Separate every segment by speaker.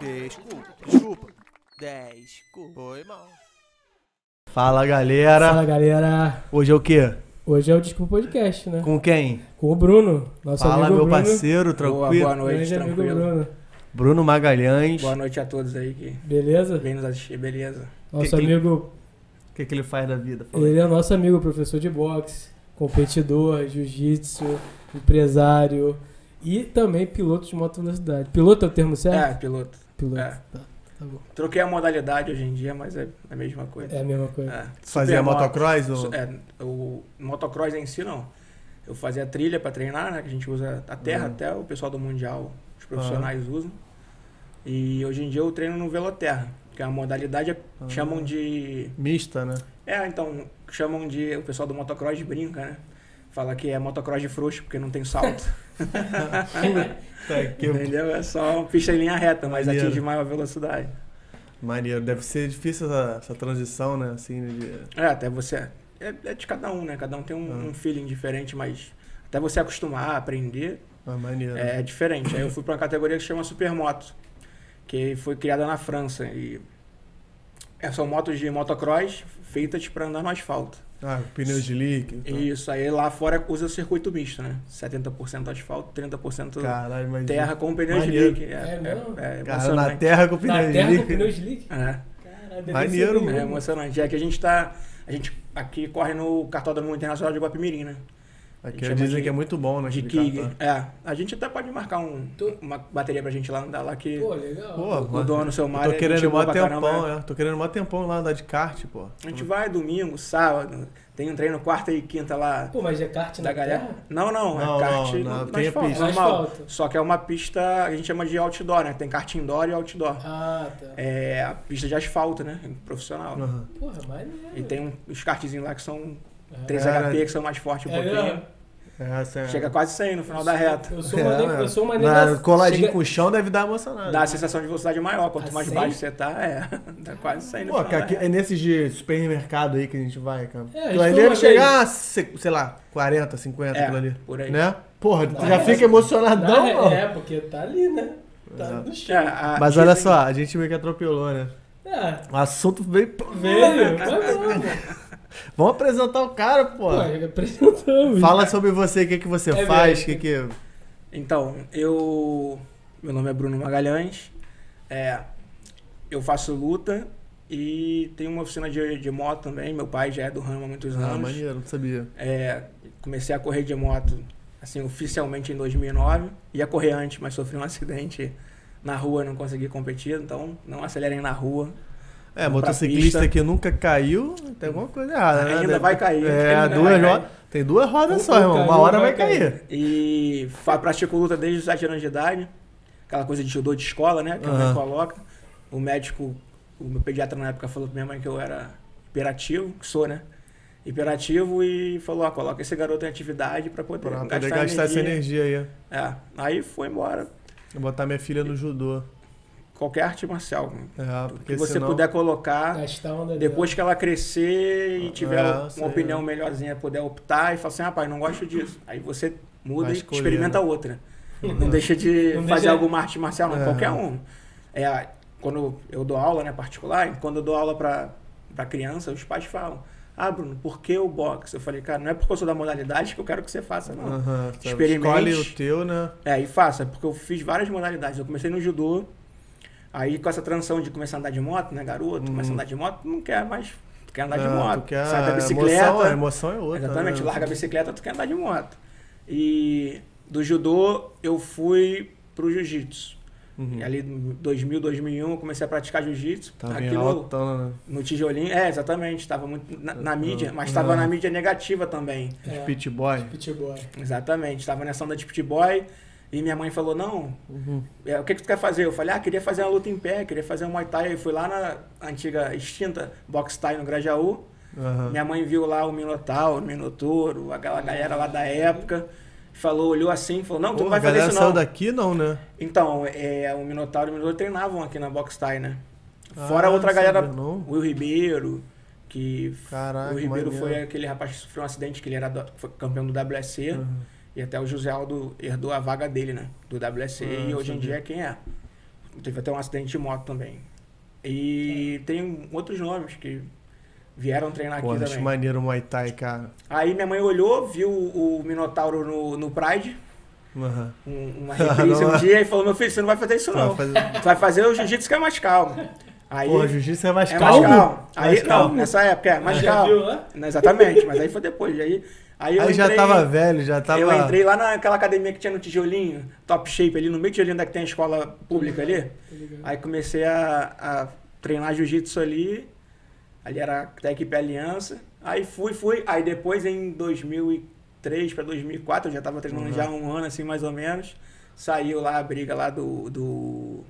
Speaker 1: Desculpa, desculpa. Desculpa. Foi mal.
Speaker 2: Fala galera,
Speaker 3: Fala galera,
Speaker 2: hoje é o quê?
Speaker 3: hoje é o Desculpa Podcast, né?
Speaker 2: Com quem?
Speaker 3: Com o Bruno, nosso
Speaker 2: Fala
Speaker 3: amigo
Speaker 2: meu
Speaker 3: Bruno.
Speaker 2: parceiro,
Speaker 4: Boa,
Speaker 2: tranquilo.
Speaker 4: boa noite,
Speaker 3: Grande amigo
Speaker 4: tranquilo.
Speaker 3: Bruno.
Speaker 2: Bruno Magalhães.
Speaker 4: Boa noite a todos aí que
Speaker 3: Beleza?
Speaker 4: vem nos assistir, beleza?
Speaker 3: Nosso
Speaker 2: Que- que-
Speaker 3: amigo,
Speaker 2: O que, que ele faz da vida? Fala aí.
Speaker 3: ele é nosso amigo, professor de boxe, competidor, jiu-jitsu, empresário e também piloto de moto velocidade. Piloto é o termo certo?
Speaker 4: É, piloto.
Speaker 3: piloto.
Speaker 4: é.
Speaker 3: Tá bom.
Speaker 4: Troquei a modalidade hoje em dia, mas é a mesma coisa.
Speaker 3: É a mesma coisa.
Speaker 2: Fazia
Speaker 4: Supermoto.
Speaker 2: motocross? Ou...
Speaker 4: É, o motocross em si não. Eu fazia trilha pra treinar, né? Que a gente usa a terra,
Speaker 2: Uhum.
Speaker 4: até o pessoal do Mundial, os profissionais usam. E hoje em dia eu treino no Veloterra, que é uma modalidade,
Speaker 2: Ah.
Speaker 4: chamam de
Speaker 2: Mista, né?
Speaker 4: É, então, chamam de. O pessoal do motocross brinca, né? Fala que é motocross de frouxo porque não tem salto.
Speaker 2: Tá, que
Speaker 4: Entendeu? É só uma pista em linha reta, mas
Speaker 2: Maneiro.
Speaker 4: atinge maior velocidade.
Speaker 2: maneiro. Deve ser difícil essa, essa transição, né? Assim, né, de...
Speaker 4: É, até você. É, é de cada um, né? Cada um tem um,
Speaker 2: Ah.
Speaker 4: um feeling diferente, mas até você acostumar, aprender,
Speaker 2: Ah, maneiro.
Speaker 4: é, diferente. Aí eu fui pra uma categoria que chama Supermoto, que foi criada na França. E é, são motos de motocross feitas pra andar no asfalto.
Speaker 2: Ah, pneus de líquido. então.
Speaker 4: Isso, aí lá fora usa circuito misto, né? 70% asfalto, 30%
Speaker 2: Caralho, mas...
Speaker 4: terra com pneu de
Speaker 2: Maneiro.
Speaker 4: lique. É,
Speaker 3: É mesmo?
Speaker 4: é, é
Speaker 2: Cara, na
Speaker 4: emocionante.
Speaker 2: terra com pneus
Speaker 3: Na
Speaker 2: de
Speaker 3: Tá terra do
Speaker 2: líquido.
Speaker 3: pneu slick?
Speaker 4: É.
Speaker 3: Caralho, deve
Speaker 2: Maneiro,
Speaker 3: ser
Speaker 2: mano.
Speaker 4: É
Speaker 3: doido.
Speaker 4: emocionante. É que a gente tá. A gente aqui corre no cartódromo internacional de Guapimirim, né?
Speaker 2: Aqui
Speaker 4: Chama
Speaker 2: dizem
Speaker 4: de-
Speaker 2: que é muito bom, né?
Speaker 4: De
Speaker 2: aquele
Speaker 4: Kig.
Speaker 2: cartão.
Speaker 4: É. A gente até pode marcar um,
Speaker 3: Tu-
Speaker 4: uma bateria pra gente lá andar lá que
Speaker 3: Pô, legal.
Speaker 2: Pô,
Speaker 4: o
Speaker 2: mano.
Speaker 4: dono, seu
Speaker 2: eu
Speaker 4: Mário.
Speaker 2: Tô
Speaker 4: é
Speaker 2: querendo
Speaker 4: gente boa
Speaker 2: mó
Speaker 4: pra
Speaker 2: tempão,
Speaker 4: caramba. né?
Speaker 2: é. Tô querendo mó tempão lá andar de kart, pô.
Speaker 4: A gente vai domingo, sábado, tem um treino quarta e quinta lá
Speaker 3: Pô, mas é kart
Speaker 4: da
Speaker 3: na
Speaker 4: galera.
Speaker 3: terra?
Speaker 4: Não, não,
Speaker 2: Não,
Speaker 4: é kart
Speaker 2: não,
Speaker 4: no-
Speaker 2: não,
Speaker 4: no
Speaker 2: tem a
Speaker 4: asfalto,
Speaker 2: pista.
Speaker 3: No
Speaker 4: normal.
Speaker 3: asfalto.
Speaker 4: Só que é uma pista, a gente chama de outdoor, né? Tem kart indoor e outdoor.
Speaker 3: Ah, tá.
Speaker 4: É a pista de asfalto, né? Profissional.
Speaker 2: Aham.
Speaker 3: Porra, maneiro.
Speaker 4: E tem um- uns kartzinhos lá que são
Speaker 3: É.
Speaker 4: 3
Speaker 2: Cara,
Speaker 4: HP, que são mais fortes um
Speaker 3: É
Speaker 4: pouquinho.
Speaker 3: mesmo?
Speaker 2: É, assim, é.
Speaker 4: Chega quase 100 no final da reta.
Speaker 3: Eu sou uma maneiro, eu sou uma
Speaker 2: né? Na-
Speaker 3: maneiro.
Speaker 2: É, coladinho
Speaker 3: Chega-
Speaker 2: com o chão deve dar emocionado.
Speaker 4: Dá a sensação de velocidade maior.
Speaker 3: A
Speaker 4: Quanto mais
Speaker 3: 100?
Speaker 4: baixo você tá, é. Dá quase 100 no
Speaker 2: Pô,
Speaker 4: final
Speaker 2: cara,
Speaker 4: da
Speaker 2: que-
Speaker 4: reta.
Speaker 2: é nesses de supermercado aí que a gente vai, cara.
Speaker 3: É, a
Speaker 2: aquilo
Speaker 3: gente
Speaker 2: ali
Speaker 3: foi
Speaker 2: deve
Speaker 3: uma
Speaker 2: chegar, a ah, se- sei lá, 40, 50,
Speaker 4: É,
Speaker 2: aquilo ali.
Speaker 4: por aí.
Speaker 2: Né? Porra, tu
Speaker 3: Não,
Speaker 2: já
Speaker 3: é-
Speaker 2: fica emocionadão,
Speaker 3: Dá-
Speaker 2: mano.
Speaker 3: é, porque tá ali, né? Tá
Speaker 2: Exato.
Speaker 3: no
Speaker 4: É,
Speaker 3: chão.
Speaker 4: a-
Speaker 2: Mas olha
Speaker 4: dizem-
Speaker 2: só, a gente meio que atropelou, né?
Speaker 3: É,
Speaker 2: O assunto veio.
Speaker 3: velho, mas vamos.
Speaker 2: Vamos apresentar o cara, pô.
Speaker 3: Pô, é apresentamos.
Speaker 2: Fala sobre você, o que, que você
Speaker 3: É
Speaker 2: faz, o que
Speaker 3: verdade.
Speaker 2: que.
Speaker 4: Então, eu. Meu nome é Bruno Magalhães. É, eu faço luta e tenho uma oficina de, de moto também. Meu pai já é do ramo há muitos
Speaker 2: Ah,
Speaker 4: anos.
Speaker 2: maneiro, não sabia.
Speaker 4: É, comecei a correr de moto, assim, oficialmente em 2009. Ia correr antes, mas sofri um acidente na rua e não consegui competir. Então, não acelerem na rua.
Speaker 2: É,
Speaker 4: Vamos pra
Speaker 2: motociclista
Speaker 4: pista.
Speaker 2: que nunca caiu, tem alguma coisa errada, né?
Speaker 4: Ainda
Speaker 2: Deve-
Speaker 4: vai cair,
Speaker 2: É,
Speaker 4: ainda
Speaker 2: duas
Speaker 4: vai cair.
Speaker 2: rodas. Tem duas rodas
Speaker 3: Ou-
Speaker 2: só,
Speaker 3: ou
Speaker 2: irmão. Uma
Speaker 3: Um caiu,
Speaker 2: hora vai
Speaker 3: vai
Speaker 2: cair.
Speaker 4: E fa- pratico luta desde os 7 anos de idade. Aquela coisa de judô de escola, né? Que a
Speaker 2: Aham.
Speaker 4: mãe coloca. O médico, o meu pediatra na época falou pra minha mãe que eu era hiperativo, que sou, né? Hiperativo e falou, ó, coloca esse garoto em atividade pra poder
Speaker 2: Pra
Speaker 4: É, gastar,
Speaker 2: poder gastar essa energia aí.
Speaker 4: É, aí foi embora.
Speaker 2: Vou botar minha filha no judô.
Speaker 4: Qualquer arte marcial.
Speaker 2: É,
Speaker 4: O
Speaker 2: porque
Speaker 4: que você
Speaker 2: senão...
Speaker 4: puder colocar...
Speaker 3: Gastar a onda né?
Speaker 4: Depois que ela crescer e tiver
Speaker 2: É,
Speaker 4: uma
Speaker 2: sei.
Speaker 4: opinião melhorzinha, puder optar e falar assim, rapaz, não gosto disso. Aí você muda
Speaker 2: Vai
Speaker 4: e
Speaker 2: escolher,
Speaker 4: experimenta
Speaker 2: né?
Speaker 4: outra.
Speaker 2: Uhum.
Speaker 4: Não deixa de
Speaker 3: Não
Speaker 4: fazer
Speaker 3: deixa-
Speaker 4: alguma arte marcial, não,
Speaker 2: É.
Speaker 4: qualquer um. É, quando eu dou aula, né, particular, quando eu dou aula pra, pra criança, os pais falam, ah, Bruno, por que o boxe? Eu falei, cara, não é porque eu sou da modalidade que eu quero que você faça, não.
Speaker 2: Aham, tá.
Speaker 4: Experimente.
Speaker 2: Escolhe o teu, né?
Speaker 4: É, e faça, porque eu fiz várias modalidades. Eu comecei no judô, aí com essa transição de começar a andar de moto, né, garoto? Começa a andar de moto, não quer mais, tu quer andar de
Speaker 2: É,
Speaker 4: moto.
Speaker 2: tu quer
Speaker 4: Sai da
Speaker 2: a
Speaker 4: bicicleta.
Speaker 2: Emoção, a emoção é outra.
Speaker 4: exatamente,
Speaker 2: né?
Speaker 4: larga a bicicleta, tu quer andar de moto. E do judô eu fui pro jiu-jitsu.
Speaker 2: Uhum.
Speaker 4: E ali em 2000, 2001 eu um, comecei a praticar jiu-jitsu.
Speaker 2: Tá bem
Speaker 4: Aquilo-
Speaker 2: altona, né?
Speaker 4: no tijolinho, é, exatamente, tava muito na, na mídia, mas
Speaker 2: É.
Speaker 4: tava na mídia negativa também.
Speaker 2: Os
Speaker 3: É,
Speaker 2: pit boy.
Speaker 3: pitboy.
Speaker 4: Exatamente, estava nessa onda de pit boy e minha mãe falou, não,
Speaker 2: Uhum.
Speaker 4: é, o que, que tu quer fazer? Eu falei, ah, queria fazer uma luta em pé, queria fazer um Muay Thai. Eu fui lá na antiga, extinta Box Thai no Grajaú.
Speaker 2: Aham.
Speaker 4: Minha mãe viu lá o Minotauro, o Minotouro, aquela galera lá da época. Falou, olhou assim, falou, não, tu
Speaker 2: Pô,
Speaker 4: não
Speaker 2: a
Speaker 4: vai fazer
Speaker 2: galera
Speaker 4: isso
Speaker 2: saiu
Speaker 4: não.
Speaker 2: daqui, não, né?
Speaker 4: Então, é, o Minotauro e o Minotouro treinavam aqui na Box Thai, né?
Speaker 2: Ah,
Speaker 4: Fora outra
Speaker 2: não sabia,
Speaker 4: galera,
Speaker 2: não.
Speaker 4: o Will Ribeiro, que...
Speaker 2: Caraca,
Speaker 4: o Ribeiro
Speaker 2: maneiro.
Speaker 4: foi aquele rapaz que sofreu um acidente, que ele era do- foi campeão do WSC.
Speaker 2: Aham.
Speaker 4: E até o José Aldo herdou a vaga dele, né? Do WSC.
Speaker 2: Ah,
Speaker 4: e hoje em
Speaker 2: entendi.
Speaker 4: dia é quem é. Teve até um acidente de moto também. E tem outros nomes que vieram treinar
Speaker 2: É. Pô,
Speaker 4: aqui
Speaker 2: acho
Speaker 4: também.
Speaker 2: maneiro o Muay Thai, cara.
Speaker 4: Aí minha mãe olhou, viu o Minotauro no, no Pride,
Speaker 2: Aham.
Speaker 4: um- uma reprise
Speaker 2: é.
Speaker 4: um dia, e falou: Meu filho, você não vai fazer isso
Speaker 2: Tá,
Speaker 4: não.
Speaker 2: faz-
Speaker 4: Tu vai fazer o jiu-jitsu que é mais calmo. Aí.
Speaker 2: Porra, justiça é mais
Speaker 4: é
Speaker 2: calmo.
Speaker 4: mais calmo. Aí,
Speaker 2: Mais
Speaker 4: não,
Speaker 2: calmo. né?
Speaker 4: nessa época é mais
Speaker 3: Já
Speaker 4: calmo.
Speaker 3: viu lá?
Speaker 4: Não, exatamente, mas aí foi depois. Aí, aí eu
Speaker 2: Aí já
Speaker 4: entrei-
Speaker 2: tava velho, já tava.
Speaker 4: Eu entrei lá naquela academia que tinha no tijolinho, top shape ali, no meio do tijolinho da que tem a escola pública ali.
Speaker 3: Tá ligado?
Speaker 4: Aí comecei a, a treinar jiu-jitsu ali. Ali era da equipe Aliança. Aí fui, fui. Aí depois em 2003 para 2004, eu já tava treinando
Speaker 2: Uhum.
Speaker 4: já um ano assim mais ou menos. Saiu lá a briga lá do do,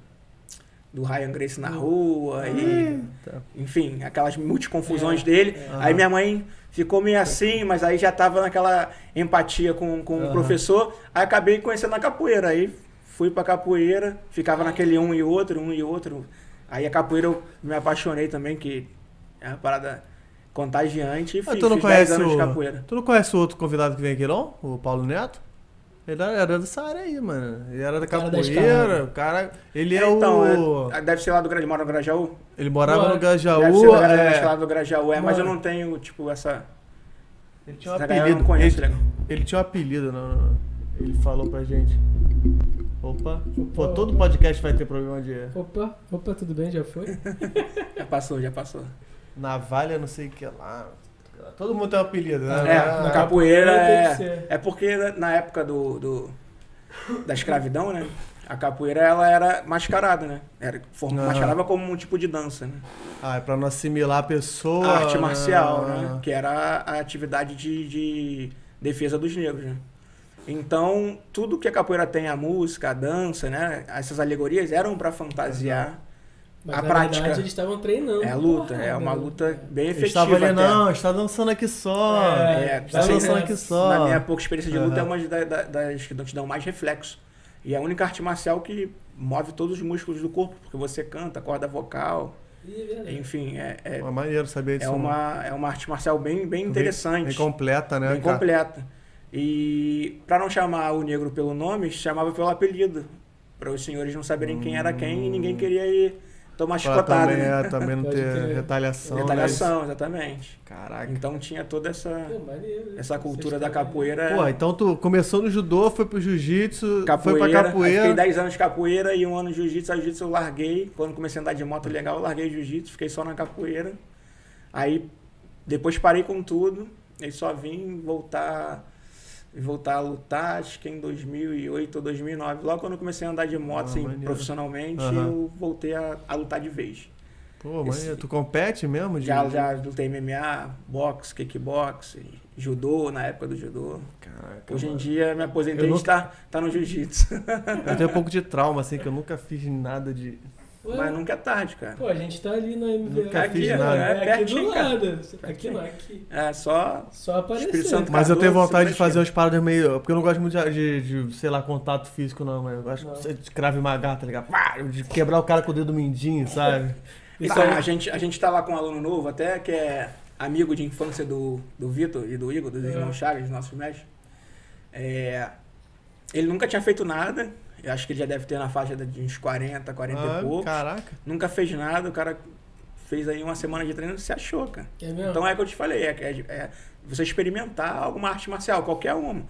Speaker 4: do Ryan Grace
Speaker 2: Uhum.
Speaker 4: na rua e
Speaker 2: Tá.
Speaker 4: enfim, aquelas multiconfusões dele. Aí
Speaker 2: É, Aham.
Speaker 4: minha mãe ficou meio assim, mas aí já tava naquela empatia com, com o
Speaker 2: Aham.
Speaker 4: professor. Aí acabei conhecendo a capoeira. Aí fui pra capoeira, ficava naquele um e outro, um e outro. Aí a capoeira eu me apaixonei também, que é uma parada contagiante. E
Speaker 2: Ah,
Speaker 4: fiz,
Speaker 2: tu não
Speaker 4: fiz 10
Speaker 2: conhece
Speaker 4: anos de
Speaker 2: o-
Speaker 4: capoeira.
Speaker 2: Tu não conhece o outro convidado que vem aqui, não? O Paulo Neto? Ele era- era dessa área aí, mano. Ele era da
Speaker 3: Cara das
Speaker 2: capoeira, o cara. Ele é, o.
Speaker 4: é- deve ser lá do Grande Mora do Grajaú?
Speaker 2: Ele morava
Speaker 3: Bora.
Speaker 2: no
Speaker 4: deve ser
Speaker 2: Gajaú.
Speaker 4: do, Gra-
Speaker 2: é,
Speaker 4: acho que lá do Grajaú, é, mas eu
Speaker 3: Mora.
Speaker 4: não tenho, tipo, essa.
Speaker 2: Ele tinha um
Speaker 4: Essa galera eu não né?
Speaker 2: apelido.
Speaker 4: conhece,
Speaker 2: Ele,
Speaker 4: legal.
Speaker 2: ele tinha um apelido, não, não, não. Ele falou pra gente. Opa. Pô,
Speaker 3: Opa.
Speaker 2: todo podcast vai ter problema de
Speaker 3: Opa, opa, tudo bem? Já foi?
Speaker 4: Já passou, já passou.
Speaker 2: navalha, não sei o que lá. Todo mundo tem um apelido, né?
Speaker 4: É,
Speaker 2: Ah,
Speaker 4: na capoeira
Speaker 3: Tem que
Speaker 4: é,
Speaker 3: ser.
Speaker 4: é porque na- na época do, do- da escravidão, né? A capoeira ela era mascarada, né? Era, forma,
Speaker 2: Ah.
Speaker 4: Mascarava como um tipo de dança, né?
Speaker 2: Ah, é pra não assimilar a pessoa.
Speaker 4: a arte marcial,
Speaker 2: né?
Speaker 4: né? Que era a atividade de, de defesa dos negros, né? Então, tudo que a capoeira tem, a música, a dança, né? Essas alegorias eram pra fantasiar.
Speaker 3: Mas
Speaker 4: A
Speaker 3: na
Speaker 4: prática.
Speaker 3: verdade eles estavam treinando.
Speaker 4: É a luta,
Speaker 3: porrada,
Speaker 4: é uma
Speaker 3: né?
Speaker 4: luta bem
Speaker 2: Ele
Speaker 4: efetiva.
Speaker 2: estava ali,
Speaker 4: até.
Speaker 2: não, está dançando aqui só.
Speaker 3: É,
Speaker 4: É,
Speaker 2: está
Speaker 4: assim,
Speaker 2: dançando
Speaker 3: né?
Speaker 2: aqui só.
Speaker 4: Na minha pouca experiência de luta,
Speaker 2: Aham.
Speaker 4: é uma da- da- das que não te dão mais reflexo. E é a única arte marcial que move todos os músculos do corpo, porque você canta, corda vocal,
Speaker 3: Ih, é verdade.
Speaker 4: enfim, é, é,
Speaker 2: Pô, maneiro saber
Speaker 4: é
Speaker 2: disso.
Speaker 4: uma, é uma arte marcial bem, bem
Speaker 2: Bem-
Speaker 4: interessante,
Speaker 2: Bem
Speaker 4: bem,
Speaker 2: completa, né? cara?
Speaker 4: completa. E para não chamar o negro pelo nome, chamava pelo apelido, para os senhores não saberem quem era quem e ninguém queria ir tomar
Speaker 2: Pra
Speaker 4: chicotada,
Speaker 2: Hum. também,
Speaker 4: né?
Speaker 2: é, também não
Speaker 3: Pode
Speaker 2: ter
Speaker 3: crer.
Speaker 2: retaliação. né?
Speaker 4: Retaliação, exatamente.
Speaker 2: Caraca.
Speaker 4: Então tinha toda essa,
Speaker 3: Pô, maneiro, né?
Speaker 4: essa cultura
Speaker 3: Vocês
Speaker 4: da
Speaker 3: estavam-
Speaker 4: capoeira.
Speaker 2: Pô, então tu começou no judô, foi pro jiu-jitsu, foi
Speaker 4: Capoeira.
Speaker 2: pra
Speaker 4: Aí Fiquei
Speaker 2: capoeira.
Speaker 4: 10 anos de capoeira e um ano de jiu-jitsu. Aí jiu-jitsu eu larguei. Quando comecei a andar de moto legal, eu larguei jiu-jitsu, fiquei só na capoeira. Aí depois parei com tudo. E só vim voltar voltar a lutar, acho que em 2008 ou 2009. Logo quando eu comecei a andar de moto
Speaker 2: Ah,
Speaker 4: assim,
Speaker 2: maneiro.
Speaker 4: profissionalmente,
Speaker 2: Aham.
Speaker 4: eu voltei a, a lutar de vez.
Speaker 2: Pô, maneiro.
Speaker 4: Esse-
Speaker 2: Tu compete mesmo? de-
Speaker 4: Já, já lutei MMA, boxe, kickboxe, judô, na época do judô.
Speaker 2: Caraca.
Speaker 4: Hoje em
Speaker 2: mano.
Speaker 4: dia me aposentei
Speaker 2: Eu
Speaker 4: e
Speaker 2: nunca-
Speaker 4: está tá no jiu-jitsu.
Speaker 2: Eu tenho um pouco de trauma, assim, que eu nunca fiz nada de.
Speaker 3: Ué,
Speaker 4: Mas nunca é tarde, cara.
Speaker 3: Pô, a gente tá ali na MV.
Speaker 2: Nunca
Speaker 3: aqui,
Speaker 2: fiz
Speaker 3: ó,
Speaker 2: nada.
Speaker 3: É, aqui do
Speaker 4: Pertinho, cara.
Speaker 3: lado. Aqui
Speaker 4: Pertinho.
Speaker 3: não, aqui.
Speaker 4: É só
Speaker 3: Só aparecer.
Speaker 4: Espírito Santo
Speaker 2: Mas eu tenho
Speaker 4: Cardoso,
Speaker 2: vontade de
Speaker 4: você vai
Speaker 2: fazer umas paradas meio. Porque eu não gosto muito de, de, de, sei lá, contato físico, não, mas eu gosto
Speaker 3: Não.
Speaker 2: de crave magar, tá ligado? Pá, De quebrar o cara com o dedo mindinho, sabe?
Speaker 3: Isso
Speaker 4: Tá,
Speaker 3: aí.
Speaker 4: a, gente, a gente tá lá com um aluno novo, até que é amigo de infância do, do Vitor e do Igor, dos
Speaker 3: É.
Speaker 2: Uhum.
Speaker 4: irmãos Chaves, nossos mestres. É, ele nunca tinha feito nada. Eu acho que ele já deve ter na faixa de uns 40, 40
Speaker 2: Ah,
Speaker 4: e pouco.
Speaker 2: Caraca.
Speaker 4: Nunca fez nada, o cara fez aí uma semana de treino e se achou, cara.
Speaker 3: É mesmo?
Speaker 4: Então é o que eu te falei, é, é- é você experimentar alguma arte marcial, qualquer uma.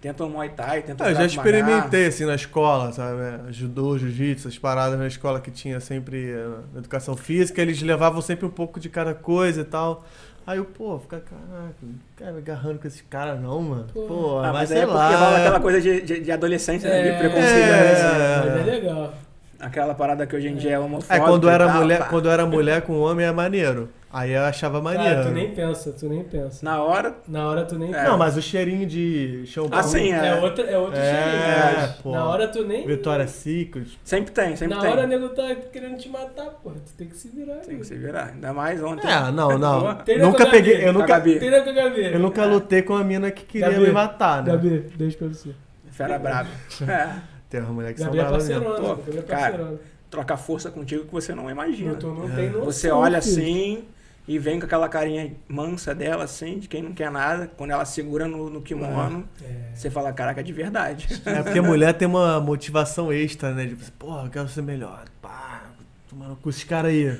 Speaker 4: Tenta um Muay Thai, tenta um
Speaker 2: Ah, eu já
Speaker 4: Krav Maga.
Speaker 2: experimentei assim na escola, sabe? É, Judô, jiu-jitsu, as paradas na escola que tinha sempre eh, na educação física, eles levavam sempre um pouco de cada coisa e tal. Aí eu, pô, fica, caraca, não quero me agarrando com esses caras não, mano.
Speaker 3: Pô.
Speaker 2: Pô,
Speaker 4: Ah,
Speaker 2: mas
Speaker 4: mas
Speaker 2: sei
Speaker 4: é porque
Speaker 2: lá.
Speaker 4: rola
Speaker 2: é-
Speaker 4: aquela coisa de, de, de adolescente, né? De preconceito.
Speaker 2: É.
Speaker 4: né?
Speaker 3: Mas é legal.
Speaker 4: Aquela parada que hoje em dia é homofóbica.
Speaker 2: É, quando
Speaker 4: e
Speaker 2: era
Speaker 4: tal,
Speaker 2: mulher,
Speaker 4: pá.
Speaker 2: quando era mulher com homem é maneiro. Aí eu achava maneiro.
Speaker 3: Cara, tu nem pensa, tu nem pensa.
Speaker 4: Na hora.
Speaker 3: Na hora tu nem
Speaker 4: É.
Speaker 2: Não, mas o cheirinho de shampoo.
Speaker 4: Assim,
Speaker 3: pensa. É,
Speaker 4: é.
Speaker 3: outra, é outro
Speaker 2: É,
Speaker 3: cheirinho, mas
Speaker 2: pô.
Speaker 3: Na hora tu nem.
Speaker 2: Vitória Secret.
Speaker 4: Sempre tem, sempre
Speaker 3: Na
Speaker 4: tem.
Speaker 3: hora o nego tá querendo te matar, porra. Tu tem que se virar.
Speaker 4: Tem
Speaker 3: nego.
Speaker 4: que se virar. Ainda mais ontem.
Speaker 2: É, não, não.
Speaker 4: Boa.
Speaker 3: Tem
Speaker 2: nunca
Speaker 3: com a
Speaker 2: peguei,
Speaker 3: Gabi.
Speaker 2: eu
Speaker 4: Com a
Speaker 2: nunca,
Speaker 4: Gabi.
Speaker 3: Tira né, com a Gabi.
Speaker 2: eu nunca lutei com a mina que queria
Speaker 3: Gabi,
Speaker 2: me matar, né?
Speaker 3: Gabi, deixa pra você.
Speaker 4: Fera brava. É.
Speaker 2: Tem uma mulher que são
Speaker 3: Gabi é
Speaker 2: bravas mesmo.
Speaker 3: parceirona.
Speaker 4: Pô,
Speaker 3: Gabi é
Speaker 4: cara,
Speaker 3: parceirona.
Speaker 4: Troca força contigo que você não imagina.
Speaker 2: É.
Speaker 3: Não, tu não tem noção.
Speaker 4: Você olha
Speaker 3: filho.
Speaker 4: assim, E vem com aquela carinha mansa dela, assim, de quem não quer nada. Quando ela segura no, no kimono,
Speaker 3: É.
Speaker 4: você fala, caraca, de verdade.
Speaker 2: É porque a mulher tem uma motivação extra, né? Tipo assim, porra, eu quero ser melhor. Pá, tomando com esses caras aí.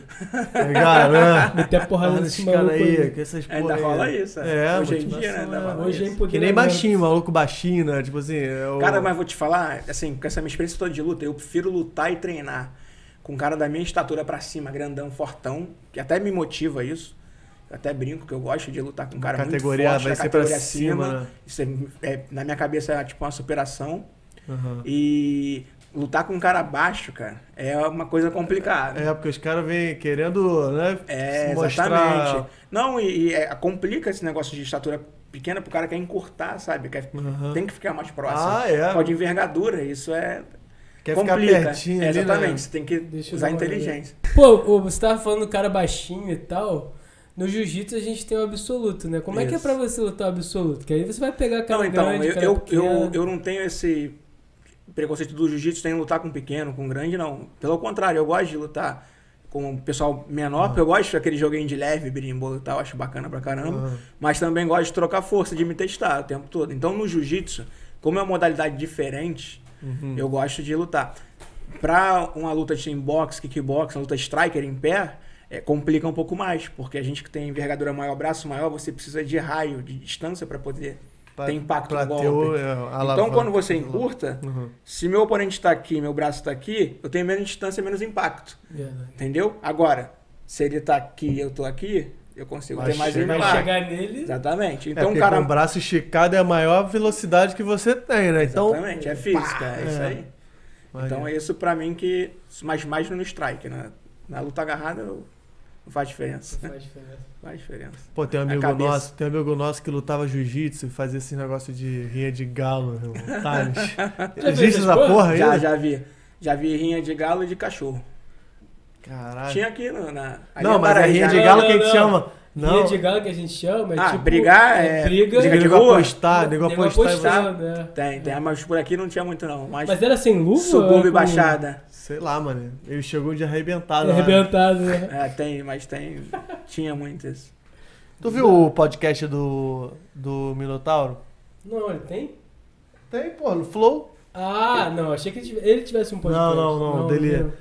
Speaker 2: Tá ligado? né?
Speaker 3: Até porrada
Speaker 2: Porra,
Speaker 3: nesse
Speaker 2: esses
Speaker 3: maluco
Speaker 2: caras aí,
Speaker 3: aí.
Speaker 2: com essas
Speaker 4: Ainda
Speaker 2: porra
Speaker 4: rola
Speaker 2: aí.
Speaker 4: isso.
Speaker 2: É,
Speaker 4: hoje em dia, né?
Speaker 2: motivação,
Speaker 4: ainda
Speaker 2: é.
Speaker 4: rola isso.
Speaker 2: Que
Speaker 3: Hoje é
Speaker 2: nem
Speaker 3: empoderamento.
Speaker 2: baixinho, maluco baixinho, né? Tipo assim. é o-
Speaker 4: Cara, mas vou te falar, assim, com essa minha experiência toda de luta, eu prefiro lutar e treinar com um cara da minha estatura pra cima, grandão, fortão, que até me motiva isso. Eu até brinco que eu gosto de lutar com um cara
Speaker 2: Categoria
Speaker 4: muito forte,
Speaker 2: vai
Speaker 4: da
Speaker 2: ser pra
Speaker 4: categoria
Speaker 2: cima,
Speaker 4: acima.
Speaker 2: né?
Speaker 4: Isso é- é, na minha cabeça é tipo uma superação.
Speaker 2: Aham.
Speaker 4: E lutar com um cara baixo, cara, é uma coisa complicada.
Speaker 2: É, porque os caras vêm querendo, né?
Speaker 4: É,
Speaker 2: se
Speaker 4: exatamente. Não, e, e, é, complica esse negócio de estatura pequena pro cara quer encurtar, sabe? Quer-
Speaker 2: Aham.
Speaker 4: Tem que ficar mais próximo.
Speaker 2: Uhum. Ah, é.
Speaker 4: Pode envergadura, isso é.
Speaker 2: Quer
Speaker 4: complica.
Speaker 2: ficar pertinho
Speaker 4: É,
Speaker 2: ali,
Speaker 4: Exatamente,
Speaker 2: né?
Speaker 4: você tem que
Speaker 3: Deixa eu
Speaker 4: usar
Speaker 3: dar uma olhada.
Speaker 4: inteligência.
Speaker 3: Pô, ô, você tava falando do cara baixinho e tal. No jiu-jitsu a gente tem o absoluto, né? Como é que é
Speaker 2: Isso.
Speaker 3: pra você lutar o absoluto? Que aí você vai pegar cara
Speaker 4: Não, então,
Speaker 3: grande,
Speaker 4: eu,
Speaker 3: cara
Speaker 4: eu,
Speaker 3: pequeno.
Speaker 4: eu, eu não tenho esse preconceito do jiu-jitsu tem lutar com pequeno, com grande, não. Pelo contrário, eu gosto de lutar com o pessoal menor, porque eu gosto daquele joguinho de leve, birimbolo e tal, acho bacana pra caramba.
Speaker 2: Aham.
Speaker 4: Mas também gosto de trocar força, de me testar o tempo todo. Então, no jiu-jitsu, como é uma modalidade diferente,
Speaker 2: uhum.
Speaker 4: eu gosto de lutar. Pra uma luta de inbox, kickbox, uma luta striker em pé, é, complica um pouco mais, porque a gente que tem envergadura maior, braço maior, você precisa de raio, de distância pra poder
Speaker 2: Pra-
Speaker 4: ter impacto
Speaker 2: pra
Speaker 4: no golpe.
Speaker 2: ter o, é, a
Speaker 4: então,
Speaker 2: alavanca,
Speaker 4: quando você
Speaker 2: sei lá.
Speaker 4: encurta,
Speaker 2: Uhum.
Speaker 4: se meu oponente tá aqui, meu braço tá aqui, eu tenho menos distância, menos impacto.
Speaker 3: Verdade.
Speaker 4: Entendeu? Agora, se ele tá aqui e eu tô aqui, eu consigo
Speaker 2: Vai
Speaker 4: ter mais
Speaker 2: chegar-
Speaker 3: Vai
Speaker 4: impacto.
Speaker 3: chegar nele.
Speaker 4: Exatamente.
Speaker 2: é,
Speaker 4: Então, o
Speaker 2: porque
Speaker 4: cara.
Speaker 2: com o braço esticado é a maior velocidade que você tem, né? Então,
Speaker 4: Exatamente, é física, é isso
Speaker 2: É.
Speaker 4: aí.
Speaker 2: Maneiro.
Speaker 4: Então é isso pra mim que. Mas mais no strike, né? Na luta agarrada eu- não faz diferença. né?
Speaker 3: Faz diferença.
Speaker 4: Faz diferença.
Speaker 2: Pô, tem um
Speaker 4: A
Speaker 2: amigo
Speaker 4: cabeça.
Speaker 2: nosso, tem um amigo nosso que lutava jiu-jitsu e fazia esse negócio de rinha de galo, meu irmão. Thales.
Speaker 3: viu
Speaker 2: Existe
Speaker 3: essas
Speaker 2: essa
Speaker 3: porra?
Speaker 2: porra aí? né?
Speaker 4: Já, já vi. Já vi rinha de galo e de cachorro.
Speaker 2: Caralho.
Speaker 4: Tinha aqui no, na. ali
Speaker 2: Ah.
Speaker 4: é
Speaker 2: Não,
Speaker 4: no
Speaker 2: mas a
Speaker 4: Guarajá,
Speaker 2: rinha de
Speaker 3: né?
Speaker 2: galo
Speaker 3: Não,
Speaker 2: quem
Speaker 3: não,
Speaker 2: que chama? Não.
Speaker 3: Rinha de galo que a gente chama, é
Speaker 4: Ah,
Speaker 3: tipo...
Speaker 4: brigar é-
Speaker 3: Briga.
Speaker 4: briga de
Speaker 2: Nego
Speaker 4: rua?
Speaker 2: apostar, nego
Speaker 3: Nego
Speaker 2: apostar. e você-
Speaker 3: apostado, né?
Speaker 4: Tem, tem, mas por aqui não tinha muito não. Mas, né?
Speaker 3: Mas era sem luva? ou é
Speaker 4: subúrbio e
Speaker 3: com- é
Speaker 4: baixada.
Speaker 2: Sei lá, mano. Ele chegou de arrebentado. lá, né?
Speaker 3: Arrebentado, né?
Speaker 4: É, tem, mas tem. Tinha muitas.
Speaker 2: Tu viu o podcast do, do Minotauro?
Speaker 3: Não, ele tem?
Speaker 2: Tem, pô, no Flow.
Speaker 3: Ah, não, achei que ele tivesse, ele tivesse um podcast.
Speaker 2: Não, não, não, dele-
Speaker 3: viu?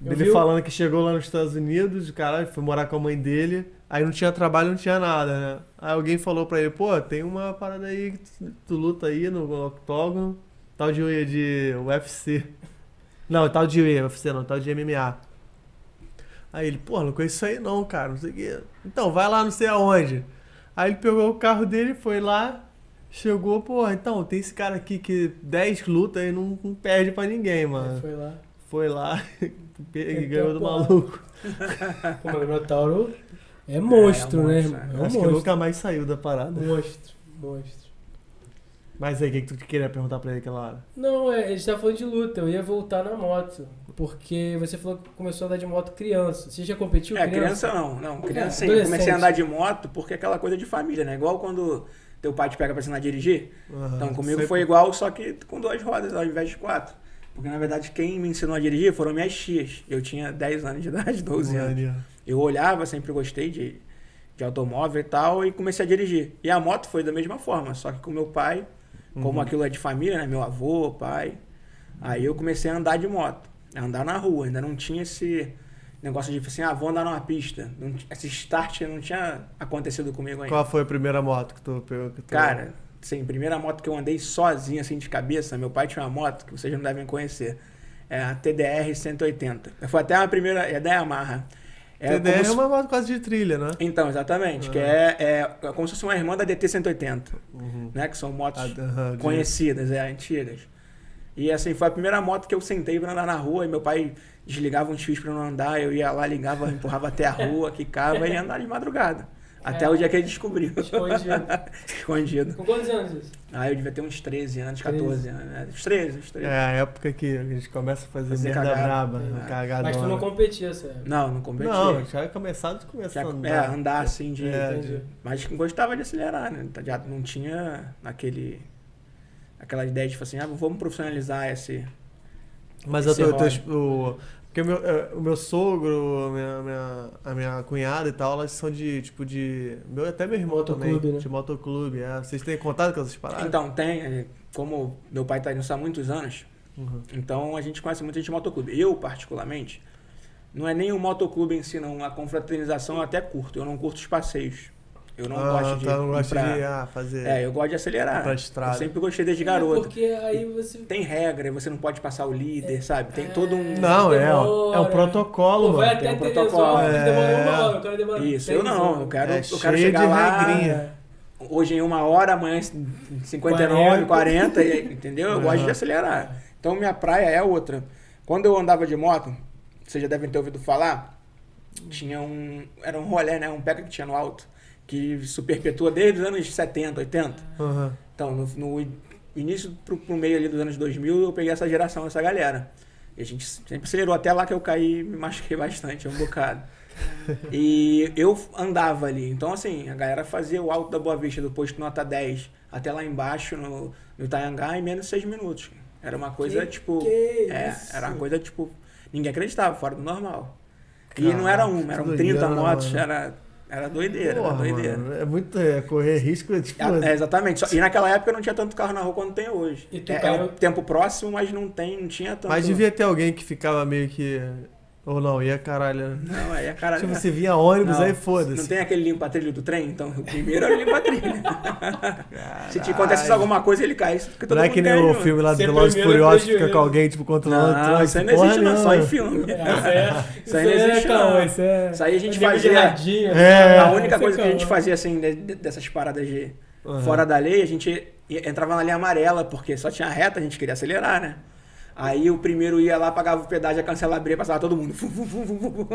Speaker 3: Eu
Speaker 2: Ele
Speaker 3: vi o-
Speaker 2: falando que chegou lá nos Estados Unidos, caralho, foi morar com a mãe dele, aí não tinha trabalho, não tinha nada, né? Aí alguém falou pra ele, pô, tem uma parada aí que tu, tu luta aí no octógono, tal de, de UFC. Não, tal de UFC não, tal de MMA. Aí ele, pô, não conheço isso aí não, cara, não sei o quê. Então, vai lá não sei aonde. Aí ele pegou o carro dele, foi lá, chegou, pô, então, tem esse cara aqui que 10 lutas e não, não perde pra ninguém, mano.
Speaker 3: Foi lá.
Speaker 2: Foi lá e
Speaker 3: Meteu
Speaker 2: ganhou
Speaker 3: a
Speaker 2: do
Speaker 3: porrada.
Speaker 2: maluco.
Speaker 3: Pô, mas o Minotauro é monstro,
Speaker 4: É, é um
Speaker 3: né?
Speaker 4: monstro, é.
Speaker 3: irmão? É um
Speaker 2: Acho que
Speaker 3: monstro.
Speaker 2: nunca mais saiu da parada.
Speaker 3: Monstro, monstro.
Speaker 2: Mas aí, o que, que tu queria perguntar pra ele aquela hora?
Speaker 3: Não, é, a gente tá falando de luta, eu ia voltar na moto. Porque você falou que começou a andar de moto criança. Você já competiu
Speaker 4: É, criança não, não.
Speaker 3: É,
Speaker 4: Criança sim.
Speaker 3: adolescente.
Speaker 4: Comecei a andar de moto porque é aquela coisa de família, né? Igual quando teu pai te pega pra ensinar a dirigir.
Speaker 2: Aham,
Speaker 4: Então, comigo
Speaker 2: Ah, sempre-
Speaker 4: foi igual, só que com duas rodas ao invés de quatro. Porque, na verdade, quem me ensinou a dirigir foram minhas tias. Eu tinha 10 anos de idade, 12 anos.
Speaker 2: Maneiro.
Speaker 4: Eu olhava, sempre gostei de, de automóvel e tal, e comecei a dirigir. E a moto foi da mesma forma, só que com meu pai, como aquilo é de família, né? Meu avô, pai. Aí eu comecei a andar de moto, a andar na rua. Ainda não tinha esse negócio de assim, ah, vou andar numa pista. Não t- esse start não tinha acontecido comigo ainda.
Speaker 2: Qual foi a primeira moto que tu pegou? que tu-
Speaker 4: Cara, sim, primeira moto que eu andei sozinho, assim, de cabeça, meu pai tinha uma moto que vocês não devem conhecer. É a TDR 180. Foi até a primeira, é da Yamaha. Era
Speaker 2: TDR
Speaker 4: como
Speaker 2: é
Speaker 4: se-
Speaker 2: uma Ah. moto quase de trilha, né?
Speaker 4: Então, exatamente, que é, é- é como se fosse uma irmã da DT 180, né? Que são motos
Speaker 2: Ah, aham, de-
Speaker 4: conhecidas, é, antigas. E assim, foi a primeira moto que eu sentei pra andar na rua e meu pai desligava uns fios pra eu não andar, eu ia lá, ligava, empurrava até a rua, quicava e ia andar de madrugada.
Speaker 2: É.
Speaker 4: Até o dia que ele descobriu.
Speaker 3: Escondido.
Speaker 4: Escondido.
Speaker 3: Com quantos anos isso?
Speaker 4: Ah, eu devia ter uns 13 anos,
Speaker 3: 13.
Speaker 4: 14 anos. né? Uns 13, uns 13.
Speaker 2: É a época que a gente começa a fazer
Speaker 4: Fazer
Speaker 2: merda
Speaker 4: cagada.
Speaker 2: braba,
Speaker 3: É.
Speaker 2: né? cagadona.
Speaker 3: Mas tu não competia, sério.
Speaker 4: Não, não competi.
Speaker 2: Não, já é começado de começar
Speaker 4: Tinha-
Speaker 2: a andar.
Speaker 4: é, andar assim de.
Speaker 2: É,
Speaker 3: Entendi.
Speaker 4: Mas que gostava de acelerar, né? Tá ligado? Não tinha aquele. Aquela ideia de tipo assim, ah, vamos profissionalizar esse.
Speaker 2: Mas a
Speaker 4: Esse
Speaker 2: tua, tua-
Speaker 4: hobby.
Speaker 2: o- Porque meu, eh, o meu sogro, minha, minha- a minha cunhada e tal, elas são de, tipo, de... Meu, até meu irmão também,
Speaker 3: Motoclube, né?
Speaker 2: de motoclube, é. Vocês têm contato com essas paradas?
Speaker 4: Então, tem, é, como meu pai tá nisso há muitos anos,
Speaker 2: Uhum.
Speaker 4: então a gente conhece muita gente de motoclube. Eu, particularmente, não é nem o motoclube em si, não. A confraternização eu até curto. Eu não curto os passeios. Eu não
Speaker 2: ah,
Speaker 4: gosto de.
Speaker 2: tá, não
Speaker 4: ir
Speaker 2: gosta
Speaker 4: pra-
Speaker 2: de ah, fazer...
Speaker 4: É, eu gosto de acelerar.
Speaker 2: Pra estrada.
Speaker 4: Eu sempre gostei desde
Speaker 3: É
Speaker 4: garoto.
Speaker 3: porque aí você.
Speaker 4: Tem regra, você não pode passar o líder, sabe? Tem todo um.
Speaker 2: Não, é, ó, é um
Speaker 3: Demora.
Speaker 2: protocolo,
Speaker 3: Pô, vai
Speaker 2: mano.
Speaker 4: um
Speaker 3: até ter
Speaker 4: protocolo.
Speaker 3: protocolo. Demora
Speaker 2: É.
Speaker 3: uma hora, o cara demora
Speaker 4: Isso,
Speaker 3: três
Speaker 4: eu não. Eu
Speaker 3: horas.
Speaker 4: quero,
Speaker 2: É
Speaker 4: eu quero
Speaker 2: cheio
Speaker 4: chegar
Speaker 2: de
Speaker 4: lá.
Speaker 2: regrinha.
Speaker 4: Hoje em uma hora, amanhã em 59, 40,
Speaker 3: 40,
Speaker 4: e- entendeu? Eu gosto de acelerar. Então minha praia é outra. Quando eu andava de moto, vocês já devem ter ouvido falar, tinha um. Era um rolé, né? Um peca que tinha no alto, que se perpetua desde os anos 70, 80.
Speaker 2: Uhum.
Speaker 4: Então, no, no início pro, pro meio ali dos anos 2000, eu peguei essa geração, essa galera. E a gente sempre acelerou até lá que eu caí e me machuquei bastante, um bocado. E eu andava ali. Então, assim, a galera fazia o alto da Boa Vista, do posto nota 10 até lá embaixo, no, no Itaiangá, em menos de 6 minutos. Era uma coisa,
Speaker 3: Que-
Speaker 4: tipo...
Speaker 3: que
Speaker 4: é,
Speaker 3: isso?
Speaker 4: era uma coisa, tipo... Ninguém acreditava, fora do normal. e não
Speaker 2: Caraca,
Speaker 4: era
Speaker 2: que
Speaker 4: um, eram 30
Speaker 2: doideira,
Speaker 4: motos,
Speaker 2: mano.
Speaker 4: era, era doideira,
Speaker 2: Porra,
Speaker 4: era doideira.
Speaker 2: mano, é muito... É, correr risco é tipo...
Speaker 4: É, é, exatamente. Só- E naquela época não tinha tanto carro na rua quanto tem hoje.
Speaker 3: E tu
Speaker 4: é, é
Speaker 3: parou-
Speaker 4: um tempo próximo, mas não tem, não tinha tanto.
Speaker 2: Mas devia ter alguém que ficava meio que... Ou não, ia caralho, né?
Speaker 4: Não, aí a cara.
Speaker 2: Tipo, você via ônibus,
Speaker 4: Não.
Speaker 2: aí
Speaker 4: Não
Speaker 2: foda-se.
Speaker 4: tem aquele limpa a trilha do trem? Então, o primeiro era o limpa a trilha. Se te acontece alguma coisa, ele cai. Isso fica todo
Speaker 2: Não é
Speaker 4: mundo
Speaker 2: que nem
Speaker 4: cai,
Speaker 2: o
Speaker 4: mano.
Speaker 2: filme lá do
Speaker 3: Ser
Speaker 2: Velozes e
Speaker 3: primeiro é
Speaker 2: Furiosos, fica
Speaker 3: prejuízo.
Speaker 2: com alguém, tipo, controlando o
Speaker 4: Não,
Speaker 2: trânsito.
Speaker 4: isso aí não
Speaker 2: Porra
Speaker 4: existe, não, só em
Speaker 2: nenhuma.
Speaker 4: filme.
Speaker 3: É, Isso
Speaker 4: aí
Speaker 3: aí
Speaker 4: não
Speaker 3: é
Speaker 4: existe,
Speaker 3: caô,
Speaker 4: não.
Speaker 3: isso é.
Speaker 4: Isso aí a gente
Speaker 3: é nível de
Speaker 4: fazia-
Speaker 3: radinho,
Speaker 2: É.
Speaker 4: A
Speaker 3: né?
Speaker 4: única
Speaker 3: Isso é
Speaker 4: coisa que a gente
Speaker 3: caô.
Speaker 4: fazia, assim, de- de- dessas paradas de
Speaker 2: Uhum.
Speaker 4: fora da lei, a gente ia- entrava na linha amarela, porque só tinha reta, a gente queria acelerar, né? Aí o primeiro ia lá, pagava o pedágio, ia cancelar a briga, passava todo mundo. Fum, fum, fum, fum, fum.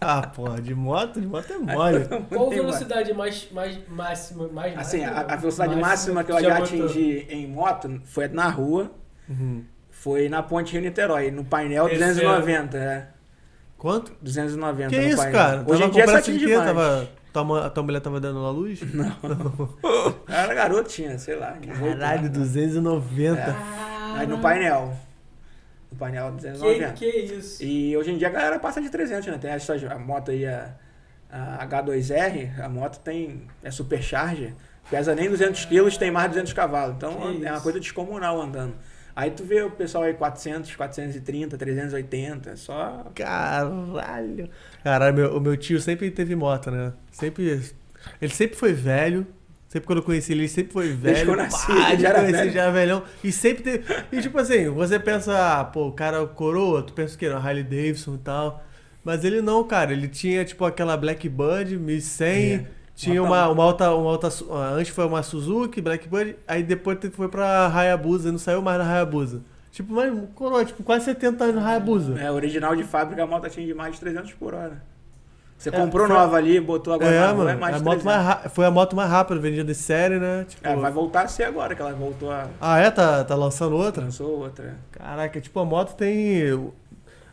Speaker 2: Ah, porra, de moto, de moto é mole.
Speaker 3: Qual a velocidade mais, mais máxima? Mais
Speaker 4: Assim,
Speaker 3: máxima?
Speaker 4: a, a velocidade máxima que eu
Speaker 3: tu
Speaker 4: já
Speaker 3: botou.
Speaker 4: atingi em moto foi na rua,
Speaker 2: Uhum.
Speaker 4: foi na ponte Rio-Niterói, no painel
Speaker 3: Esse ano.
Speaker 4: 290, é.
Speaker 2: Quanto?
Speaker 4: 290
Speaker 2: Que
Speaker 4: no
Speaker 2: isso,
Speaker 4: painel.
Speaker 2: cara?
Speaker 4: Hoje em
Speaker 2: tava
Speaker 4: dia é
Speaker 2: comprando
Speaker 4: essa
Speaker 2: isso
Speaker 4: atinge
Speaker 2: de quê?
Speaker 4: mais.
Speaker 2: Tava, tua, ma- tua mulher tava dando na luz?
Speaker 4: Eu Era garoto, tinha, sei lá. 18
Speaker 2: Caralho,
Speaker 4: anos. É.
Speaker 2: 290.
Speaker 4: Aí no painel. No painel 290.
Speaker 3: Que, que isso?
Speaker 4: E hoje em dia a galera passa de 300, né? Tem essas, a moto aí, a, a H2R, a moto tem, é supercharger, pesa nem
Speaker 2: É.
Speaker 4: 200 quilos, tem mais de 200 cavalos. Então
Speaker 3: Que
Speaker 4: é uma
Speaker 3: isso.
Speaker 4: coisa descomunal andando. Aí tu vê o pessoal aí 400, 430, 380, só...
Speaker 2: Caralho. Caralho, meu- o meu tio sempre teve moto, né? Sempre. Ele sempre foi velho. Sempre quando eu conheci ele, ele sempre foi velho.
Speaker 4: que eu nasci,
Speaker 2: pá,
Speaker 4: ele já
Speaker 2: desde que eu
Speaker 4: era
Speaker 2: conheci,
Speaker 4: velho.
Speaker 2: já era velhão. E sempre teve. E tipo assim, você pensa, ah, pô, o cara é o coroa, tu pensa o quê? Na Harley Davidson e tal. Mas ele não, cara. Ele tinha, tipo, aquela Blackbird 1100.
Speaker 4: É.
Speaker 2: Tinha uma, uma alta, uma alta. Su- ah, Antes foi uma Suzuki, Blackbird, aí depois te- foi pra Hayabusa, não saiu mais na Hayabusa. Tipo, mas coroa, tipo, quase 70 anos na Hayabusa.
Speaker 4: É, original de fábrica, a moto atinge mais de 300 por hora. Você
Speaker 2: É,
Speaker 4: comprou
Speaker 2: foi-
Speaker 4: nova ali, botou agora
Speaker 2: É,
Speaker 4: na rua, é
Speaker 2: mano,
Speaker 4: mais
Speaker 2: a
Speaker 4: de
Speaker 2: moto
Speaker 4: 300.
Speaker 2: mais ra- foi a moto mais rápida vendida de série, né? Tipo,
Speaker 4: É, vai voltar a ser agora, que ela voltou a...
Speaker 2: Ah, é? Tá, tá lançando outra?
Speaker 4: Lançou outra.
Speaker 2: Caraca, tipo, a moto tem. o-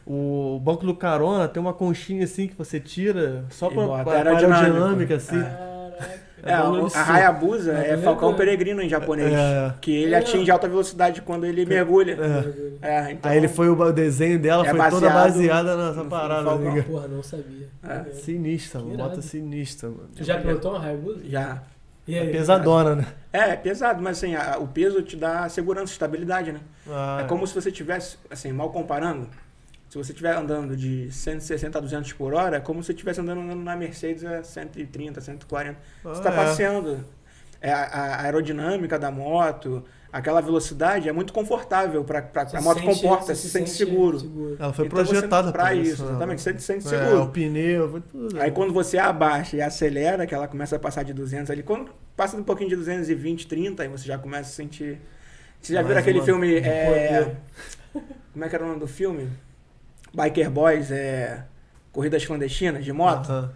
Speaker 2: O banco do carona tem uma conchinha assim que você tira só
Speaker 4: E
Speaker 2: pra,
Speaker 4: bota
Speaker 2: pra pra
Speaker 4: aerodinâmica.
Speaker 2: aerodinâmica, assim.
Speaker 3: Caraca.
Speaker 4: É, a-
Speaker 2: bagulho
Speaker 4: a
Speaker 2: absurdo.
Speaker 4: Hayabusa
Speaker 3: É,
Speaker 4: é,
Speaker 3: tá
Speaker 4: falcão
Speaker 3: vendo?
Speaker 4: peregrino em japonês,
Speaker 2: É.
Speaker 4: que ele
Speaker 3: É.
Speaker 4: atinge alta velocidade quando ele mergulha.
Speaker 2: É.
Speaker 4: É, então,
Speaker 2: Aí ele foi, o ba- o desenho dela
Speaker 4: É
Speaker 2: foi toda
Speaker 4: baseado
Speaker 2: baseada nessa
Speaker 4: no
Speaker 2: parada,
Speaker 4: Falcão.
Speaker 2: amiga.
Speaker 3: Ah, Porra, não sabia.
Speaker 4: É.
Speaker 2: Sinistra, mano.
Speaker 3: Irado.
Speaker 2: Moto sinistra, mano. Tipo,
Speaker 3: Tu já pilotou uma Hayabusa?
Speaker 4: Já.
Speaker 3: E
Speaker 2: É
Speaker 3: aí?
Speaker 2: pesadona, né?
Speaker 4: É, é pesado, mas assim, a- o peso te dá segurança, estabilidade, né?
Speaker 2: Ah,
Speaker 4: É como se você tivesse, assim, mal comparando, se você estiver andando de 160 a 200 por hora, é como se você estivesse andando na Mercedes a 130, 140. Você está
Speaker 2: é.
Speaker 4: passeando. É, a, a aerodinâmica da moto, aquela velocidade é muito confortável para a
Speaker 3: Se
Speaker 4: moto
Speaker 3: sente-
Speaker 4: comporta, se, sente seguro.
Speaker 2: Ela foi
Speaker 4: Então você-
Speaker 2: projetada
Speaker 4: pra
Speaker 2: pra
Speaker 4: isso.
Speaker 2: isso né,
Speaker 4: exatamente, você se sente
Speaker 2: mano? É, o
Speaker 4: seguro.
Speaker 2: pneu, foi tudo. né?
Speaker 4: Aí quando você abaixa e acelera, que ela começa a passar de 200 ali, quando passa um pouquinho de 220, 30, aí você já começa a sentir... Você já
Speaker 2: Mais
Speaker 4: viu aquele
Speaker 2: uma-
Speaker 4: filme...
Speaker 2: um
Speaker 4: é,
Speaker 2: poder.
Speaker 4: Como é que era o nome do filme? Biker Boys, é... Corridas clandestinas de moto?
Speaker 2: Aham.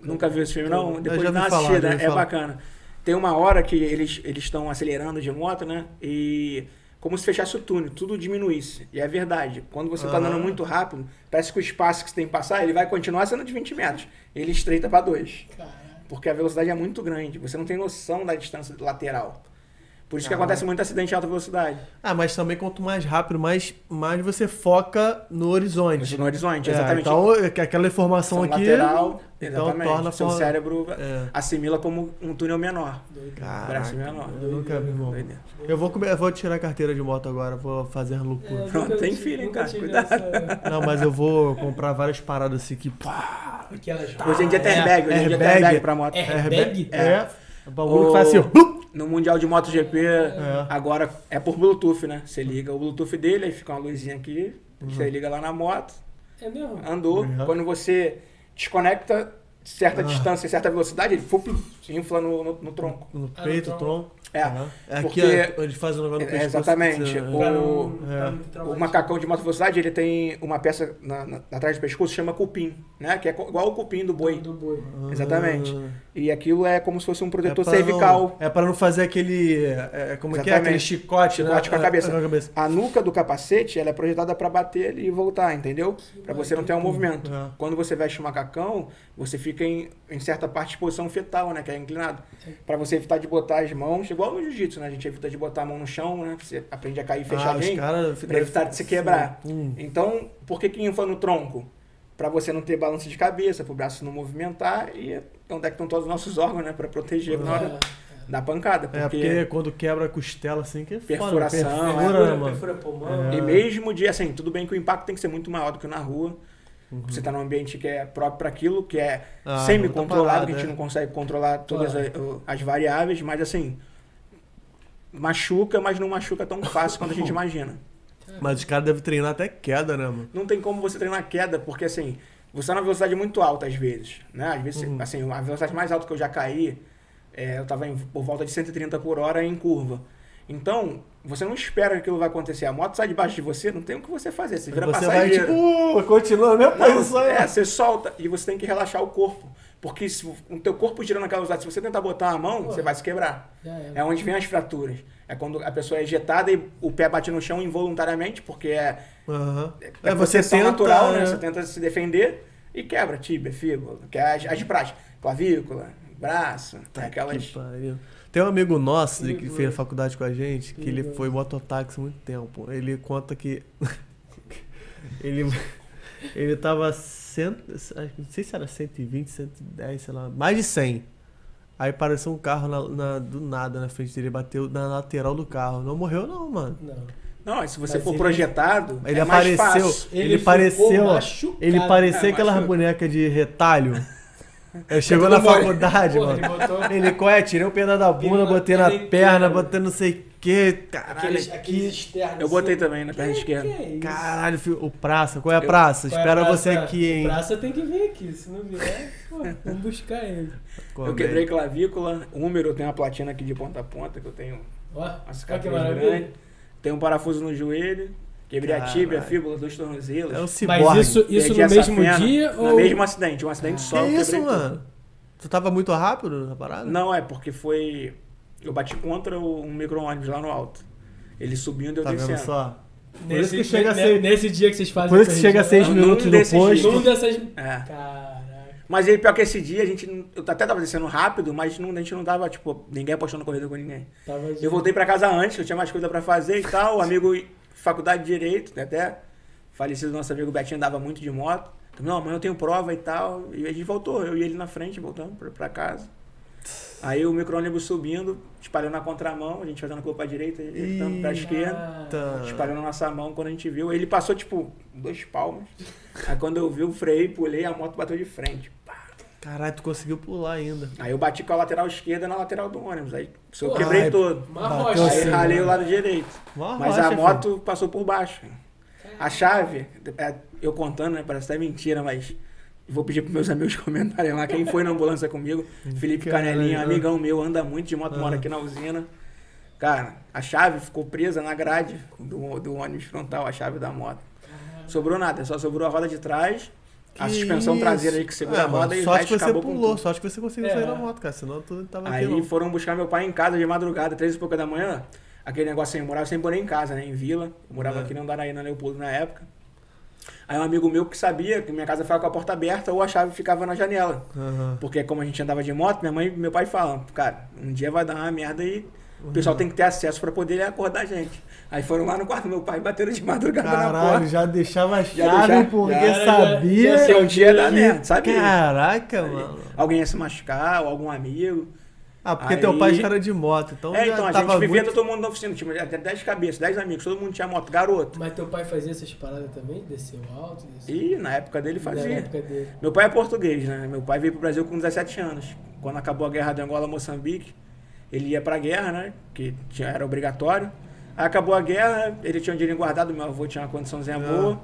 Speaker 4: Nunca viu esse filme,
Speaker 2: Eu
Speaker 4: não? Depois
Speaker 2: já
Speaker 4: dá
Speaker 2: ouvi
Speaker 4: uma
Speaker 2: falar,
Speaker 4: assistida,
Speaker 2: já ouvi
Speaker 4: é
Speaker 2: falar.
Speaker 4: bacana. Tem uma hora que eles eles estão acelerando de moto, né? E como se fechasse o túnel, tudo diminuísse. E é verdade. Quando você está
Speaker 2: Aham.
Speaker 4: andando muito rápido, parece que o espaço que você tem que passar, ele vai continuar sendo de 20 metros. Ele estreita para dois
Speaker 3: Caraca.
Speaker 4: porque a velocidade é muito grande. Você não tem noção da distância lateral. Por isso que
Speaker 2: Caralho.
Speaker 4: acontece muito acidente de alta velocidade.
Speaker 2: Ah, mas também quanto mais rápido, mais, mais você foca no horizonte.
Speaker 4: Isso no horizonte,
Speaker 2: É,
Speaker 4: exatamente.
Speaker 2: então, é que aquela
Speaker 4: São
Speaker 2: informação aqui.
Speaker 4: lateral,
Speaker 2: então
Speaker 4: exatamente.
Speaker 2: torna a
Speaker 4: Seu
Speaker 2: forma-
Speaker 4: cérebro
Speaker 2: É.
Speaker 4: assimila como um túnel menor. um
Speaker 2: Caraca,
Speaker 4: braço menor.
Speaker 2: Eu nunca vi, irmão.
Speaker 4: Doideira.
Speaker 2: Eu vou, comer- eu vou tirar a carteira de moto agora, vou fazer a loucura.
Speaker 4: Pronto, tem filho, hein, cara? Cuidado.
Speaker 2: Não, mas eu vou comprar várias paradas assim que. Pá,
Speaker 3: Aquelas...
Speaker 4: Hoje em dia tem airbag, hoje em dia tem
Speaker 2: É, airbag.
Speaker 4: airbag pra moto.
Speaker 3: Airbag?
Speaker 2: É. é o bagulho
Speaker 4: O-
Speaker 2: que faz assim, ó. blup.
Speaker 4: No Mundial de MotoGP,
Speaker 2: É.
Speaker 4: agora é por Bluetooth, né? Você liga o Bluetooth dele, aí fica uma luzinha aqui, você liga lá na moto,
Speaker 3: É mesmo?
Speaker 4: andou.
Speaker 2: Uhum. Ah.
Speaker 4: Quando você desconecta certa distância, certa velocidade, ele fup, se infla no, no- no tronco.
Speaker 2: No
Speaker 3: Ah,
Speaker 2: peito,
Speaker 3: no
Speaker 2: tronco.
Speaker 4: É,
Speaker 2: Aham. É Aqui,
Speaker 4: porque-
Speaker 2: ó, eles fazem um negócio no
Speaker 4: É,
Speaker 2: pescoço.
Speaker 4: exatamente.
Speaker 2: que você-
Speaker 4: O-
Speaker 2: É.
Speaker 4: O macacão de moto velocidade, ele tem uma peça na, na- atrás do pescoço, chama cupim, né? Que é co- igual o cupim do
Speaker 2: Uhum.
Speaker 4: boi.
Speaker 3: Do boi.
Speaker 4: Exatamente.
Speaker 2: Ah.
Speaker 4: E aquilo é como se fosse um protetor
Speaker 2: pra
Speaker 4: cervical.
Speaker 2: Não, é pra não fazer aquele. É, é, como é que é?
Speaker 4: Exatamente.
Speaker 2: Aquele chicote, né?
Speaker 4: Chicote com a
Speaker 2: É,
Speaker 4: cabeça.
Speaker 2: Com a cabeça.
Speaker 4: A nuca do capacete, ela é projetada para bater ele e voltar, entendeu? Para você não ter um movimento.
Speaker 2: É.
Speaker 4: Quando você veste o macacão, você fica em, em certa parte de posição fetal, né? Que é inclinado. Para você evitar de botar as mãos, igual no jiu-jitsu, né? A gente evita de botar a mão no chão, né? Você aprende a cair
Speaker 2: Ah,
Speaker 4: fechadinho.
Speaker 2: os caras
Speaker 4: pra evitar de se quebrar.
Speaker 2: Hum.
Speaker 4: Então, por que que infla no tronco? Para você não ter balanço de cabeça, para o braço não movimentar e é onde é que estão todos os nossos órgãos, né? Para
Speaker 3: É.
Speaker 4: proteger na hora da pancada.
Speaker 2: É, porque quando quebra a costela assim, que é foda.
Speaker 4: Perfuração,
Speaker 2: perfura, né, mano?
Speaker 3: Perfura pulmão.
Speaker 2: É.
Speaker 4: E mesmo de, assim, tudo bem que o impacto tem que ser muito maior do que na rua. Você está num ambiente que é próprio para aquilo, que é
Speaker 2: Uhum. Ah, outra
Speaker 4: semi-controlado,
Speaker 2: parada,
Speaker 4: que a gente
Speaker 2: é.
Speaker 4: não consegue controlar todas
Speaker 3: Claro.
Speaker 4: a- o- as, variáveis, mas assim, machuca, mas não machuca tão fácil quanto a gente imagina.
Speaker 2: Mas os caras devem treinar até queda, né, mano?
Speaker 4: Não tem como você treinar queda, porque assim, você tá numa velocidade muito alta às vezes, né? Às vezes,
Speaker 2: Uhum.
Speaker 4: assim, a velocidade mais alta que eu já caí, é, eu tava em- por volta de 130 por hora em curva. Então, você não espera que aquilo vai acontecer. A moto sai debaixo de você, não tem o que você fazer. Você vira
Speaker 2: Você vai,
Speaker 4: passageiro.
Speaker 2: tipo, continua a mesma posição.
Speaker 4: É, você solta e você tem que relaxar o corpo. Porque se o teu corpo girando naquela velocidade, se você tentar botar a mão, você vai se quebrar.
Speaker 3: Já é.
Speaker 4: É onde vem as fraturas. É quando a pessoa é ejetada e o pé bate no chão involuntariamente, porque é,
Speaker 2: Aham.
Speaker 4: é,
Speaker 2: É, você
Speaker 4: proteção
Speaker 2: tenta...
Speaker 4: natural, né?
Speaker 2: é.
Speaker 4: Você tenta se defender e quebra tíbia, fíbula, que é as, as de prática. Clavícula, braço, né,
Speaker 2: Tá
Speaker 4: aquelas...
Speaker 2: que pariu. Tem um amigo nosso de- que
Speaker 3: Perigoso.
Speaker 2: fez a faculdade com a gente, que ele
Speaker 3: Perigoso.
Speaker 2: foi mototáxi há muito tempo. Ele conta que. ele. Ele tava. Cento, acho que não sei se era 120, 110, sei lá. Mais de 100. Aí apareceu um carro na- na- do nada na frente dele, bateu na lateral do carro. Não morreu, não, mano.
Speaker 3: Não.
Speaker 4: Não, se você
Speaker 3: Mas
Speaker 4: for
Speaker 3: ele-
Speaker 4: projetado,
Speaker 2: Ele
Speaker 4: é mais
Speaker 2: apareceu.
Speaker 4: fácil.
Speaker 2: Ele,
Speaker 3: ficou
Speaker 2: pareceu.
Speaker 3: machucado.
Speaker 2: Ele parecia
Speaker 4: É,
Speaker 2: aquelas
Speaker 4: machucado.
Speaker 2: bonecas de retalho. Ele chegou na
Speaker 3: Todo mole.
Speaker 2: faculdade,
Speaker 3: Porra,
Speaker 2: mano.
Speaker 3: Ele botou
Speaker 2: Ele corre, tirei o pedaço da bunda,
Speaker 3: Ele não
Speaker 2: botei na
Speaker 3: tem
Speaker 2: perna,
Speaker 3: perna.
Speaker 2: botei não sei o que. Caralho,
Speaker 3: aqueles, aqueles externos. assim.
Speaker 4: Eu botei também na perna esquerda.
Speaker 3: é
Speaker 2: é? caralho, filho. O praça, qual é a
Speaker 4: Eu-
Speaker 2: praça? Espera você aqui, hein?
Speaker 3: Praça tem que vir aqui, se não vier, pô, vamos buscar ele.
Speaker 2: é?
Speaker 4: Eu quebrei clavícula, húmero, eu tenho uma platina aqui de ponta a ponta, que eu tenho
Speaker 3: Ó,
Speaker 4: uma
Speaker 3: olha que
Speaker 4: cicatriz
Speaker 3: maravilha.
Speaker 4: grande. Tenho um parafuso no joelho, quebrei a
Speaker 2: Caralho.
Speaker 4: tíbia, a fíbula, dois tornozelos.
Speaker 2: É o ciborgue.
Speaker 3: Mas isso, isso no
Speaker 4: perdi essa
Speaker 3: mesmo
Speaker 4: fena.
Speaker 3: dia
Speaker 4: No
Speaker 3: ou.
Speaker 4: mesmo acidente, um acidente
Speaker 2: Que
Speaker 4: só. eu
Speaker 2: isso,
Speaker 4: quebrei tudo.
Speaker 2: mano? Tu tava muito rápido na parada?
Speaker 4: Não, é porque foi... Eu bati contra o- um micro-ônibus lá no alto. Ele subindo e eu
Speaker 2: Tá vendo
Speaker 4: descendo.
Speaker 2: só? Por
Speaker 3: Nesse,
Speaker 2: isso que chega a
Speaker 3: ne-
Speaker 2: ser-
Speaker 3: nesse dia que vocês fazem.
Speaker 2: Por isso que
Speaker 3: essa
Speaker 2: chega a
Speaker 3: região,
Speaker 2: 6
Speaker 4: Num
Speaker 2: minutos no
Speaker 4: desses
Speaker 2: posto.
Speaker 4: dias.
Speaker 3: Num dessas.
Speaker 4: É.
Speaker 3: Caraca.
Speaker 4: Mas ele, pior que esse dia, a gente, não- eu até tava descendo rápido, mas não- a gente não tava, tipo, ninguém apostando corrida com ninguém.
Speaker 3: Tava de...
Speaker 4: Eu voltei pra casa antes, eu tinha mais coisa pra fazer e tal. O amigo, faculdade de Direito, né, até falecido nosso amigo Betinho, andava muito de moto. Então, não, amanhã eu tenho prova e tal. E a gente voltou, eu e ele na frente, voltando pra, pra casa. Aí o micro-ônibus subindo, espalhando na contramão, a gente fazendo a curva pra direita, ele dando pra
Speaker 2: Ih,
Speaker 4: esquerda.
Speaker 2: Tá.
Speaker 4: Espalhando na nossa mão quando a gente viu. Ele passou, tipo, dois palmos. Aí quando eu vi, eu freiei, pulei, a moto bateu de frente. Pá.
Speaker 2: Caralho, tu conseguiu pular ainda.
Speaker 4: Aí eu bati com a lateral esquerda na lateral do ônibus. Aí eu
Speaker 3: Pô,
Speaker 4: quebrei
Speaker 2: ai,
Speaker 4: todo.
Speaker 3: Uma
Speaker 2: Bateu
Speaker 3: rocha.
Speaker 2: assim,
Speaker 4: Aí
Speaker 2: sim,
Speaker 4: ralei
Speaker 2: né?
Speaker 4: o lado direito.
Speaker 2: Uma
Speaker 4: Mas
Speaker 2: rocha,
Speaker 4: a
Speaker 2: filho.
Speaker 4: moto passou por baixo. A chave, é, eu contando, né? Parece até mentira, mas vou pedir pros meus amigos comentarem lá. Quem foi na ambulância comigo? Felipe
Speaker 2: Hum, Caralho,
Speaker 4: Canelinha,
Speaker 2: né?
Speaker 4: amigão meu, anda muito de moto, mora
Speaker 2: Ah.
Speaker 4: aqui na usina. Cara, a chave ficou presa na grade do, do ônibus frontal, a chave da moto. Sobrou nada, só sobrou a roda de trás, a
Speaker 2: Que
Speaker 4: suspensão
Speaker 2: isso?
Speaker 4: traseira aí que segura
Speaker 2: É,
Speaker 4: a roda
Speaker 2: mano,
Speaker 4: e o
Speaker 2: Só que
Speaker 4: resto
Speaker 2: você
Speaker 4: acabou com
Speaker 2: pulou,
Speaker 4: tudo.
Speaker 2: só que você conseguiu
Speaker 3: É.
Speaker 2: sair da moto, cara. Senão tu tava aqui,
Speaker 4: Aí
Speaker 2: não.
Speaker 4: foram buscar meu pai em casa de madrugada, três e pouca da manhã. Aquele negócio aí, eu morava sempre morei em casa, né? Em vila. Eu morava
Speaker 2: É.
Speaker 4: aqui na Andaraí, na Leopoldo, na época. Aí um amigo meu que sabia que minha casa ficava com a porta aberta ou a chave ficava na janela.
Speaker 2: Aham.
Speaker 4: Porque como a gente andava de moto, minha mãe e meu pai falam, cara, um dia vai dar uma merda e O pessoal tem que ter acesso para poder acordar a gente. Aí foram lá no quarto do meu pai e bateram de madrugada na
Speaker 2: Caralho,
Speaker 4: porta.
Speaker 2: já deixava a
Speaker 4: Já
Speaker 2: chave
Speaker 4: deixava-
Speaker 2: porque
Speaker 4: já- já-
Speaker 2: sabia.
Speaker 4: Ia ser um dia da
Speaker 2: que-
Speaker 4: merda, sabe?
Speaker 2: Caraca, mano.
Speaker 4: Alguém ia se machucar, ou algum amigo.
Speaker 2: Ah, porque teu pai
Speaker 4: Aí-
Speaker 2: já era de moto, então
Speaker 4: é,
Speaker 2: já
Speaker 4: então, a
Speaker 2: tava
Speaker 4: gente vivia
Speaker 2: muito...
Speaker 4: todo mundo na oficina. Tinha até 10 cabeças, 10 amigos, todo mundo tinha moto, garoto.
Speaker 3: Mas teu pai fazia essas paradas também? Desceu alto? Desceu...
Speaker 4: E na época dele
Speaker 3: Na
Speaker 4: fazia.
Speaker 3: época dele.
Speaker 4: Meu pai é português, né? Meu pai veio pro Brasil com 17 anos. Quando acabou a guerra de Angola Moçambique, ele ia pra guerra, né? Que tinha- era obrigatório. Aí acabou a guerra, ele tinha um dinheiro guardado, meu avô tinha uma condiçãozinha boa.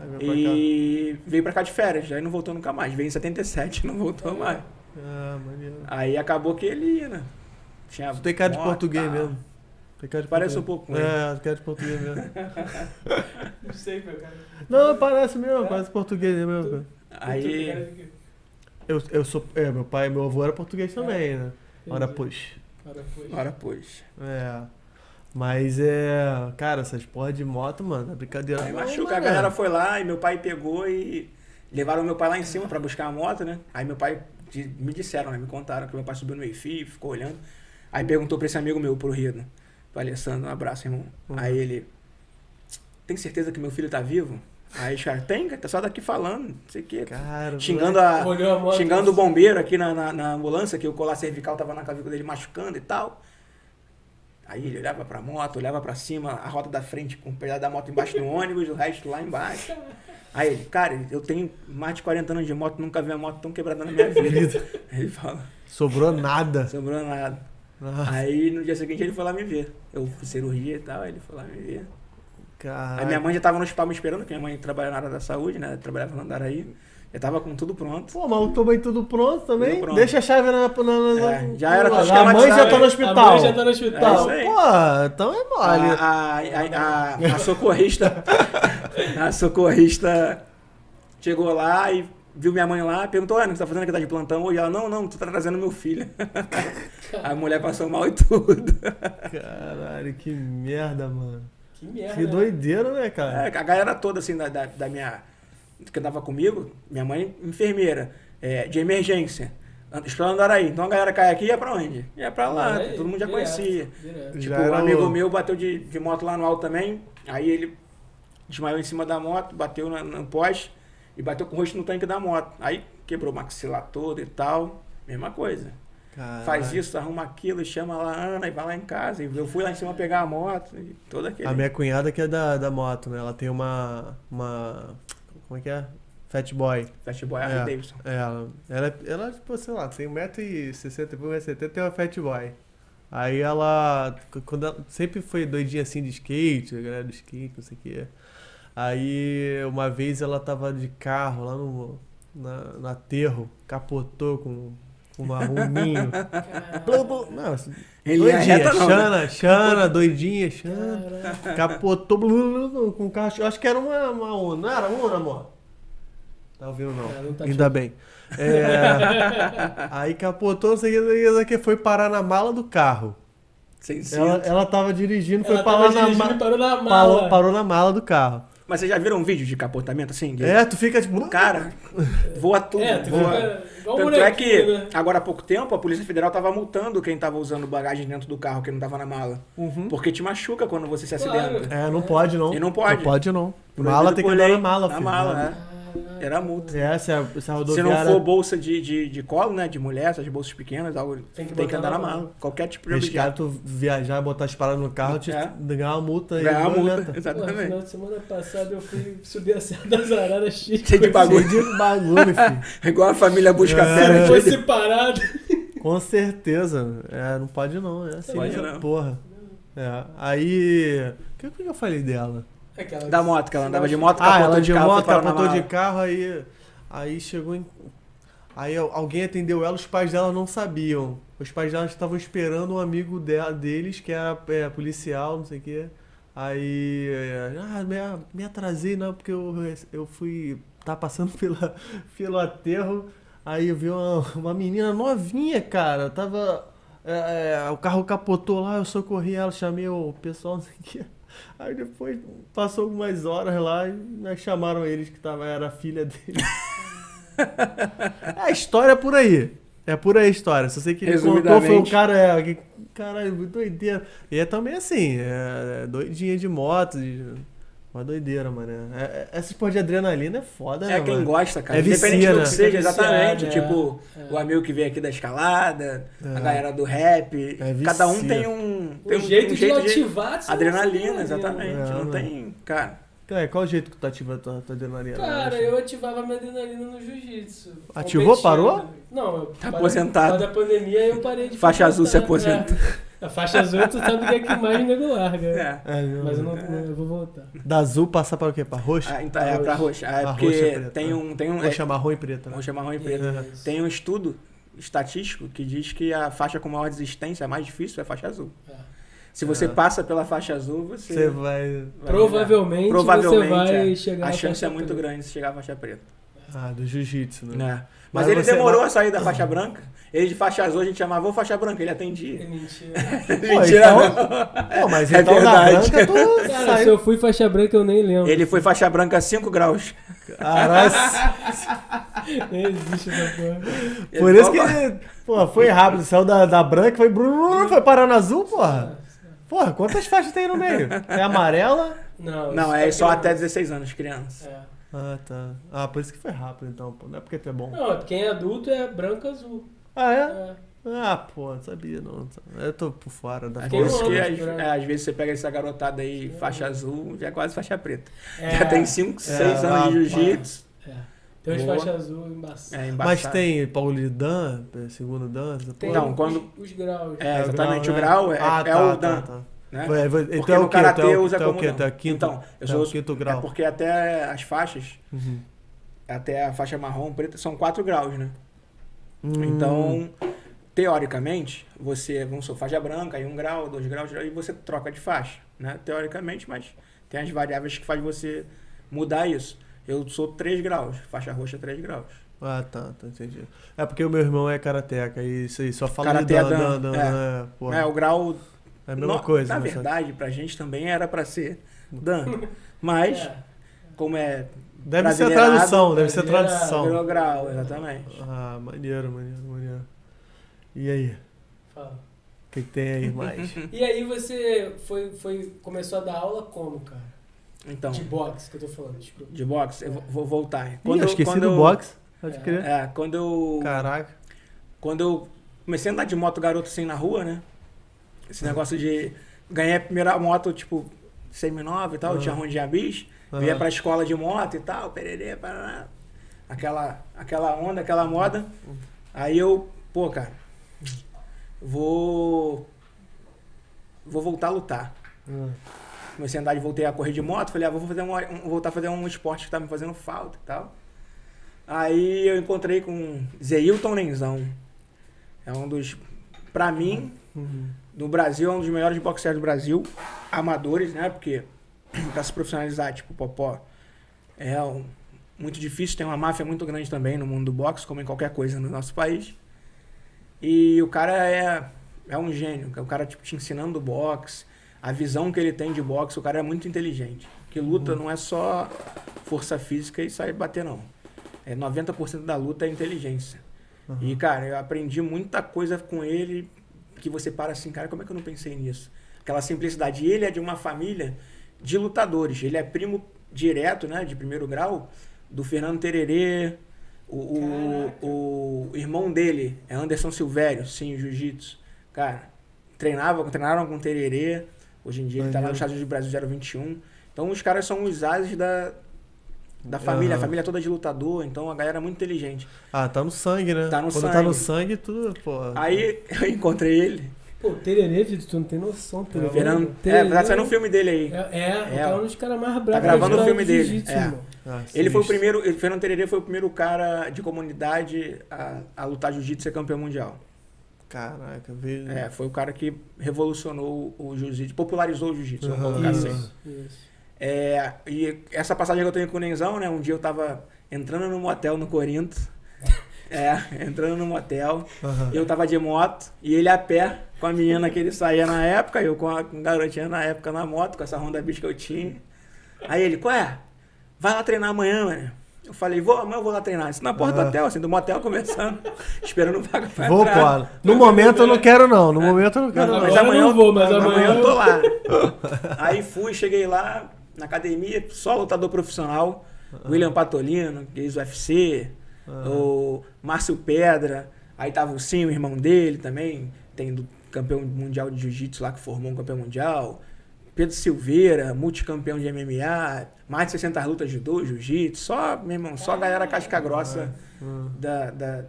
Speaker 2: Ai, meu pai,
Speaker 4: E veio pra cá de férias, aí não voltou nunca mais. Veio em 77, não voltou mais.
Speaker 2: cara. Ah, maneiro.
Speaker 4: Aí acabou que ele ia, né? Tinha
Speaker 2: Tu tem cara de
Speaker 4: moto,
Speaker 2: português
Speaker 4: tá.
Speaker 2: mesmo. Tem cara de
Speaker 4: Parece um
Speaker 2: português.
Speaker 4: pouco com ele.
Speaker 2: É, tem cara de português mesmo.
Speaker 3: Não sei, meu cara.
Speaker 2: Não, parece
Speaker 4: É.
Speaker 2: mesmo, parece português mesmo. cara.
Speaker 4: Aí,
Speaker 2: Eu, eu sou. É, meu pai, meu avô era português
Speaker 4: É,
Speaker 2: também, né? Ora, pois.
Speaker 3: Ora, pois.
Speaker 4: ora, pois.
Speaker 2: É. Mas é. Cara, essas porra de moto, mano, é brincadeira.
Speaker 4: Aí
Speaker 2: não,
Speaker 4: machuca, a
Speaker 2: mano.
Speaker 4: galera foi lá e meu pai pegou e levaram meu pai lá em cima pra buscar a moto, né? Aí meu pai, di- me disseram, né? Me contaram que meu pai subiu no EFI, ficou olhando. Aí perguntou pra esse amigo meu, pro Rio, né? Pro Alessandro, um abraço, irmão.
Speaker 2: Uhum.
Speaker 4: Aí ele, tem certeza que meu filho tá vivo? Aí os caras, tem, cara, tá só daqui falando, não sei o quê.
Speaker 2: Cara,
Speaker 4: Xingando a,
Speaker 3: Olhou a moto. né?
Speaker 4: Xingando o bombeiro aqui na, na, na ambulância, que o colar cervical tava na clavícula dele machucando e tal. Aí ele olhava pra moto, olhava pra cima, a roda da frente com o pedaço da moto embaixo do ônibus, o resto lá embaixo. Aí ele, cara, eu tenho mais de 40 anos de moto, nunca vi uma moto tão quebrada na minha vida. Ele fala,
Speaker 2: Sobrou nada.
Speaker 4: sobrou nada.
Speaker 2: Ah,
Speaker 4: Aí no dia seguinte ele foi lá me ver. Eu fiz cirurgia e tal, aí ele foi lá me ver.
Speaker 2: Caralho.
Speaker 4: Aí minha mãe já tava no hospital me esperando, porque minha mãe trabalha na área da saúde, né? Trabalhava no Andaraí. Já tava com tudo pronto.
Speaker 2: Pô, mas eu tomei tudo pronto também.
Speaker 4: Tudo pronto.
Speaker 2: Deixa a chave na. na- na-
Speaker 4: É, já era tudo
Speaker 2: A mãe já tá
Speaker 4: esquematizado.
Speaker 2: no hospital.
Speaker 3: A mãe já tá no
Speaker 4: É
Speaker 3: hospital.
Speaker 4: isso aí.
Speaker 2: Pô, então é mole.
Speaker 4: A, a- a- a- a socorrista. A socorrista chegou lá e viu minha mãe lá, perguntou, Ana, o que você tá fazendo aqui? Tá de plantão hoje? Ela, não, não, tu tá trazendo meu filho. a mulher passou mal e tudo.
Speaker 2: Caralho, que merda, mano.
Speaker 3: Que merda.
Speaker 2: Que doideira, né,
Speaker 4: É,
Speaker 2: cara?
Speaker 4: a galera toda, assim, da, da, da minha. que andava comigo, minha mãe, enfermeira, é, de emergência. an- Escola do Araí. Então a galera caia aqui e ia pra onde? Ia pra lá,
Speaker 3: Olha aí,
Speaker 4: todo mundo já
Speaker 3: direto,
Speaker 4: conhecia.
Speaker 3: direto.
Speaker 4: Tipo,
Speaker 2: Já
Speaker 4: um
Speaker 2: era
Speaker 4: amigo
Speaker 2: o-
Speaker 4: meu bateu de, de moto lá no alto também, aí ele desmaiou em cima da moto, bateu na- no poste e bateu com o rosto no tanque da moto. Aí quebrou o maxilar todo e tal, mesma coisa.
Speaker 2: Caralho.
Speaker 4: Faz isso, arruma aquilo, chama lá a Ana e vai lá em casa. E eu fui lá em cima pegar a moto e todo aquele...
Speaker 2: A minha cunhada que é da, da moto, né? Ela tem uma. Uma. Como é que é? Fat boy.
Speaker 4: Fast Boy
Speaker 2: É.
Speaker 4: Harley Davidson.
Speaker 2: É, ela, ela, ela, tipo, sei lá, tem 1,60m, 1,70m, tem uma fat boy. Aí ela, c- quando ela- sempre foi doidinha assim de skate, a galera do skate, não sei o que. Aí uma vez ela tava de carro lá no, na, no aterro, capotou com, com uma ruminho. Blum, blum. não, assim,
Speaker 4: Ele é
Speaker 2: doidinha,
Speaker 4: reta não, né?
Speaker 2: Xana, Xana, doidinha, Xana.
Speaker 3: Caraca.
Speaker 2: Capotou blu, blu, blu, com o carro. Eu acho que era uma, uma Uno. Não era Uno, amor? Tá ouvindo, não?
Speaker 3: É, não tá
Speaker 2: Ainda bem. É, aí capotou, não sei o que, não sei o que, não sei o que, foi parar na mala do carro.
Speaker 4: Sem cinto.
Speaker 2: Ela, ela tava dirigindo, foi
Speaker 3: Ela tava
Speaker 2: parar na
Speaker 3: dirigindo
Speaker 2: mala.
Speaker 3: e parou na mala.
Speaker 2: Parou, parou na mala do carro.
Speaker 4: Mas vocês já viram um vídeo de capotamento assim? Que-
Speaker 2: É, tu fica tipo.
Speaker 4: Cara, voa tudo.
Speaker 3: É, tu
Speaker 4: voa.
Speaker 3: fica igual um
Speaker 4: Tanto é que,
Speaker 3: molequinho, né?
Speaker 4: agora há pouco tempo, a Polícia Federal tava multando quem tava usando bagagem dentro do carro que não tava na mala.
Speaker 2: Uhum.
Speaker 4: Porque te machuca quando você se
Speaker 3: Claro.
Speaker 4: acidenta.
Speaker 2: É, não pode não.
Speaker 4: E não pode.
Speaker 2: Não pode não.
Speaker 4: Proibido
Speaker 2: Mala tem que
Speaker 4: por
Speaker 2: andar
Speaker 4: lei,
Speaker 2: na mala,
Speaker 4: Na
Speaker 2: filho.
Speaker 4: mala,
Speaker 2: né?
Speaker 4: né? Era multa.
Speaker 2: É, se a, se a
Speaker 4: Se não for
Speaker 2: rodoviária
Speaker 4: bolsa de, de, de colo, né? De mulher, essas bolsas pequenas, algo, tem
Speaker 3: Tem que
Speaker 4: que,
Speaker 3: botar
Speaker 4: andar
Speaker 3: na
Speaker 4: na
Speaker 3: mala.
Speaker 4: mala. Qualquer tipo de
Speaker 2: riscar,
Speaker 4: objeto.
Speaker 2: tu viajar, botar as paradas no carro, te
Speaker 4: É.
Speaker 2: ganhar uma multa aí.
Speaker 4: Ganhar a multa.
Speaker 2: violenta.
Speaker 3: Pô, no final
Speaker 4: Exatamente.
Speaker 3: de semana passada eu fui subir a Serra das Araras cheio
Speaker 4: Cheio de bagulho.
Speaker 2: Cheio de bagulho, filho.
Speaker 4: Igual a família busca
Speaker 2: É.
Speaker 4: fera.
Speaker 3: Se
Speaker 4: cheio de-
Speaker 3: fosse parado.
Speaker 2: Com certeza. É, não pode não. É assim,
Speaker 4: Pode
Speaker 2: essa
Speaker 4: não.
Speaker 2: porra. É, aí. O que, que eu falei dela?
Speaker 3: Aquela-
Speaker 4: Da moto, que ela
Speaker 3: É.
Speaker 4: andava Tá de moto,
Speaker 2: Ah,
Speaker 4: capotou
Speaker 2: ela de
Speaker 4: carro, foi
Speaker 2: moto,
Speaker 4: parar na
Speaker 2: capotou de
Speaker 4: mala.
Speaker 2: carro, aí. Aí chegou em. Aí al- alguém atendeu ela, os pais dela não sabiam. Os pais dela estavam esperando um amigo dela, deles, que era é, policial, não sei o quê. Aí. é, Ah, me, me atrasei, não, porque eu, eu fui. Tá passando pela, pelo aterro. Aí eu vi uma, uma menina novinha, cara. Tava. é, é, o carro capotou lá, eu socorri ela, chamei o pessoal, não sei o quê. Aí depois passou algumas horas lá e né, chamaram eles que tava, era a filha dele. é a história por aí. É por aí a história. Só sei que ele contou, foi o
Speaker 4: Resumidamente.
Speaker 2: cara, é, que, caralho, muito doideira. E é também assim, é, é doidinha de moto, de- uma doideira, mano. É, é, esse esporte de adrenalina é foda, né,
Speaker 4: É quem
Speaker 2: mano?
Speaker 4: gosta, cara.
Speaker 2: É
Speaker 4: Independente
Speaker 2: vicia,
Speaker 4: do
Speaker 2: né?
Speaker 4: que seja,
Speaker 3: Fica viciado,
Speaker 4: exatamente.
Speaker 3: é.
Speaker 4: Tipo,
Speaker 3: É.
Speaker 4: o amigo que vem aqui da escalada,
Speaker 2: É.
Speaker 4: a galera do rap.
Speaker 2: É vicia.
Speaker 4: Cada um tem um.
Speaker 3: O
Speaker 4: Tem um
Speaker 3: jeito,
Speaker 4: um jeito
Speaker 3: de ativar é essa
Speaker 4: Adrenalina, exatamente.
Speaker 2: É,
Speaker 4: não
Speaker 2: mano.
Speaker 4: tem. Cara.
Speaker 2: Cara, Então, é, qual o jeito que tu ativa a tua, tua adrenalina?
Speaker 3: Cara,
Speaker 2: acho?
Speaker 3: eu ativava minha adrenalina no jiu-jitsu.
Speaker 2: Ativou?
Speaker 3: Competindo.
Speaker 2: Parou?
Speaker 3: Não, eu parei-
Speaker 4: Tá aposentado.
Speaker 3: por causa Da pandemia eu parei de
Speaker 4: Faixa azul se
Speaker 3: frequentar,
Speaker 4: aposenta.
Speaker 3: é. A faixa azul tu sabe que é que mais nego larga.
Speaker 4: É.
Speaker 2: É, meu,
Speaker 3: Mas eu não, não, eu vou voltar.
Speaker 2: Da azul passar para o quê? Pra Tá roxa?
Speaker 4: Ah, então é pra roxa. Ah, É
Speaker 2: A
Speaker 4: porque
Speaker 2: roxa é preta, né?
Speaker 4: tem um. Tem um
Speaker 2: Roxa, marrom e preta.
Speaker 4: é,
Speaker 2: né?
Speaker 4: roxa marrom e preto. Tem um estudo estatístico que diz que a faixa com maior resistência, a mais difícil, é a faixa azul.
Speaker 3: É.
Speaker 4: Se você
Speaker 2: É.
Speaker 4: passa pela faixa azul, você.
Speaker 2: Você vai...
Speaker 4: vai
Speaker 3: Provavelmente,
Speaker 4: virar. né? Provavelmente,
Speaker 3: você vai
Speaker 4: é.
Speaker 3: chegar
Speaker 4: A
Speaker 3: na
Speaker 4: chance
Speaker 3: faixa
Speaker 4: é muito
Speaker 3: preta.
Speaker 4: grande se chegar à faixa preta.
Speaker 2: Ah, do jiu-jitsu, né?
Speaker 4: né?
Speaker 2: Mas
Speaker 4: Mas, ele
Speaker 2: você-
Speaker 4: demorou a sair da faixa branca. Ele de faixa azul a gente chamava ô faixa branca, ele atendia.
Speaker 3: É mentira.
Speaker 4: Mentira,
Speaker 2: então- Pô, mas
Speaker 4: É
Speaker 2: então
Speaker 4: verdade.
Speaker 2: na branca tu
Speaker 3: Cara, se
Speaker 2: saiu.
Speaker 3: eu fui faixa branca eu nem lembro.
Speaker 4: Ele foi faixa branca 5 graus.
Speaker 2: Caralho,
Speaker 3: Nem existe essa porra.
Speaker 2: por isso que ele... Pô, foi rápido. Saiu da, da branca, foi... brum, Foi parar na azul, porra. Porra, quantas faixas tem aí no meio? Tem amarela?
Speaker 3: Não,
Speaker 4: Não,
Speaker 3: isso
Speaker 4: é
Speaker 3: tá
Speaker 4: só
Speaker 3: criança.
Speaker 4: até 16 anos, criança.
Speaker 3: É.
Speaker 2: Ah, tá. Ah, por isso que foi rápido, então. pô. Não é porque tu é bom.
Speaker 3: Não, quem é adulto é branco azul.
Speaker 2: Ah, é?
Speaker 3: É.
Speaker 2: Ah, pô, não sabia, não. Eu tô por fora da
Speaker 4: É
Speaker 3: Tem
Speaker 4: Por
Speaker 3: um
Speaker 4: isso que
Speaker 3: ano
Speaker 4: às,
Speaker 3: de branco.
Speaker 2: né?
Speaker 4: é, às vezes você pega essa garotada aí, faixa azul, já é quase faixa preta.
Speaker 3: É.
Speaker 4: Já tem 5, 6 anos
Speaker 2: rapaz.
Speaker 4: de jiu-jitsu.
Speaker 3: É. Tem umas
Speaker 4: Boa.
Speaker 3: faixas azul embaçadas.
Speaker 4: É,
Speaker 2: Mas
Speaker 4: embaçado.
Speaker 2: tem Paulo Dan, é, segundo Dan, essa
Speaker 3: Tem
Speaker 2: porra.
Speaker 4: Então,
Speaker 3: os-
Speaker 4: quando-
Speaker 3: Os graus.
Speaker 4: É,
Speaker 2: o
Speaker 4: exatamente. O
Speaker 2: né?
Speaker 4: grau é,
Speaker 2: Ah,
Speaker 4: é
Speaker 2: tá,
Speaker 4: o Dan.
Speaker 2: Tá, tá.
Speaker 4: Né?
Speaker 2: Vai, vai-
Speaker 4: Porque
Speaker 2: então é o
Speaker 4: no
Speaker 2: quê? Então é
Speaker 4: karatê
Speaker 2: o-
Speaker 4: usa
Speaker 2: então é o
Speaker 4: como.
Speaker 2: quê?
Speaker 4: não.
Speaker 2: Então é quinto,
Speaker 4: Então, eu
Speaker 2: então é
Speaker 4: sou.
Speaker 2: o quinto grau.
Speaker 4: É porque até as faixas,
Speaker 2: Uhum.
Speaker 4: até a faixa marrom, preta, são 4 graus, né?
Speaker 2: Hum.
Speaker 4: Então, teoricamente, você, vamos supor, faixa branca, aí um grau, dois graus, aí você troca de faixa, né? Teoricamente, mas tem as variáveis que faz você mudar isso. Eu sou 3 graus, faixa roxa 3 graus.
Speaker 2: Ah, tá, tá, entendi. É porque o meu irmão é karateca e isso aí, só fala
Speaker 4: Karatê
Speaker 2: de
Speaker 4: é
Speaker 2: Dan, Dan,
Speaker 4: Dan,
Speaker 2: Dan,
Speaker 4: é.
Speaker 2: Dan, é, porra.
Speaker 4: É, o grau.
Speaker 2: É a mesma
Speaker 4: no-
Speaker 2: coisa,
Speaker 4: Na
Speaker 2: né? só-
Speaker 4: verdade, pra gente também era pra ser Dan. Mas,
Speaker 3: É.
Speaker 4: como é.
Speaker 2: Deve ser
Speaker 4: brasileirado,
Speaker 2: tradução, deve ser
Speaker 4: é
Speaker 3: brasileirado,
Speaker 2: tradução.
Speaker 4: Virou grau, exatamente.
Speaker 2: Ah, maneiro, maneiro, maneiro. E aí? O
Speaker 3: Fala.
Speaker 2: que, que tem aí mais?
Speaker 3: E aí você foi, foi, começou a dar aula como, cara?
Speaker 4: Então,
Speaker 3: De boxe, que eu tô falando, tipo, desculpa.
Speaker 4: de boxe, eu vou- vou voltar.
Speaker 2: Ih, eu esqueci do né?
Speaker 4: eu-
Speaker 2: box. Pode
Speaker 3: É.
Speaker 2: crer.
Speaker 4: É, quando eu.
Speaker 2: Caraca.
Speaker 4: Quando eu comecei a andar de moto garoto assim na rua, né? Esse negócio de ganhar a primeira moto, tipo, seminova e tal, eu tinha ruim de abis, eu ia
Speaker 2: Ah.
Speaker 4: pra escola de moto e tal, pererê, parará. Aquela, aquela onda, aquela moda. Aí eu, pô, cara, vou. Vou voltar a lutar.
Speaker 2: Ah.
Speaker 4: Comecei a andar e voltei a correr de moto. Falei, ah, vou fazer um, um- voltar a fazer um esporte que tá me fazendo falta e tal. Aí eu encontrei com Zeilton Nenzão. É um dos, pra mim,
Speaker 2: Uhum.
Speaker 4: no Brasil, é um dos melhores boxeiros do Brasil. Amadores, né? Porque pra se profissionalizar, tipo, Popó, é um- muito difícil. Tem uma máfia muito grande também no mundo do boxe, como em qualquer coisa no nosso país. E o cara é, é um gênio. O cara, tipo, te ensinando boxe, a visão que ele tem de boxe. O cara é muito inteligente. Que luta não é só força física e sair bater, não. É 90% da luta é inteligência. E, cara, eu aprendi muita coisa com ele que você para assim, cara, como é que eu não pensei nisso? Aquela simplicidade. E Ele é de uma família de lutadores. Ele é primo direto, né, de primeiro grau, do Fernando Tererê. O, o, o irmão dele é Anderson Silvério, sim, jiu-jitsu. Cara, treinava, treinaram com o Tererê. Hoje em dia ele tá lá
Speaker 2: Maneiro.
Speaker 4: nos Estados Unidos do Brasil 021. Então os caras são os ases da, da família,
Speaker 2: Aham.
Speaker 4: a família é toda de lutador, então a galera é muito inteligente.
Speaker 2: Ah, tá no sangue, né?
Speaker 4: Tá no
Speaker 2: Quando tá no
Speaker 4: sangue.
Speaker 2: sangue, tudo, pô.
Speaker 4: Aí eu encontrei ele.
Speaker 3: Pô, Tererê, Vitor, tu não tem noção, Tererê.
Speaker 4: Fernando, é,
Speaker 3: Tererê
Speaker 4: vai sair um filme dele aí.
Speaker 3: É, é,
Speaker 4: É,
Speaker 3: é
Speaker 4: ó.
Speaker 3: um dos caras mais bravos. da
Speaker 4: gravando o
Speaker 3: história
Speaker 4: filme
Speaker 3: do
Speaker 4: dele,
Speaker 3: jiu-jitsu,
Speaker 4: é.
Speaker 3: irmão.
Speaker 2: Ah,
Speaker 4: Ele foi o
Speaker 2: sinistro.
Speaker 4: primeiro, ele- Fernando Tererê foi o primeiro cara de comunidade a, a lutar jiu-jitsu e ser campeão mundial.
Speaker 2: Caraca, veio.
Speaker 4: É, foi o cara que revolucionou o jiu-jitsu, popularizou o jiu-jitsu. vamos
Speaker 2: Aham.
Speaker 4: colocar assim.
Speaker 3: Isso, isso.
Speaker 4: É, e essa passagem que eu tenho com o Nenzão, né? Um dia eu tava entrando num motel no Corinto. É, entrando num motel.
Speaker 2: Aham.
Speaker 4: Eu tava de moto e ele a pé com a menina que ele saía na época, eu com a com a garotinha na época na moto, com essa Honda Beat que eu tinha. Aí ele, qual é? Vai lá treinar amanhã, mano. Eu falei, vou, amanhã eu vou lá treinar. Isso na porta do hotel, assim, do motel conversando, esperando vaga pra
Speaker 2: Vou,
Speaker 4: entrar.
Speaker 2: pô. No momento eu não quero, não. No momento eu não quero,
Speaker 4: Não,
Speaker 2: não.
Speaker 4: mas
Speaker 3: Agora eu
Speaker 4: amanhã
Speaker 3: não vou, mas amanhã
Speaker 4: eu tô
Speaker 3: eu-
Speaker 4: lá. Aí fui, cheguei lá na academia, só lutador profissional. William Patolino, que é ex UFC, o Márcio Pedra, aí tava o Sim, o irmão dele também, tem do campeão mundial de jiu-jitsu lá que formou um campeão mundial. Pedro Silveira, multicampeão de MMA, mais de 60 lutas de judô, jiu-jitsu, só, meu irmão, só a galera casca grossa da- da-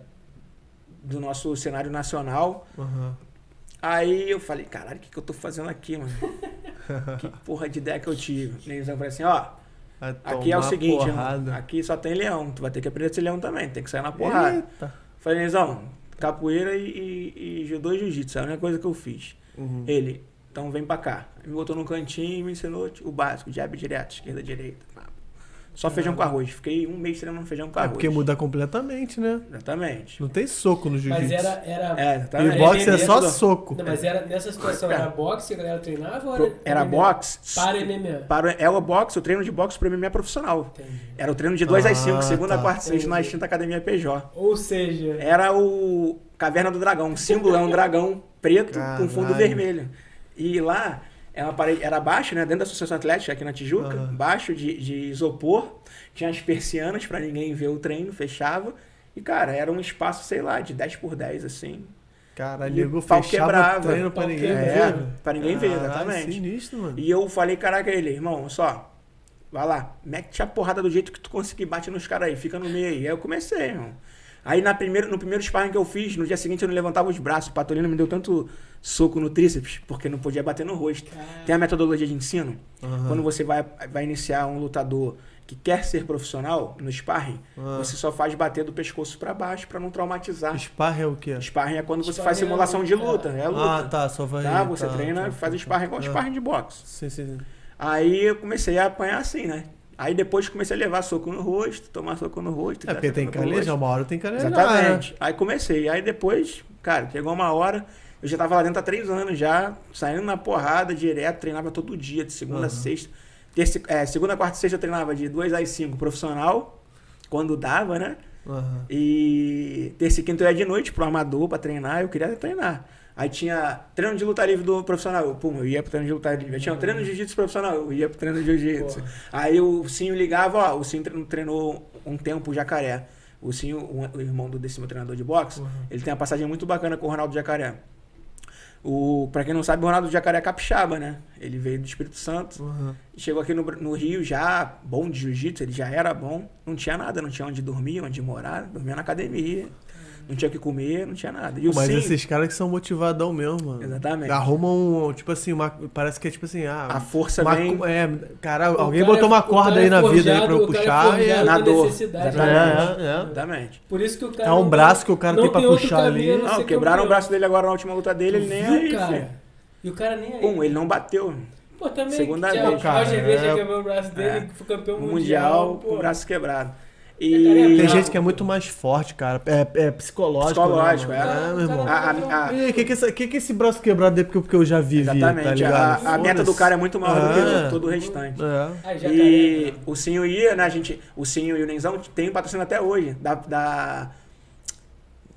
Speaker 4: do nosso cenário nacional.
Speaker 2: Ah, Aham.
Speaker 4: Aí eu falei, caralho, o que, que eu tô fazendo aqui, mano? que porra de ideia que eu tive? E eles falaram assim, ó,
Speaker 2: Vai
Speaker 4: aqui é o
Speaker 2: tomar
Speaker 4: seguinte, irmão,
Speaker 2: porrada.
Speaker 4: aqui é só tem leão, tu vai ter que aprender a ser leão também, tem que sair na porrada.
Speaker 2: Eita.
Speaker 4: Falei, Neizão, capoeira e, e, e judô e jiu-jitsu, é a única coisa que eu fiz.
Speaker 2: Uhum.
Speaker 4: Ele, então vem pra cá. Me botou num cantinho e me ensinou tipo, o básico, jab direto, esquerda, direita. pá. Só feijão com arroz. Fiquei um mês treinando feijão com
Speaker 2: É
Speaker 4: arroz.
Speaker 2: porque muda completamente, né?
Speaker 4: Exatamente.
Speaker 2: Não tem soco no jiu-jitsu.
Speaker 3: Mas era. era...
Speaker 4: É,
Speaker 2: E
Speaker 4: exatamente.
Speaker 2: boxe é só
Speaker 3: Não,
Speaker 2: soco.
Speaker 3: Não, mas era nessa situação, era boxe, a galera treinava ou
Speaker 4: Pro- Era
Speaker 3: era. MMA?
Speaker 4: boxe.
Speaker 3: Para MMA.
Speaker 4: Para, é o boxe, o treino de boxe pra mim é profissional.
Speaker 3: Entendi.
Speaker 4: Era o treino de 2 às
Speaker 2: Ah,
Speaker 4: 5, segunda,
Speaker 2: tá.
Speaker 4: quarta e sexta, na
Speaker 3: Entendi.
Speaker 4: extinta Academia PJ.
Speaker 3: Ou seja,
Speaker 4: Era o Caverna do Dragão. O símbolo é um dragão preto com fundo
Speaker 2: Caralho.
Speaker 4: vermelho. E lá é uma parede- era baixo, né? Dentro da Associação Atlética aqui na Tijuca,
Speaker 2: Aham.
Speaker 4: baixo de, de isopor. Tinha as persianas pra ninguém ver o treino, fechava. E, cara, era um espaço, sei lá, de 10 por 10, assim.
Speaker 2: Caralho,
Speaker 4: E
Speaker 2: nego
Speaker 4: o pau
Speaker 2: fechava o
Speaker 4: quebrava.
Speaker 2: treino pra
Speaker 3: Pau
Speaker 2: ninguém
Speaker 3: quebrava.
Speaker 2: ver.
Speaker 3: É,
Speaker 4: pra ninguém ver,
Speaker 2: Caralho,
Speaker 4: exatamente.
Speaker 2: Sinistro, mano.
Speaker 4: E eu falei, caraca, ele, irmão, só, vai lá, mete a porrada do jeito que tu conseguir, bate nos caras aí, fica no meio aí. Aí eu comecei, irmão. Aí na primeira, no primeiro sparring que eu fiz, no dia seguinte eu não levantava os braços. O Patolino me deu tanto soco no tríceps, porque não podia bater no rosto. Tem a metodologia de ensino.
Speaker 2: Aham.
Speaker 4: Quando você vai, vai iniciar um lutador que quer ser profissional no sparring,
Speaker 2: Ah.
Speaker 4: você só faz bater do pescoço pra baixo pra não traumatizar.
Speaker 2: Sparring é o quê?
Speaker 4: Sparring é quando você
Speaker 3: Sparring
Speaker 4: faz
Speaker 3: é
Speaker 4: simulação de luta,
Speaker 3: luta.
Speaker 4: é
Speaker 2: Ah,
Speaker 4: luta.
Speaker 2: tá, só vai...
Speaker 4: tá, você
Speaker 2: tá,
Speaker 4: treina,
Speaker 2: tá,
Speaker 4: faz
Speaker 2: tá,
Speaker 4: sparring igual
Speaker 2: tá.
Speaker 4: sparring de boxe.
Speaker 2: Sim, sim, sim.
Speaker 4: Aí eu comecei a apanhar assim, né? Aí depois comecei a levar soco no rosto, tomar soco no rosto.
Speaker 2: É porque tem que
Speaker 4: soco no rosto.
Speaker 2: calejar, uma hora tem que calejar.
Speaker 4: Exatamente. Aí comecei. Aí depois, cara, chegou uma hora, eu já tava lá dentro há três anos já, saindo na porrada direto, treinava todo dia, de segunda a sexta. Terça- é, segunda, quarta e sexta eu treinava de 2 às 5 profissional, quando dava, né?
Speaker 2: né? Aham.
Speaker 4: E terça e quinta eu ia de noite pro amador pra treinar, eu queria treinar. Aí tinha treino de luta livre do profissional, eu, pum, eu ia pro treino de luta livre. Aí tinha um treino de jiu-jitsu profissional, eu ia pro treino de jiu-jitsu. Aí o Sinho ligava, ó, o Sinho tre- treinou um tempo o Jacaré. O Sinho, o- o irmão do, desse meu treinador de boxe, ele tem uma passagem muito bacana com o Ronaldo Jacaré. O, pra quem não sabe, o Ronaldo Jacaré é capixaba, né? Ele veio do Espírito Santo.
Speaker 2: Aham.
Speaker 4: Chegou aqui no, Bra- no Rio já bom de jiu-jitsu, ele já era bom. Não tinha nada, não tinha onde dormir, onde morar. Dormia na academia, não tinha o que comer, não tinha nada. E o
Speaker 2: Mas
Speaker 4: Sim,
Speaker 2: esses caras que são motivadão mesmo, mano.
Speaker 4: Exatamente.
Speaker 2: Arrumam, um, tipo assim, uma, parece que é tipo assim, ah,
Speaker 4: a força
Speaker 2: uma-
Speaker 4: vem...
Speaker 2: é, cara,
Speaker 3: O
Speaker 2: alguém
Speaker 3: cara
Speaker 2: botou uma
Speaker 3: é- o
Speaker 2: corda
Speaker 3: cara
Speaker 2: aí
Speaker 3: é
Speaker 2: na vida aí
Speaker 3: forjado,
Speaker 2: pra eu
Speaker 3: o cara é
Speaker 2: puxar. e-
Speaker 3: forjado
Speaker 4: na
Speaker 3: na
Speaker 4: dor.
Speaker 3: necessidade,
Speaker 4: Exatamente.
Speaker 2: né? É, é, é.
Speaker 4: Exatamente.
Speaker 3: por isso que o cara.
Speaker 2: É um
Speaker 3: não
Speaker 2: braço
Speaker 3: tem-
Speaker 2: que o cara
Speaker 3: não
Speaker 2: tem pra
Speaker 3: outro
Speaker 2: puxar ali.
Speaker 3: caminho a não
Speaker 4: Não,
Speaker 3: ser
Speaker 4: quebraram o
Speaker 3: campeão.
Speaker 4: braço dele agora na última luta dele, ele nem
Speaker 3: Viu,
Speaker 4: aí,
Speaker 3: cara?
Speaker 4: filho.
Speaker 3: E o cara nem aí.
Speaker 4: Pum, ele não bateu.
Speaker 3: Pô, também.
Speaker 4: Segunda
Speaker 3: Segunda
Speaker 4: vez.
Speaker 3: vez.
Speaker 2: Cara,
Speaker 3: Roger Verde
Speaker 2: é-
Speaker 3: quebrou o braço dele, que foi campeão
Speaker 4: No mundial,
Speaker 3: mundial.
Speaker 4: com o
Speaker 3: pô.
Speaker 4: braço quebrado.
Speaker 3: cara,
Speaker 4: E...
Speaker 3: é
Speaker 2: Tem
Speaker 3: Não.
Speaker 2: gente que é muito mais forte, cara. É, é psicológico.
Speaker 4: Psicológico,
Speaker 2: né,
Speaker 4: é.
Speaker 2: mano?
Speaker 3: Cara,
Speaker 2: meu irmão.
Speaker 3: o
Speaker 4: Ah,
Speaker 3: cara não-
Speaker 4: ah, ah.
Speaker 2: Ih, que que, essa- que que esse braço quebrado é porque, porque eu já vivi, tá
Speaker 4: Exatamente.
Speaker 2: ligado?
Speaker 4: a, a meta do
Speaker 2: Foda-se.
Speaker 4: cara é muito maior do
Speaker 2: É.
Speaker 4: que o- todo o restante.
Speaker 2: É.
Speaker 3: Ai, jacaré,
Speaker 4: E
Speaker 3: né?
Speaker 4: o Sinho ia, né, gente? O Sinho e o Nenzão tem um patrocínio até hoje. Da. Da.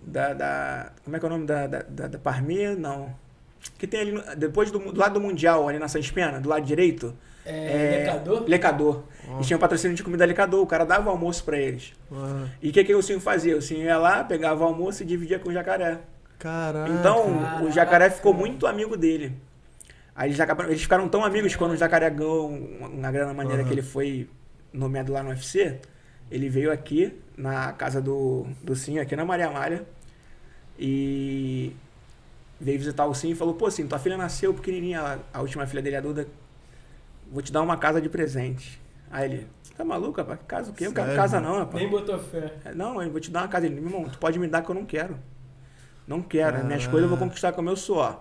Speaker 4: Da. da- como é que é o nome? Da. Da, da, da Parmia? Não. Que tem ali. no- depois do, do lado do Mundial, ali na Sanspena, do lado direito.
Speaker 3: É, Lecador?
Speaker 4: Lecador. E tinha um patrocínio de comida Lecador. O cara dava almoço pra eles.
Speaker 2: Ah,
Speaker 4: E o que, que o Sinho fazia? O Sinho ia lá, pegava o almoço e dividia com o jacaré.
Speaker 2: Caraca.
Speaker 4: Então,
Speaker 3: caraca.
Speaker 4: o jacaré ficou muito amigo dele. Aí eles, acabaram- eles ficaram tão amigos quando o jacaré ganhou uma, uma grana maneira
Speaker 2: Aham.
Speaker 4: que ele foi nomeado lá no UFC. Ele veio aqui na casa do, do Sim, aqui na Maria Malha. E veio visitar o Sim e falou: Pô, Sim, tua filha nasceu pequenininha, a- a última filha dele, a Duda. Vou te dar uma casa de presente. Aí ele: Tá maluco, rapaz? Casa o quê? Eu não quero
Speaker 2: Sério?
Speaker 4: casa não, rapaz.
Speaker 3: Nem botou fé.
Speaker 4: É, Não, eu vou te dar uma casa. Ele, meu irmão, tu pode me dar que eu não quero. Não quero. As Minhas
Speaker 2: Ah.
Speaker 4: coisas eu vou conquistar com o meu suor.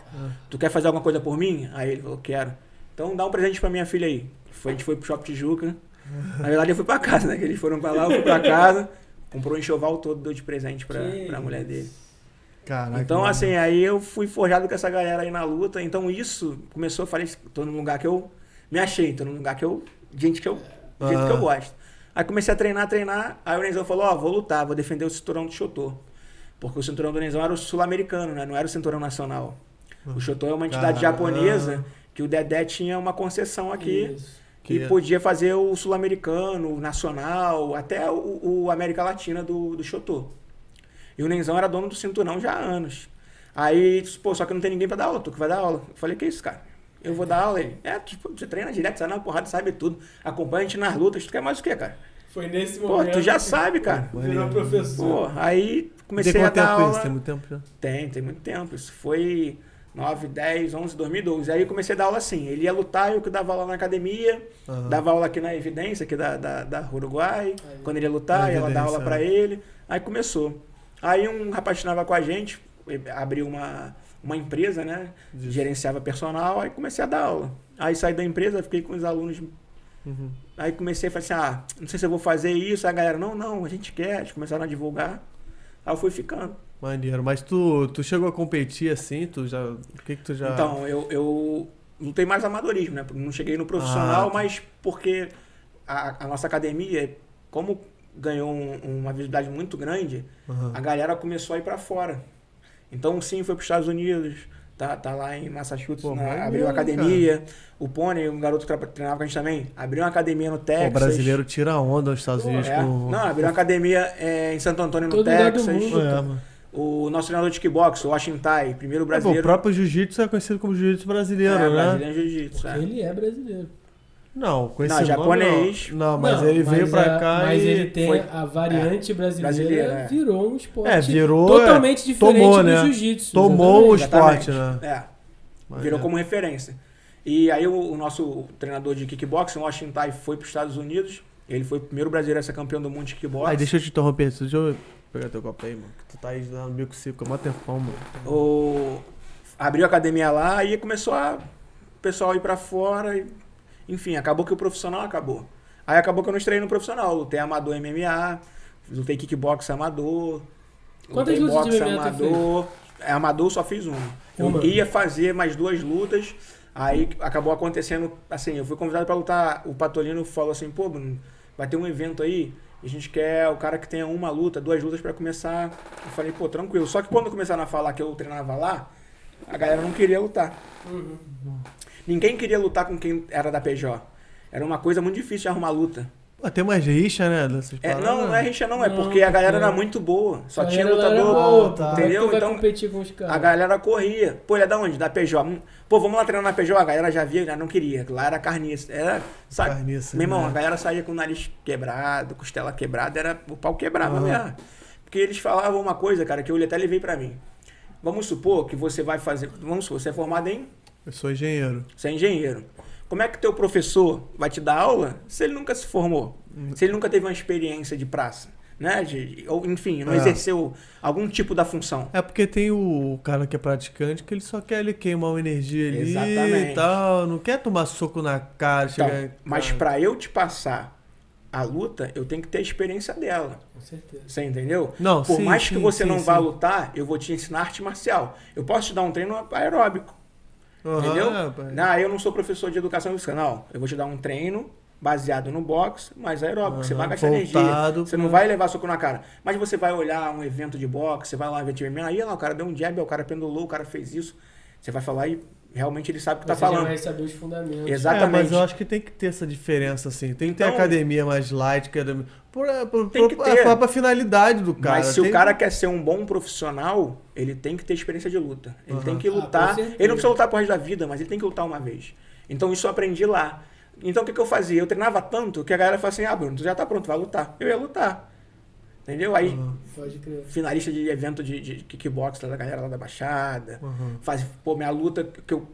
Speaker 4: Tu quer fazer alguma coisa por mim? Aí ele falou, quero. Então dá um presente pra minha filha aí. Foi, a gente foi pro Shopping Tijuca. Na verdade eu fui pra casa, né? Que eles foram pra lá, eu fui pra casa. Comprou um enxoval todo, deu de presente pra,
Speaker 3: Que
Speaker 4: pra mulher
Speaker 3: isso.
Speaker 4: dele.
Speaker 2: Caraca,
Speaker 4: Então,
Speaker 2: mano.
Speaker 4: assim, aí eu fui forjado com essa galera aí na luta. Então, isso começou, eu falei, tô num lugar que eu me achei, tô num lugar que eu. Gente que eu. Do jeito
Speaker 2: Ah.
Speaker 4: que eu gosto. Aí comecei a treinar, treinar. Aí o Nenzão falou: Ó, vou lutar, vou defender o cinturão do Chotô. Porque o cinturão do Nenzão era o sul-americano, né? Não era o cinturão nacional. O Chotô é uma entidade
Speaker 2: Caramba.
Speaker 4: japonesa que o Dedé tinha uma concessão aqui.
Speaker 3: Isso.
Speaker 4: Que
Speaker 2: Que- é.
Speaker 4: podia fazer o sul-americano, o nacional, até o, o América Latina do, do Chotô. E o Nenzão era dono do cinturão já há anos. Aí, pô, só que não tem ninguém pra dar aula, tu que vai dar aula. Eu falei, que isso, cara? Eu vou dar aula aí. É, tu, tipo, você treina direto, sai na porrada, sabe tudo. Acompanha a gente nas lutas, tu quer mais o quê, cara?
Speaker 3: Foi nesse
Speaker 4: Pô,
Speaker 3: momento.
Speaker 4: tu já
Speaker 3: que
Speaker 4: sabe, cara.
Speaker 3: Virou professor.
Speaker 4: Pô, aí
Speaker 2: Tem
Speaker 4: comecei a
Speaker 2: quanto
Speaker 4: dar
Speaker 2: tempo
Speaker 4: aula.
Speaker 2: isso? Tem muito tempo já?
Speaker 4: Tem, tem muito tempo. Isso foi 9, 10, 11, 2012. Aí eu comecei a dar aula assim. Ele ia lutar, eu que dava aula na academia,
Speaker 2: Aham.
Speaker 4: dava aula aqui na Evidência, aqui da, da, da Uruguai. Quando ele ia
Speaker 2: Na
Speaker 4: lutar, ela
Speaker 2: Evidência,
Speaker 4: dava aula pra
Speaker 2: é.
Speaker 4: ele. Aí começou. Aí um rapaz treinava com a gente, ele abriu uma, uma empresa, né?
Speaker 2: Isso.
Speaker 4: Gerenciava personal, aí comecei a dar aula. Aí saí da empresa, fiquei com os alunos
Speaker 2: Uhum.
Speaker 4: Aí comecei a falar assim, ah, não sei se eu vou fazer isso. Aí a galera, não, não, a gente quer. Eles começaram a divulgar. Aí eu fui ficando.
Speaker 2: Maneiro, mas tu, tu chegou a competir assim? Tu já. O que que tu já.
Speaker 4: Então, eu, eu não tenho mais amadorismo, né? Não cheguei no
Speaker 2: Ah,
Speaker 4: profissional,
Speaker 2: tá.
Speaker 4: mas porque a, a nossa academia, como ganhou um- uma visibilidade muito grande,
Speaker 2: Aham.
Speaker 4: a galera começou a ir pra fora. Então, sim, foi pros Estados Unidos, tá, tá lá em Massachusetts,
Speaker 2: Pô,
Speaker 4: na-
Speaker 2: maneiro,
Speaker 4: abriu academia. O Pony, um garoto que tra- treinava com a gente também, abriu uma academia no
Speaker 2: Pô,
Speaker 4: Texas.
Speaker 2: o brasileiro tira onda nos Estados Unidos.
Speaker 4: É.
Speaker 2: com-
Speaker 4: Não, abriu uma academia é, em Santo Antônio, no
Speaker 3: Todo lugar do
Speaker 4: Texas.
Speaker 3: mundo.
Speaker 2: É, mano.
Speaker 4: O nosso treinador de kickbox, o Washington Tai, primeiro
Speaker 2: É, pô, o
Speaker 4: brasileiro.
Speaker 2: próprio jiu-jitsu é conhecido como jiu-jitsu brasileiro,
Speaker 4: é,
Speaker 2: né?
Speaker 4: brasileiro em jiu-jitsu. é.
Speaker 3: Ele é brasileiro.
Speaker 2: Não, com esse
Speaker 4: Não,
Speaker 2: nome,
Speaker 4: japonês.
Speaker 2: Não, Não, Ah, mas ele veio pra
Speaker 3: a-
Speaker 2: cá
Speaker 3: Mas
Speaker 2: e.
Speaker 3: ele tem
Speaker 4: foi-
Speaker 3: a variante brasileira,
Speaker 4: brasileira, é.
Speaker 3: virou um esporte
Speaker 2: É, virou,
Speaker 3: totalmente diferente
Speaker 2: tomou,
Speaker 3: do
Speaker 2: né?
Speaker 3: jiu-jitsu.
Speaker 2: Tomou o
Speaker 3: exatamente.
Speaker 2: esporte, né?
Speaker 4: Exatamente. É.
Speaker 2: Maneiro.
Speaker 4: virou como referência. E aí o, o nosso treinador de kickboxing, o Washington Tai, foi para os Estados Unidos. Ele foi o primeiro brasileiro a ser campeão do mundo de kickboxing.
Speaker 2: Aí, deixa eu te interromper. Deixa eu pegar teu copo aí, mano. Tu tá aí lá no bico seco há mó tempão, mano.
Speaker 4: o... Abriu a academia lá e começou a... o pessoal ir para fora. e- Enfim, acabou que o profissional acabou. Aí acabou que eu não estrei no profissional. Lutei amador MMA, lutei kickbox amador.
Speaker 3: Quantas
Speaker 4: lutei
Speaker 3: lutas de
Speaker 4: boxe
Speaker 3: MMA tu
Speaker 4: amador. É, amador só fiz uma. Eu
Speaker 3: Uma.
Speaker 4: ia fazer mais duas lutas. Aí acabou acontecendo, assim, eu fui convidado para lutar. O Patolino falou assim, pô, Bruno, vai ter um evento aí, a gente quer o cara que tenha uma luta, duas lutas para começar. Eu falei, pô, tranquilo. Só que quando começaram a falar que eu treinava lá, a galera não queria lutar.
Speaker 3: Uhum.
Speaker 4: Ninguém queria lutar com quem era da PJ. Era uma coisa muito difícil de arrumar luta.
Speaker 2: Pô, tem umas rixa, né? Dessas
Speaker 4: É,
Speaker 2: paradas,
Speaker 4: não, não é
Speaker 2: né?
Speaker 4: rixa, não, é
Speaker 3: Não,
Speaker 4: porque a galera
Speaker 3: não.
Speaker 4: era muito boa. Só
Speaker 3: Aí
Speaker 4: tinha
Speaker 3: ela Então era
Speaker 4: lutador.
Speaker 3: boa,
Speaker 2: Ah, tá.
Speaker 3: como é que
Speaker 4: Entendeu?
Speaker 3: Tu vai
Speaker 4: Então,
Speaker 3: competir com os caras.
Speaker 4: A galera corria. Pô, ele é da onde? Da PJ. Hum, Pô, vamos lá treinar na PJ? A galera já via, já não queria. Lá era carniça. Era, sabe?
Speaker 2: Carniça,
Speaker 4: Meu irmão,
Speaker 2: né?
Speaker 4: a galera saía com o nariz quebrado, costela quebrada, era o pau quebrava
Speaker 2: Aham.
Speaker 4: mesmo. Porque eles falavam uma coisa, cara, que eu até levei pra mim. Vamos supor que você vai fazer. Vamos supor, você é formado em.
Speaker 2: Eu sou engenheiro.
Speaker 4: Você é engenheiro. Como é que teu professor vai te dar aula se ele nunca se formou?
Speaker 2: Hum.
Speaker 4: Se ele nunca teve uma experiência de praça, né? De, ou, enfim, não
Speaker 2: É.
Speaker 4: exerceu algum tipo da função.
Speaker 2: É porque tem o cara que é praticante que ele só quer ele queimar uma energia ali e
Speaker 4: Exatamente.
Speaker 2: tal. Não quer tomar soco na cara,
Speaker 4: Então,
Speaker 2: chegar.
Speaker 4: mas
Speaker 2: cara.
Speaker 4: pra eu te passar a luta, eu tenho que ter a experiência dela.
Speaker 3: Com certeza.
Speaker 4: Você entendeu?
Speaker 2: Não,
Speaker 4: Por
Speaker 2: sim,
Speaker 4: mais que
Speaker 2: sim,
Speaker 4: você
Speaker 2: sim,
Speaker 4: não vá
Speaker 2: sim.
Speaker 4: lutar, eu vou te ensinar arte marcial. Eu posso te dar um treino aeróbico,
Speaker 2: Aham,
Speaker 4: entendeu?
Speaker 2: é, pai.
Speaker 4: Ah, eu não sou professor de educação física, não. Eu vou te dar um treino baseado no boxe, mas aeróbico. você
Speaker 2: Aham,
Speaker 4: vai gastar
Speaker 2: voltado
Speaker 4: energia. Você não
Speaker 2: pra-
Speaker 4: vai levar soco na cara. Mas você vai olhar um evento de boxe, você vai lá um evento de MMA, aí lá, o cara deu um jab, o cara pendulou, o cara fez isso. Você vai falar e realmente ele sabe o que tá
Speaker 3: Você
Speaker 4: falando.
Speaker 3: já vai saber os
Speaker 4: Exato.
Speaker 2: É,
Speaker 3: fundamentos.
Speaker 2: mas
Speaker 4: exatamente.
Speaker 2: eu acho que tem que ter essa diferença, assim. Tem que ter
Speaker 4: Então-
Speaker 2: academia mais light, academia. Por, é, por,
Speaker 4: Tem
Speaker 2: por-
Speaker 4: que
Speaker 2: a
Speaker 4: ter.
Speaker 2: própria finalidade do cara.
Speaker 4: Mas se
Speaker 2: Tem-
Speaker 4: o cara quer ser um bom profissional, ele tem que ter experiência de luta. Ele
Speaker 2: Aham.
Speaker 4: tem que
Speaker 3: Ah, com
Speaker 4: lutar. ele
Speaker 3: certeza.
Speaker 4: não precisa lutar pro resto da vida, mas ele tem que lutar uma vez. Então isso eu aprendi lá. Então o que, que eu fazia? Eu treinava tanto que a galera falava assim: ah, Bruno, tu já tá pronto, vai lutar. Eu ia lutar. Entendeu? Aí,
Speaker 2: Aham,
Speaker 3: Pode crer.
Speaker 4: finalista de evento de, de kickbox lá da galera lá da Baixada.
Speaker 2: aham.
Speaker 4: Faz, pô, minha luta que eu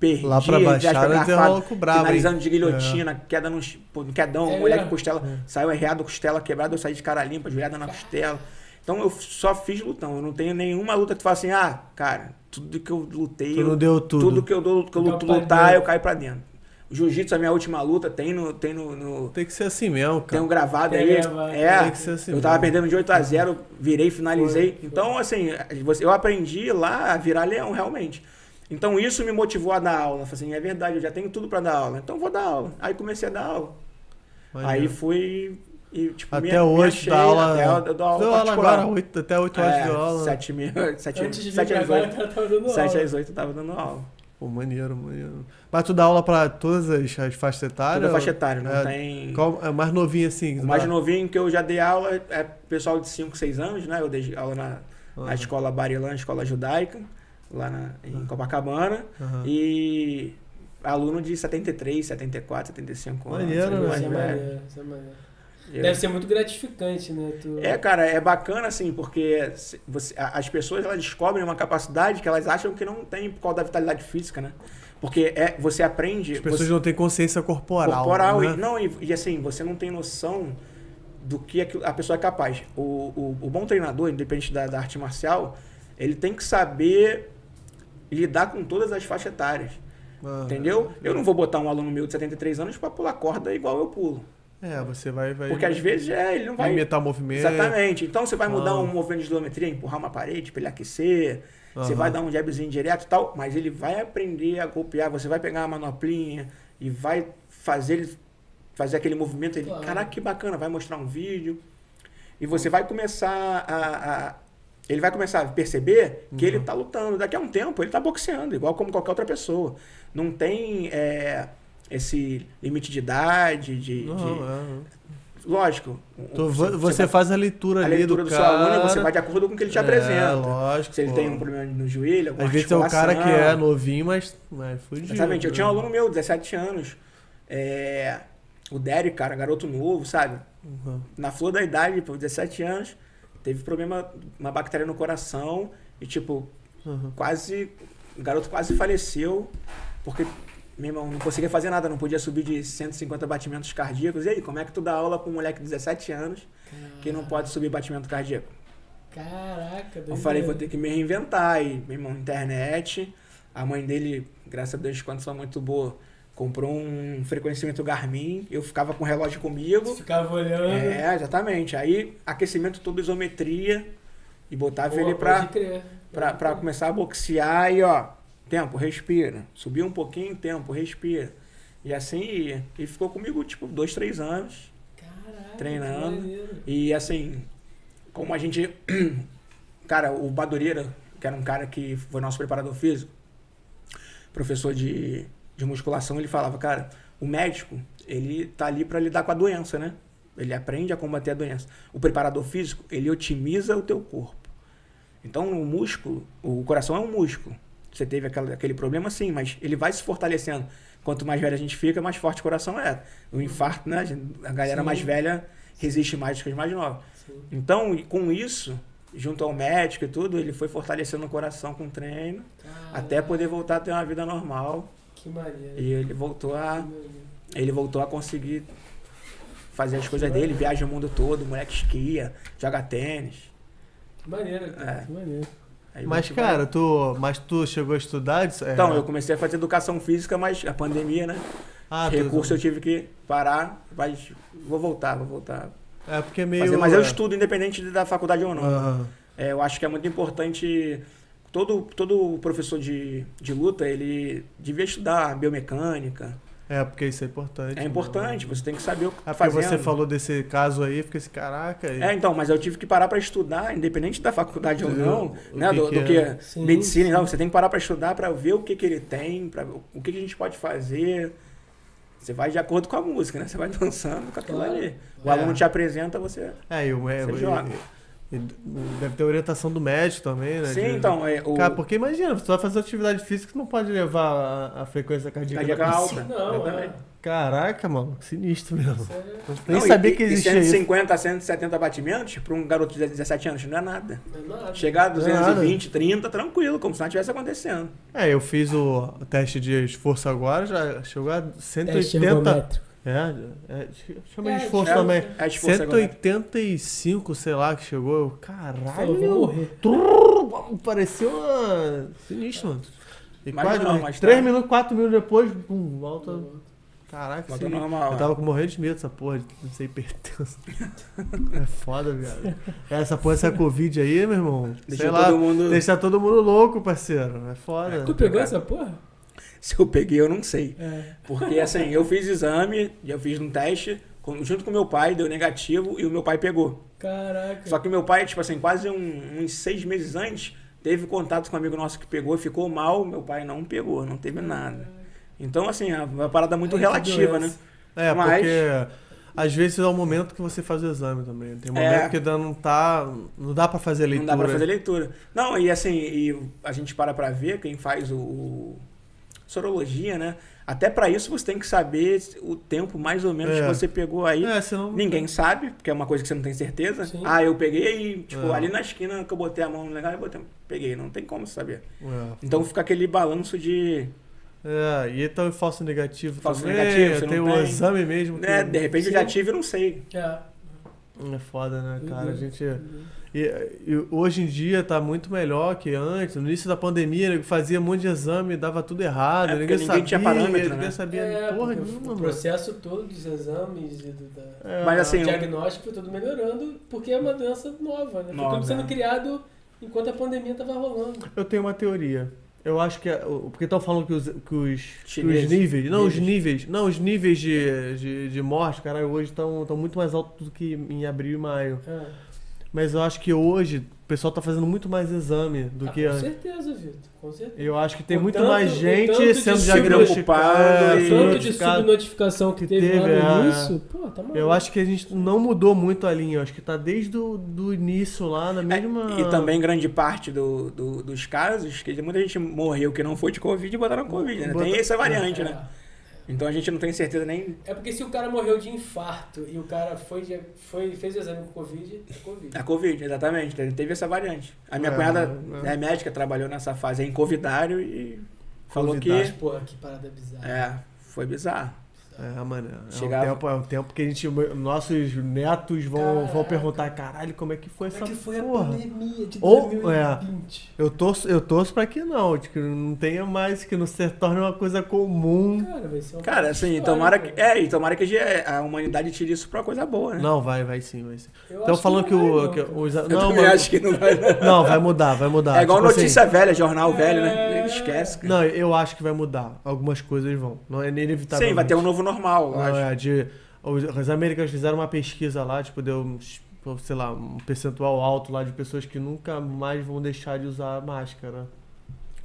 Speaker 4: perdi.
Speaker 2: Lá pra
Speaker 4: entre
Speaker 2: Baixada
Speaker 4: aspas,
Speaker 2: tem um
Speaker 4: garfada,
Speaker 2: maluco brabo, hein? É.
Speaker 4: Finalizando de guilhotina, queda no ch- pô, quedão,
Speaker 3: É
Speaker 4: moleque
Speaker 3: mesmo?
Speaker 4: costela, saiu errado, costela quebrada, eu saí de cara limpa, joelhada na costela. Então eu só fiz lutão, eu não tenho nenhuma luta que tu fala assim, ah, cara, tudo que eu lutei,
Speaker 2: Tu não
Speaker 4: eu-
Speaker 2: deu tudo.
Speaker 4: que eu dou, que eu
Speaker 3: Dá
Speaker 4: luto,
Speaker 3: Então, pra
Speaker 4: lutar,
Speaker 3: dentro.
Speaker 4: eu caio pra dentro. O Jiu-jitsu, é a minha última luta, tem no. Tem no, no-
Speaker 2: Tem que ser assim mesmo,
Speaker 4: tem
Speaker 2: cara.
Speaker 4: um gravado
Speaker 3: Tem
Speaker 4: aí.
Speaker 3: gravado.
Speaker 4: É,
Speaker 2: Tem que ser assim
Speaker 4: eu tava
Speaker 2: mesmo.
Speaker 4: perdendo de 8 a 0 virei, finalizei.
Speaker 3: Foi, foi.
Speaker 4: Então, assim, você- eu aprendi lá a virar leão, realmente. Então, isso me motivou a dar aula. Eu Falei assim, é verdade, eu já tenho tudo pra dar aula. Então, eu vou dar aula. Aí, comecei a dar aula. Aí fui e, tipo,
Speaker 2: Até
Speaker 4: me- me
Speaker 2: hoje
Speaker 4: achei,
Speaker 2: dá aula.
Speaker 4: Até eu, eu dou aula
Speaker 2: Deu aula
Speaker 4: particular. É,
Speaker 2: agora, oito- até 8 horas de aula. né?
Speaker 4: Sete, e meia- sete,
Speaker 3: Antes de vir
Speaker 4: sete
Speaker 3: pra
Speaker 4: às
Speaker 3: cá,
Speaker 4: oito.
Speaker 3: o cara tava dando
Speaker 4: Sete
Speaker 3: aula.
Speaker 4: às oito eu tava dando aula.
Speaker 2: Pô, maneiro, maneiro. Mas tu dá aula pra todas as, as faixas etárias?
Speaker 4: Toda faixa etária, não
Speaker 2: é,
Speaker 4: tem.
Speaker 2: Qual é o mais novinho assim? que
Speaker 4: O
Speaker 2: tu
Speaker 4: mais
Speaker 2: dá?
Speaker 4: novinho que eu já dei aula é pessoal de 5, 6 anos, né? Eu dei aula na, na
Speaker 2: Aham,
Speaker 4: escola Barilã, escola judaica, lá na- em Copacabana.
Speaker 2: Ah, aham.
Speaker 4: E aluno de 73, 74, 75 anos.
Speaker 2: Maneiro,
Speaker 4: aluno
Speaker 2: né?
Speaker 4: mais
Speaker 3: Isso é
Speaker 4: velho.
Speaker 3: maneiro, isso é maneiro.
Speaker 4: Eu-
Speaker 3: Deve ser muito gratificante, né? Tu...
Speaker 4: É, cara, é bacana assim, porque se- você- a- as pessoas elas descobrem uma capacidade que elas acham que não tem por causa da vitalidade física, né? Porque é, você aprende.
Speaker 2: As pessoas
Speaker 4: você-
Speaker 2: não têm consciência corporal.
Speaker 4: corporal.
Speaker 2: né?
Speaker 4: e, não, e, e assim, você não tem noção do que aquilo- a pessoa é capaz. O, o, o bom treinador, independente da, da arte marcial, ele tem que saber lidar com todas as faixas etárias.
Speaker 2: Ah,
Speaker 4: Entendeu? Eu não vou botar um aluno meu de 73 anos pra pular corda igual eu pulo.
Speaker 2: É, você vai, vai
Speaker 4: Porque às vezes é, ele não vai.
Speaker 2: imitar o movimento.
Speaker 4: Exatamente. Então você vai mudar
Speaker 2: Ah.
Speaker 4: um movimento de isometria, empurrar uma parede pra ele aquecer, você
Speaker 2: Aham.
Speaker 4: vai dar um jabzinho direto e tal, mas ele vai aprender a golpear, você vai pegar uma manoplinha e vai fazer ele fazer aquele movimento. Ele,
Speaker 3: Claro.
Speaker 4: caraca, que bacana, vai mostrar um vídeo. E você vai começar a. a- ele vai começar a perceber que
Speaker 2: Uhum.
Speaker 4: ele tá lutando. Daqui a um tempo ele tá boxeando, igual como qualquer outra pessoa. Não tem é, esse limite de idade, de.
Speaker 2: Não,
Speaker 4: um de-
Speaker 2: é, não.
Speaker 4: Lógico.
Speaker 2: Então,
Speaker 4: você-
Speaker 2: vo-
Speaker 4: você
Speaker 2: você faz a leitura
Speaker 4: a
Speaker 2: ali
Speaker 4: leitura
Speaker 2: do
Speaker 4: do, seu
Speaker 2: cara.
Speaker 4: aluno você vai de acordo com o que ele te
Speaker 2: É,
Speaker 4: apresenta.
Speaker 2: lógico.
Speaker 4: Se ele
Speaker 2: pô.
Speaker 4: tem um problema no joelho, alguma
Speaker 2: Às vezes é o cara que é
Speaker 4: articulação.
Speaker 2: novinho, mas, mas fudido.
Speaker 4: Exatamente. Eu
Speaker 2: né?
Speaker 4: tinha um aluno meu, 17 anos. é, O Derek, cara, garoto novo, sabe?
Speaker 2: Uhum.
Speaker 4: Na flor da idade, pô, 17 anos, teve problema, uma bactéria no coração e, tipo,
Speaker 2: Uhum.
Speaker 4: quase. O garoto quase faleceu, porque, meu irmão, não conseguia fazer nada, não podia subir de 150 batimentos cardíacos. E aí, como é que tu dá aula pra um moleque de 17 anos que
Speaker 2: Uhum.
Speaker 4: não pode subir batimento cardíaco?
Speaker 3: Caraca,
Speaker 4: Eu falei, vou ter que me reinventar. E, meu irmão, internet. A mãe dele, graças a Deus, quando foi muito boa, comprou um frequenciamento Garmin. Eu ficava com o relógio comigo.
Speaker 3: Ficava olhando.
Speaker 4: É, exatamente. Aí, aquecimento todo isometria. E botava
Speaker 3: Boa,
Speaker 4: ele
Speaker 3: pode
Speaker 4: pra,
Speaker 3: crer.
Speaker 4: pra, pra começar a boxear. E, ó, tempo, respira. Subiu um pouquinho, tempo, respira. E assim ia. E ficou comigo, tipo, dois, três anos.
Speaker 3: Caraca,
Speaker 4: treinando.
Speaker 3: que maneiro.
Speaker 4: E assim, como a gente. Cara, o Badureira, que era um cara que foi nosso preparador físico, professor de, de musculação, ele falava, cara, o médico, ele tá ali para lidar com a doença, né? Ele aprende a combater a doença. O preparador físico, ele otimiza o teu corpo. Então, o músculo, o coração é um músculo. Você teve aquela- aquele problema, sim, mas ele vai se fortalecendo. Quanto mais velho a gente fica, mais forte o coração é. O infarto, né? A gente- A galera
Speaker 3: Sim.
Speaker 4: mais velha resiste mais do que os mais novos.
Speaker 3: Sim.
Speaker 4: Então, e com isso, junto ao médico e tudo, ele foi fortalecendo o coração com o treino,
Speaker 3: Caraca,
Speaker 4: até poder voltar a ter uma vida normal.
Speaker 3: Que maneiro.
Speaker 4: E ele voltou a,
Speaker 3: que maneiro.
Speaker 4: ele voltou a conseguir fazer as coisas dele, viaja o mundo todo, o moleque esquia, joga tênis.
Speaker 3: Que maneiro, cara.
Speaker 4: É.
Speaker 3: Que maneiro.
Speaker 4: Aí
Speaker 2: Mas,
Speaker 4: muito
Speaker 2: cara, tu, mas tu chegou a estudar? isso? É.
Speaker 4: Então, eu comecei a fazer educação física, mas a pandemia, né?
Speaker 2: ah, tu-
Speaker 4: Recurso eu tive que parar, mas vou voltar, vou voltar. a
Speaker 2: É porque é meio.
Speaker 4: Fazer. Mas eu
Speaker 2: é, Ah.
Speaker 4: estudo independente da faculdade ou não.
Speaker 2: aham.
Speaker 4: É, eu acho que é muito importante. Todo, todo professor de, de luta, ele devia estudar biomecânica.
Speaker 2: É, porque isso é importante.
Speaker 4: É
Speaker 2: né?
Speaker 4: importante, você tem que saber o que
Speaker 2: É
Speaker 4: tá
Speaker 2: porque
Speaker 4: fazendo.
Speaker 2: você falou desse caso aí, fica esse caraca. e-
Speaker 4: É, então, mas eu tive que parar para estudar, independente da faculdade ou
Speaker 2: Entendeu?
Speaker 4: não,
Speaker 2: O
Speaker 4: né?
Speaker 2: que
Speaker 4: do,
Speaker 2: que
Speaker 4: do
Speaker 2: é.
Speaker 4: que
Speaker 3: Sim,
Speaker 4: medicina,
Speaker 3: sim.
Speaker 4: não. Você tem que parar para estudar para ver o que, que ele tem, pra, ver o que, que a gente pode fazer. Você vai de acordo com a música, né? Você vai dançando com aquilo
Speaker 3: Claro.
Speaker 4: ali. O
Speaker 2: É.
Speaker 4: aluno te apresenta, você.
Speaker 2: É, e o é,
Speaker 4: Você
Speaker 2: e-
Speaker 4: joga.
Speaker 2: e- e deve ter orientação do médico também, né?
Speaker 4: Sim,
Speaker 2: de-
Speaker 4: então, é, o.
Speaker 2: Cara, porque imagina, você vai fazer atividade física, você não pode levar a, a frequência cardíaca.
Speaker 4: Cardíaca
Speaker 2: pra
Speaker 4: alta.
Speaker 2: cima.
Speaker 3: Não, é.
Speaker 4: Exatamente.
Speaker 2: Caraca, mano, que sinistro mesmo.
Speaker 3: Sério.
Speaker 2: Nem
Speaker 4: Não, e-
Speaker 2: sabia
Speaker 4: e-
Speaker 2: que
Speaker 4: e
Speaker 2: existia isso.
Speaker 4: 150 a 170 batimentos para um garoto de 17 anos não é nada.
Speaker 3: Não é nada.
Speaker 4: Chegar a
Speaker 2: Não é nada.
Speaker 4: 220, 30, tranquilo, como se nada estivesse acontecendo.
Speaker 2: É, eu fiz o teste de esforço agora, já chegou a
Speaker 3: Teste
Speaker 2: 180.
Speaker 3: ergométrico.
Speaker 2: É, é, chama
Speaker 3: É,
Speaker 2: de esforço
Speaker 4: é,
Speaker 2: também.
Speaker 4: É esforço agora.
Speaker 2: 185, sei lá, que chegou. Eu,
Speaker 3: Falou, vou
Speaker 2: caralho.
Speaker 3: morrer.
Speaker 2: Trrr, pareceu ah, sinistro, mano. E
Speaker 4: Mas
Speaker 2: quase,
Speaker 4: não, mas
Speaker 2: 3
Speaker 4: tá.
Speaker 2: minutos, 4 minutos depois, pum, volta. Caraca,
Speaker 4: Volta ao
Speaker 2: sinistro.
Speaker 4: normal,
Speaker 2: Eu
Speaker 4: né?
Speaker 2: tava com morrendo de medo dessa porra de não ser hipertenso. é foda, viado. Essa porra, essa Covid aí, meu irmão.
Speaker 4: Deixa
Speaker 2: sei lá,
Speaker 4: todo mundo.
Speaker 2: deixar todo mundo louco, parceiro. É foda.
Speaker 3: Tu pegou essa porra?
Speaker 4: Se eu peguei, eu não sei.
Speaker 3: É.
Speaker 4: Porque assim, eu fiz exame, eu fiz um teste, com- junto com meu pai, deu negativo e o meu pai pegou.
Speaker 3: Caraca.
Speaker 4: Só que meu pai, tipo assim, quase um- uns seis meses antes, teve contato com um amigo nosso que pegou, ficou mal, meu pai não pegou, não teve nada. Então, assim, é uma parada muito
Speaker 3: Ai, que
Speaker 4: relativa, né?
Speaker 3: doença.
Speaker 2: É,
Speaker 4: Mas-
Speaker 2: porque às vezes é o momento que você faz o exame também. Tem momento
Speaker 4: É.
Speaker 2: que ainda não tá. Não dá pra fazer leitura.
Speaker 4: Não dá pra fazer leitura. Não, e assim, e a gente para pra ver quem faz o, o sorologia, né? Até pra isso você tem que saber o tempo mais ou menos
Speaker 2: É.
Speaker 4: que você pegou aí.
Speaker 2: É, senão.
Speaker 4: Ninguém sabe, porque é uma coisa que você não tem certeza.
Speaker 3: Sim.
Speaker 4: Ah, eu peguei, tipo,
Speaker 2: É.
Speaker 4: ali na esquina que eu botei a mão no legal, eu botei, peguei, não tem como saber.
Speaker 2: É.
Speaker 4: Então fica aquele balanço de.
Speaker 2: É, e então o falso negativo
Speaker 4: Falso
Speaker 2: também,
Speaker 4: negativo, você
Speaker 2: tem
Speaker 4: não
Speaker 2: o
Speaker 4: tem.
Speaker 2: exame mesmo. Que...
Speaker 4: Né, de repente eu já
Speaker 3: Sim.
Speaker 4: tive e não sei.
Speaker 3: É.
Speaker 2: É foda, né, cara? A
Speaker 3: Uhum.
Speaker 2: gente. E, e hoje em dia tá muito melhor que antes. No início da pandemia, nego fazia um monte de exame, dava tudo errado.
Speaker 4: É, porque
Speaker 2: ninguém,
Speaker 4: ninguém
Speaker 2: sabia,
Speaker 4: tinha parâmetro,
Speaker 2: ninguém
Speaker 4: né?
Speaker 2: sabia
Speaker 3: É,
Speaker 2: porra
Speaker 3: porque o-
Speaker 2: nenhuma,
Speaker 3: o
Speaker 2: mano.
Speaker 3: processo todo dos exames e do, da,
Speaker 2: É,
Speaker 4: Mas assim,
Speaker 3: O
Speaker 4: eu-
Speaker 3: diagnóstico foi tudo melhorando, porque é uma doença nova, né? Foi
Speaker 4: Nova,
Speaker 3: tudo sendo
Speaker 4: é.
Speaker 3: criado enquanto a pandemia tava rolando.
Speaker 2: Eu tenho uma teoria. Eu acho que. é- o- Porque estão falando que os, que os, que os
Speaker 4: Chineses.
Speaker 2: níveis. Não, os
Speaker 4: Níveis.
Speaker 2: níveis. Não, os níveis de, de, de morte, cara, hoje estão muito mais altos do que em abril e maio.
Speaker 3: Ah,
Speaker 2: Mas eu acho que hoje o pessoal tá fazendo muito mais exame do
Speaker 3: ah,
Speaker 2: que
Speaker 3: com
Speaker 2: antes.
Speaker 3: certeza, Vitor, com certeza.
Speaker 2: Eu acho que tem
Speaker 3: O
Speaker 2: muito
Speaker 3: tanto-
Speaker 2: mais
Speaker 3: o tanto
Speaker 2: gente
Speaker 3: de
Speaker 2: sendo
Speaker 3: se
Speaker 2: diagnosticada.
Speaker 4: preocupado e-
Speaker 3: O tanto de
Speaker 2: diagnosticada.
Speaker 3: subnotificação
Speaker 2: que
Speaker 3: que teve,
Speaker 2: teve,
Speaker 3: lá no
Speaker 2: é.
Speaker 3: início, pô, tá maluco.
Speaker 2: Eu acho que a gente não mudou muito a linha. Eu acho que tá desde o do início lá, na
Speaker 4: É,
Speaker 2: mesma.
Speaker 4: E também grande parte do, do- dos casos, que muita gente morreu que não foi de Covid e botaram Covid, né?
Speaker 2: Botou-
Speaker 4: Tem essa variante,
Speaker 3: é.
Speaker 4: né? Então a gente não tem certeza nem
Speaker 3: É porque se o cara morreu de infarto e o cara foi, de- foi, fez o exame com Covid, é Covid.
Speaker 4: a Covid, exatamente. Ele teve essa variante. A minha
Speaker 2: É,
Speaker 4: cunhada
Speaker 2: é.
Speaker 4: é. médica, trabalhou nessa fase é em Covidário e falou
Speaker 2: Covidário.
Speaker 3: Mas,
Speaker 4: que.
Speaker 3: porra, que parada bizarra.
Speaker 4: É, foi bizarro.
Speaker 2: É, mano. É,
Speaker 4: Chegava-
Speaker 2: um tempo, é um tempo que a gente. Nossos netos vão, vão
Speaker 3: Caraca.
Speaker 2: perguntar: caralho, como é que foi
Speaker 3: Como é
Speaker 2: essa
Speaker 3: que foi a
Speaker 2: porra?
Speaker 3: pandemia de
Speaker 2: Ou- é.
Speaker 3: 2020?
Speaker 2: Eu torço, eu torço pra que não, de que não tenha mais, que não se torne uma coisa comum.
Speaker 3: Cara, vai ser um
Speaker 4: Cara, assim, tomara que. É, e tomara que a humanidade tire isso pra coisa boa, né?
Speaker 2: Não, vai, vai sim, vai sim.
Speaker 3: Eu
Speaker 2: Estão
Speaker 3: acho
Speaker 2: falando que,
Speaker 3: não vai
Speaker 2: o.
Speaker 3: não,
Speaker 2: que
Speaker 3: cara.
Speaker 2: os-
Speaker 4: Eu
Speaker 2: não,
Speaker 4: também
Speaker 2: mas-
Speaker 4: acho que não vai. não.
Speaker 2: não, vai mudar, vai mudar.
Speaker 4: é igual
Speaker 2: Tipo assim,
Speaker 4: notícia velha, jornal velho, né?
Speaker 3: É.
Speaker 4: Ele esquece. cara.
Speaker 2: Não, eu acho que vai mudar. Algumas coisas vão. Não é inevitável.
Speaker 4: Sim, vai ter um novo normal, eu
Speaker 2: Não,
Speaker 4: acho.
Speaker 2: é, de, os, os americanos fizeram uma pesquisa lá, tipo, deu, uns, sei lá, um percentual alto lá de pessoas que nunca mais vão deixar de usar máscara.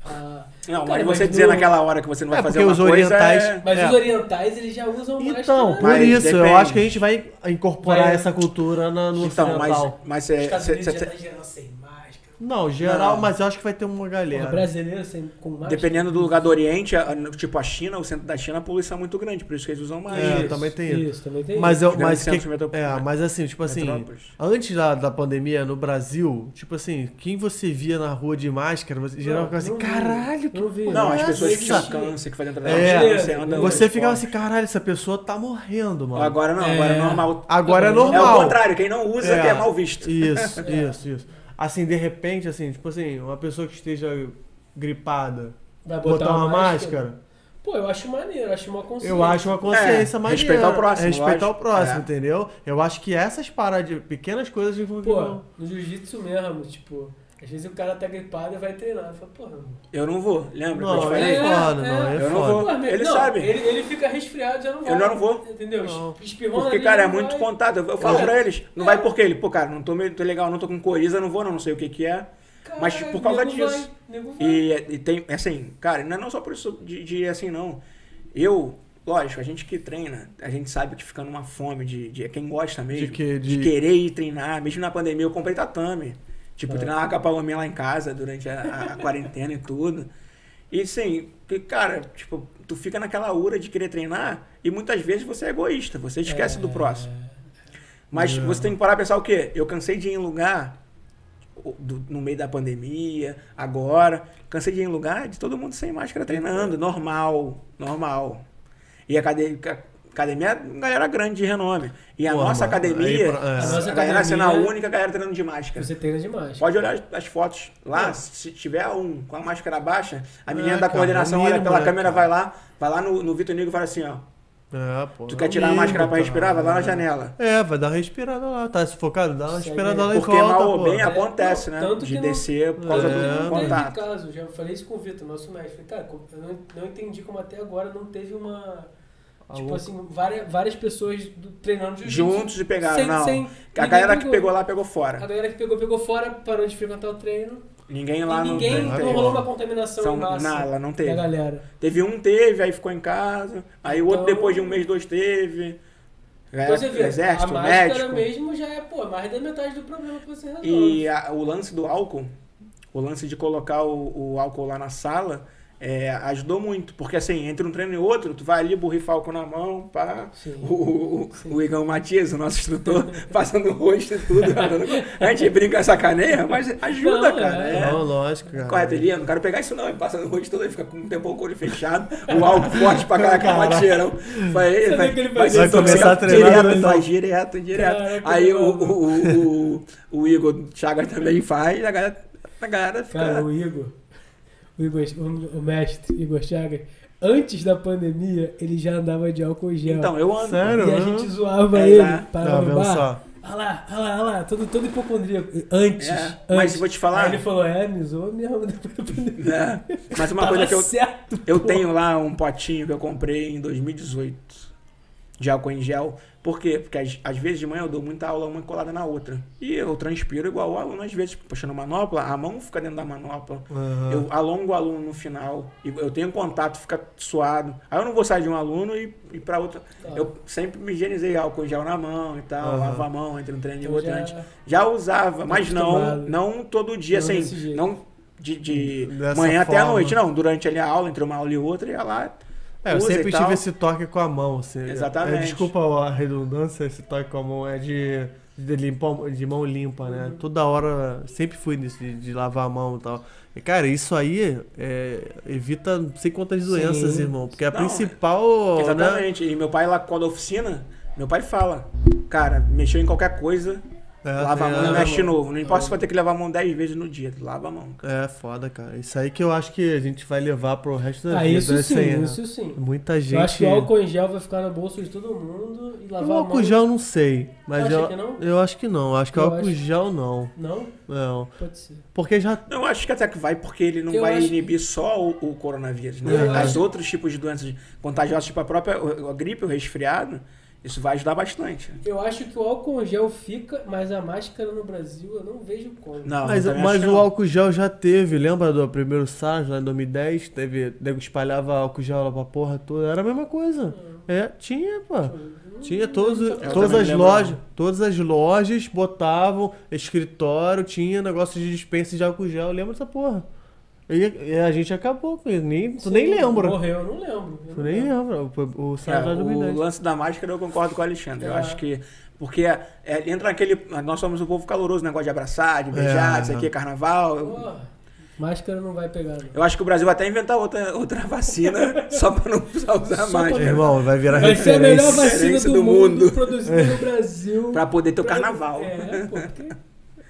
Speaker 3: Ah,
Speaker 4: Não,
Speaker 3: Cara,
Speaker 4: mas você
Speaker 3: mas
Speaker 4: dizer
Speaker 3: no-
Speaker 4: naquela hora que você não vai
Speaker 2: É,
Speaker 4: fazer
Speaker 2: porque
Speaker 4: uma
Speaker 2: os
Speaker 4: coisa
Speaker 2: orientais-
Speaker 4: é-
Speaker 3: mas
Speaker 2: É.
Speaker 3: os orientais, eles já usam mais.
Speaker 2: Então, por
Speaker 4: Mas
Speaker 2: isso, eu
Speaker 4: depende.
Speaker 2: acho que a gente vai incorporar
Speaker 3: Vai-
Speaker 2: essa cultura na, no
Speaker 4: Então, mas,
Speaker 2: ocidental.
Speaker 4: mas
Speaker 3: Os
Speaker 4: cê,
Speaker 3: Estados
Speaker 4: cê-
Speaker 3: Unidos
Speaker 4: cê-
Speaker 3: já
Speaker 4: cê-
Speaker 3: tá gerando sem máscara.
Speaker 2: Não, geral,
Speaker 4: Não.
Speaker 2: mas eu acho que vai ter uma
Speaker 3: Porra,
Speaker 2: galera.
Speaker 3: brasileiro sem, com máscara.
Speaker 4: dependendo do lugar do Oriente, a- no- tipo a China, o centro da China, a poluição é muito grande, por isso que eles usam mais. né?
Speaker 2: É,
Speaker 3: Isso,
Speaker 2: também tem
Speaker 3: isso. também tem
Speaker 2: Mas,
Speaker 3: isso.
Speaker 2: eu,
Speaker 4: Os grandes
Speaker 2: mas, que,
Speaker 4: centros metrop-
Speaker 2: é, mas assim, tipo assim,
Speaker 4: metrópoles.
Speaker 2: antes da, da pandemia no Brasil, tipo assim, quem você via na rua de máscara, você geral ficava assim,
Speaker 3: não vi.
Speaker 2: caralho, que
Speaker 3: Não é vi.
Speaker 4: Não, as
Speaker 2: Nossa.
Speaker 4: pessoas que tinham
Speaker 3: Sim.
Speaker 4: câncer, que faziam
Speaker 2: É,
Speaker 4: tratamento, você anda
Speaker 3: Não,
Speaker 2: Você
Speaker 4: nos
Speaker 2: ficava
Speaker 4: postos.
Speaker 2: assim, caralho, essa pessoa tá morrendo, mano.
Speaker 4: Agora
Speaker 2: Agora,
Speaker 4: não, agora é
Speaker 3: É.
Speaker 4: normal.
Speaker 2: é
Speaker 3: Agora-
Speaker 4: É o
Speaker 2: normal.
Speaker 4: contrário, quem não usa
Speaker 2: É.
Speaker 4: que é mal visto.
Speaker 2: Isso,
Speaker 3: É.
Speaker 2: isso, isso. Assim, de repente, assim, tipo assim, uma pessoa que esteja gripada,
Speaker 3: Vai
Speaker 2: é botar, uma máscara,
Speaker 3: Pô, eu acho maneiro, acho uma consciência.
Speaker 2: eu acho uma consciência
Speaker 4: É,
Speaker 2: maneira.
Speaker 4: respeitar o próximo,
Speaker 2: Respeitar o
Speaker 4: lógico.
Speaker 2: próximo,
Speaker 4: É.
Speaker 2: entendeu? Eu acho que essas paradas, pequenas coisas vão
Speaker 3: Pô, no jiu-jitsu mesmo, tipo, às vezes o cara tá gripado e vai treinar. Fala, porra, mano.
Speaker 4: Eu não vou, lembra? que eu te
Speaker 2: Não,
Speaker 4: falei?
Speaker 2: é foda, não, é
Speaker 4: Eu não
Speaker 2: foda.
Speaker 4: vou.
Speaker 3: Porra, meu,
Speaker 4: Ele
Speaker 3: não,
Speaker 4: sabe.
Speaker 3: Ele, ele fica resfriado, já não vai.
Speaker 4: Eu não vou.
Speaker 3: Entendeu?
Speaker 2: Não.
Speaker 3: Espirrou
Speaker 4: Porque,
Speaker 3: na
Speaker 4: cara, é
Speaker 3: nariz,
Speaker 4: muito
Speaker 3: vai.
Speaker 4: contável. Eu falo
Speaker 3: É.
Speaker 4: pra eles, não vai
Speaker 3: É.
Speaker 4: porque ele, pô, cara, não tô, meio- tô legal, não tô com coriza, não vou, não, não sei o que que é. Mas
Speaker 3: Caralho,
Speaker 4: por causa
Speaker 3: nego
Speaker 4: disso.
Speaker 3: vai, nego vai.
Speaker 4: E, e tem, assim, cara, não é não só por isso de, de, assim, não. Eu, lógico, a gente que treina, a gente sabe que fica numa fome de, de quem gosta mesmo.
Speaker 2: De quê? De-
Speaker 4: querer ir treinar. Mesmo na pandemia, eu comprei tatame. Tipo, treinar com a Palomia lá em casa durante a, a- a quarentena e tudo. E sim, que, cara, tipo, tu fica naquela ura de querer treinar e muitas vezes você é egoísta, você esquece
Speaker 3: É.
Speaker 4: do próximo. Mas
Speaker 2: É.
Speaker 4: você tem que parar e pensar o quê? Eu cansei de ir em lugar o- do- no meio da pandemia, agora. Cansei de ir em lugar de todo mundo sem máscara
Speaker 2: Então,
Speaker 4: treinando,
Speaker 2: é.
Speaker 4: normal, normal. E a academia, academia é uma galera grande de renome. E a
Speaker 2: Pô,
Speaker 4: nossa
Speaker 2: mano,
Speaker 4: academia,
Speaker 2: aí pra- é.
Speaker 4: a
Speaker 2: A é-
Speaker 3: nossa
Speaker 4: galera sendo a
Speaker 3: academia-
Speaker 4: única galera treinando de máscara.
Speaker 3: Você treina demais.
Speaker 4: Pode olhar as- as fotos lá, se tiver um com a máscara baixa, a menina da
Speaker 2: cara,
Speaker 4: coordenação
Speaker 2: É. é
Speaker 4: olha
Speaker 2: mínimo,
Speaker 4: pela
Speaker 2: né,
Speaker 4: câmera,
Speaker 2: cara?
Speaker 4: vai lá, vai lá no, no Vitor Negro e fala assim, ó,
Speaker 2: É, pô,
Speaker 4: tu
Speaker 2: é
Speaker 4: quer
Speaker 2: o
Speaker 4: tirar a
Speaker 2: mínimo,
Speaker 4: máscara pra
Speaker 2: cara.
Speaker 4: respirar? Vai lá na janela.
Speaker 2: É, vai dar uma respirada lá, tá sufocado? Dá uma
Speaker 3: Segue
Speaker 2: respirada
Speaker 3: aí.
Speaker 2: lá e
Speaker 4: Porque é
Speaker 2: volta,
Speaker 4: mal ou
Speaker 2: pô.
Speaker 4: bem acontece,
Speaker 3: Não,
Speaker 4: né?
Speaker 3: tanto
Speaker 4: De
Speaker 3: que não-
Speaker 4: descer por causa
Speaker 2: É,
Speaker 4: do
Speaker 2: mano.
Speaker 3: teve
Speaker 4: contato.
Speaker 3: caso, já falei isso com o Vitor, nosso mestre. Falei, Cara, eu não, não entendi como até agora não teve uma,
Speaker 2: louco.
Speaker 3: Tipo assim, várias, várias pessoas do- treinando jiu-jitsu.
Speaker 4: Juntos e pegaram,
Speaker 3: Sem-
Speaker 4: não.
Speaker 3: sem-
Speaker 4: a
Speaker 3: ninguém
Speaker 4: galera que
Speaker 3: brigou.
Speaker 4: pegou lá pegou
Speaker 3: A
Speaker 4: fora.
Speaker 3: galera que pegou, pegou fora, parou de frequentar o treino.
Speaker 4: Ninguém lá
Speaker 3: e
Speaker 4: no
Speaker 3: ninguém
Speaker 2: não
Speaker 3: não,
Speaker 2: teve.
Speaker 3: rolou uma contaminação
Speaker 4: São-
Speaker 3: em massa
Speaker 4: não, ela não
Speaker 3: da
Speaker 4: teve.
Speaker 3: galera.
Speaker 4: Teve um, teve, aí ficou em casa. Aí o outro,
Speaker 3: Então-
Speaker 4: depois de um mês, dois, teve.
Speaker 3: Então
Speaker 4: Galera,
Speaker 3: você vê, a
Speaker 4: exército,
Speaker 3: máscara
Speaker 4: médico.
Speaker 3: mesmo já é, pô, mais da metade do problema que você resolve.
Speaker 4: E a- o lance do álcool, o lance de colocar o, o álcool lá na sala, é, ajudou muito. Porque assim, entre um treino e outro, tu vai ali borrifar álcool na mão, pá.
Speaker 3: Sim.
Speaker 4: O, o, o- o Igão Matias, o nosso instrutor, passando o rosto e tudo. A gente brinca, sacaneia, mas ajuda,
Speaker 3: Não,
Speaker 4: cara.
Speaker 3: é.
Speaker 4: é.
Speaker 2: Não, lógico, cara.
Speaker 4: Correto, ele não quero pegar isso não. Ele passa no rosto todo, ele fica com um tempão com o olho fechado, o álcool forte pra caraca, bate cheirão. Vai,
Speaker 3: Sabe
Speaker 4: ele vai,
Speaker 3: aquele
Speaker 4: vai,
Speaker 2: vai começar
Speaker 4: fica
Speaker 2: a treinar,
Speaker 4: direto,
Speaker 2: então.
Speaker 4: faz direto, direto.
Speaker 3: né? Caraca,
Speaker 4: Aí o,
Speaker 3: mano.
Speaker 4: o, o, o- o Igor Chagas também faz, a galera, a galera fica...
Speaker 3: Cara, o Igor, o Igor, o o mestre Igor Chagas, antes da pandemia, ele já andava de álcool gel.
Speaker 4: então, eu ando.
Speaker 2: Sério?
Speaker 3: e a gente zoava
Speaker 4: É,
Speaker 3: ele,
Speaker 4: né?
Speaker 2: Tá
Speaker 3: parava no
Speaker 2: vendo
Speaker 3: bar.
Speaker 2: só?
Speaker 3: Olha lá, olha lá, olha lá, todo, todo hipocondríaco. Antes,
Speaker 4: É,
Speaker 3: antes.
Speaker 4: mas vou te falar-
Speaker 3: Aí ele falou, é, me zoa mesmo. depois da pandemia.
Speaker 4: né? Mas uma
Speaker 3: Tava
Speaker 4: coisa que eu,
Speaker 3: certo,
Speaker 4: eu
Speaker 3: pô.
Speaker 4: tenho lá um potinho que eu comprei em 2018 de álcool em gel. Por quê? Porque às, às vezes de manhã eu dou muita aula uma colada na outra. E eu transpiro igual o aluno, às vezes puxando manopla, a mão fica dentro da manopla.
Speaker 3: Ah.
Speaker 2: Aham.
Speaker 4: Eu alongo o aluno no final, e eu tenho contato, fica suado. Aí eu não vou sair de um aluno e ir pra outro.
Speaker 3: Tá.
Speaker 4: Eu sempre me higienizei álcool em gel na mão e tal,
Speaker 2: Aham.
Speaker 4: lavo a mão entre um treino e
Speaker 3: Então
Speaker 4: outro
Speaker 3: já-
Speaker 4: antes. Já usava, mas não,
Speaker 3: Tá acostumado.
Speaker 4: não todo dia,
Speaker 3: Não
Speaker 4: assim,
Speaker 3: desse jeito.
Speaker 4: não de, de
Speaker 2: Dessa
Speaker 4: manhã até a
Speaker 2: forma.
Speaker 4: noite, não. Durante ali a aula, entre uma aula e outra, ia lá.
Speaker 2: É, eu
Speaker 4: usa e
Speaker 2: sempre
Speaker 4: tal.
Speaker 2: tive esse toque com a mão, assim.
Speaker 4: Exatamente.
Speaker 2: É, desculpa a redundância, esse toque com a mão é de, de, limpar- de mão limpa,
Speaker 4: Uhum.
Speaker 2: né? Toda hora, sempre fui nisso, de, de lavar a mão e tal. E, cara, isso aí é, evita não sei quantas doenças,
Speaker 3: Sim.
Speaker 2: irmão. Porque é a
Speaker 4: Não,
Speaker 2: principal, né?
Speaker 4: Exatamente. E meu pai lá com a da oficina, meu pai fala, cara, mexeu em qualquer coisa,
Speaker 2: É,
Speaker 4: lava a
Speaker 2: é,
Speaker 4: mão e mexe de
Speaker 2: é,
Speaker 4: novo. Não importa se vai ter que lavar a mão 10 vezes no dia, tu lava a mão. cara.
Speaker 2: É, foda, cara. Isso aí que eu acho que a gente vai levar pro resto da
Speaker 3: Ah,
Speaker 2: vida.
Speaker 3: isso
Speaker 2: assim,
Speaker 3: sim,
Speaker 2: né?
Speaker 3: isso sim.
Speaker 2: Muita gente... é.
Speaker 3: Eu acho que o álcool em gel vai ficar no bolso de todo mundo e lavar
Speaker 2: O
Speaker 3: a
Speaker 2: álcool
Speaker 3: mão-
Speaker 2: gel eu não sei, mas
Speaker 3: acha
Speaker 2: eu,
Speaker 3: que não?
Speaker 2: eu acho que não. Eu Acho que o
Speaker 3: Eu
Speaker 2: álcool
Speaker 3: acho.
Speaker 2: gel não.
Speaker 3: Não?
Speaker 2: Não.
Speaker 3: Pode ser.
Speaker 2: Porque já
Speaker 4: Eu acho que até que vai, porque ele não
Speaker 3: Eu
Speaker 4: vai
Speaker 3: acho-
Speaker 4: inibir só o, o coronavírus, né?
Speaker 2: Eu
Speaker 4: As
Speaker 2: acho-
Speaker 4: outros tipos de doenças contagiosas, tipo a própria o- a gripe, o resfriado, isso vai ajudar bastante.
Speaker 3: Eu acho que o álcool em gel fica, mas a máscara no Brasil eu não vejo como.
Speaker 4: Não,
Speaker 2: Mas,
Speaker 4: eu Ah, também
Speaker 2: mas
Speaker 4: acho que
Speaker 2: o
Speaker 4: não.
Speaker 2: álcool gel já teve, lembra do primeiro SARS lá em 2010? Teve, nego espalhava álcool gel lá pra porra toda, era a mesma coisa. É, tinha, pô. Tinha todos, todas
Speaker 4: também
Speaker 2: as
Speaker 4: lembro.
Speaker 2: lojas, todas as lojas botavam escritório, tinha negócio de dispensa de álcool gel, lembra dessa porra? E, e a gente acabou com isso, nem, tu nem lembra.
Speaker 3: Morreu, eu não lembro. Eu
Speaker 2: Tu
Speaker 3: não
Speaker 2: nem
Speaker 3: lembro.
Speaker 2: lembra, o, o SARS lá
Speaker 4: É,
Speaker 2: em
Speaker 4: o
Speaker 2: 2010.
Speaker 4: lance da máscara eu concordo com o Alexandre. Eu
Speaker 3: É.
Speaker 4: acho que. Porque é, é, entra aquele. Nós somos um povo caloroso, negócio de abraçar, de beijar,
Speaker 2: É,
Speaker 4: isso
Speaker 2: é.
Speaker 4: aqui é carnaval. Eu,
Speaker 3: Porra, máscara não vai pegar, não.
Speaker 4: eu acho que o Brasil vai até inventar outra, outra vacina só pra não precisar usar
Speaker 3: Só pra-
Speaker 4: máscara.
Speaker 2: É Irmão, vai virar
Speaker 3: Vai ser a melhor
Speaker 2: É referência.
Speaker 3: vacina
Speaker 4: Referência
Speaker 3: do,
Speaker 4: do
Speaker 3: mundo,
Speaker 4: mundo.
Speaker 3: produzida no Brasil.
Speaker 4: Pra poder ter o carnaval.
Speaker 3: É, pô, porque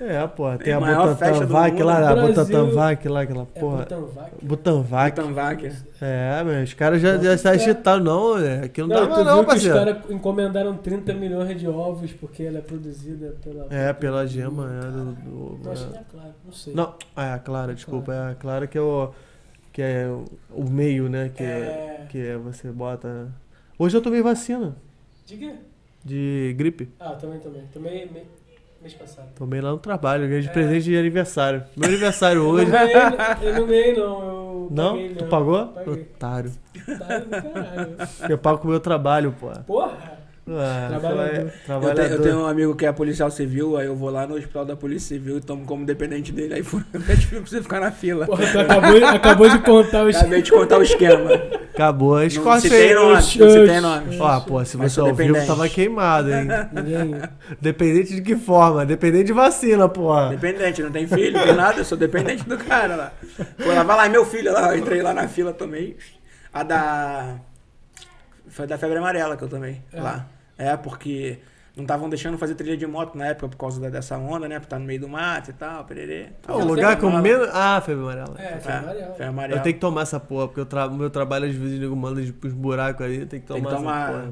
Speaker 2: É, porra, tem
Speaker 4: Tem
Speaker 2: a
Speaker 4: maior festa do
Speaker 2: Butantan
Speaker 4: mundo
Speaker 2: lá,
Speaker 3: no
Speaker 2: a
Speaker 3: Brasil.
Speaker 2: Butantan lá, aquela
Speaker 3: é
Speaker 2: porra.
Speaker 3: Butanvac.
Speaker 2: Butanvac.
Speaker 4: Butanvac.
Speaker 2: É, meu, os caras já, já se
Speaker 3: Bota fé.
Speaker 2: agitaram, não, né? aquilo não,
Speaker 3: Não,
Speaker 2: dá
Speaker 3: tu
Speaker 2: mais não,
Speaker 3: viu que os
Speaker 2: parceiro.
Speaker 3: caras encomendaram 30 milhões de ovos porque ela é produzida pela...
Speaker 2: É, pela gema, é, do, do-
Speaker 3: Não, acho que
Speaker 2: é.
Speaker 3: é claro, não sei.
Speaker 2: Não, ah, é a Clara, desculpa, é a Clara que é o, que é o, o meio, né, que,
Speaker 3: É.
Speaker 2: que é você bota... Hoje eu tomei vacina
Speaker 3: Diga.
Speaker 2: de gripe,
Speaker 3: Ah, também, também. Também me- mês passado.
Speaker 2: tomei lá no trabalho, ganhei de
Speaker 3: É.
Speaker 2: presente de aniversário, meu aniversário
Speaker 3: Eu
Speaker 2: hoje.
Speaker 3: não ganhei, eu não ganhei, não. Eu
Speaker 2: Não?
Speaker 3: paguei,
Speaker 2: Tu pagou?
Speaker 3: Paguei.
Speaker 2: Otário.
Speaker 3: Tá do caralho.
Speaker 2: Eu pago com o meu trabalho, pô.
Speaker 3: Porra!
Speaker 2: Ah,
Speaker 3: Trabalhador.
Speaker 2: vai-
Speaker 4: Eu, te-
Speaker 2: trabalhador.
Speaker 4: eu tenho um amigo que é policial civil, aí eu vou lá no hospital da Polícia Civil e tomo como dependente dele, aí fura- mete filme pra você ficar na fila.
Speaker 3: Porra, tu acabou, acabou de contar os...
Speaker 4: Acabei de contar o esquema.
Speaker 2: Acabou,
Speaker 4: Não
Speaker 2: escorre
Speaker 4: se
Speaker 2: aí.
Speaker 4: tem nome, não se tem nome.
Speaker 2: Ó, pô, se
Speaker 4: Mas
Speaker 2: você
Speaker 4: sou
Speaker 2: ao vivo
Speaker 4: dependente.
Speaker 2: tava queimado, hein?
Speaker 3: Ninguém...
Speaker 2: Dependente de que forma? Dependente de vacina, porra.
Speaker 4: Dependente, não tem filho, não tem nada, eu sou dependente do cara lá. Foi lá, vai lá, é meu filho lá, eu entrei lá na fila, tomei. A da. Foi da febre amarela que eu tomei
Speaker 3: É.
Speaker 4: lá. É, porque não estavam deixando fazer trilha de moto na época por causa da- dessa onda, né? Porque tá no meio do mato e tal, pererê.
Speaker 2: Pô, o lugar com
Speaker 4: Tomava.
Speaker 2: menos. Ah, febre amarela.
Speaker 3: É, foi
Speaker 4: É,
Speaker 3: amarelo.
Speaker 4: febre amarela.
Speaker 2: Eu tenho que tomar essa porra, porque o tra- meu trabalho às vezes nego manda de- pros buracos aí, tem que tomar
Speaker 4: Tem que
Speaker 2: essa
Speaker 4: tomar.
Speaker 2: porra.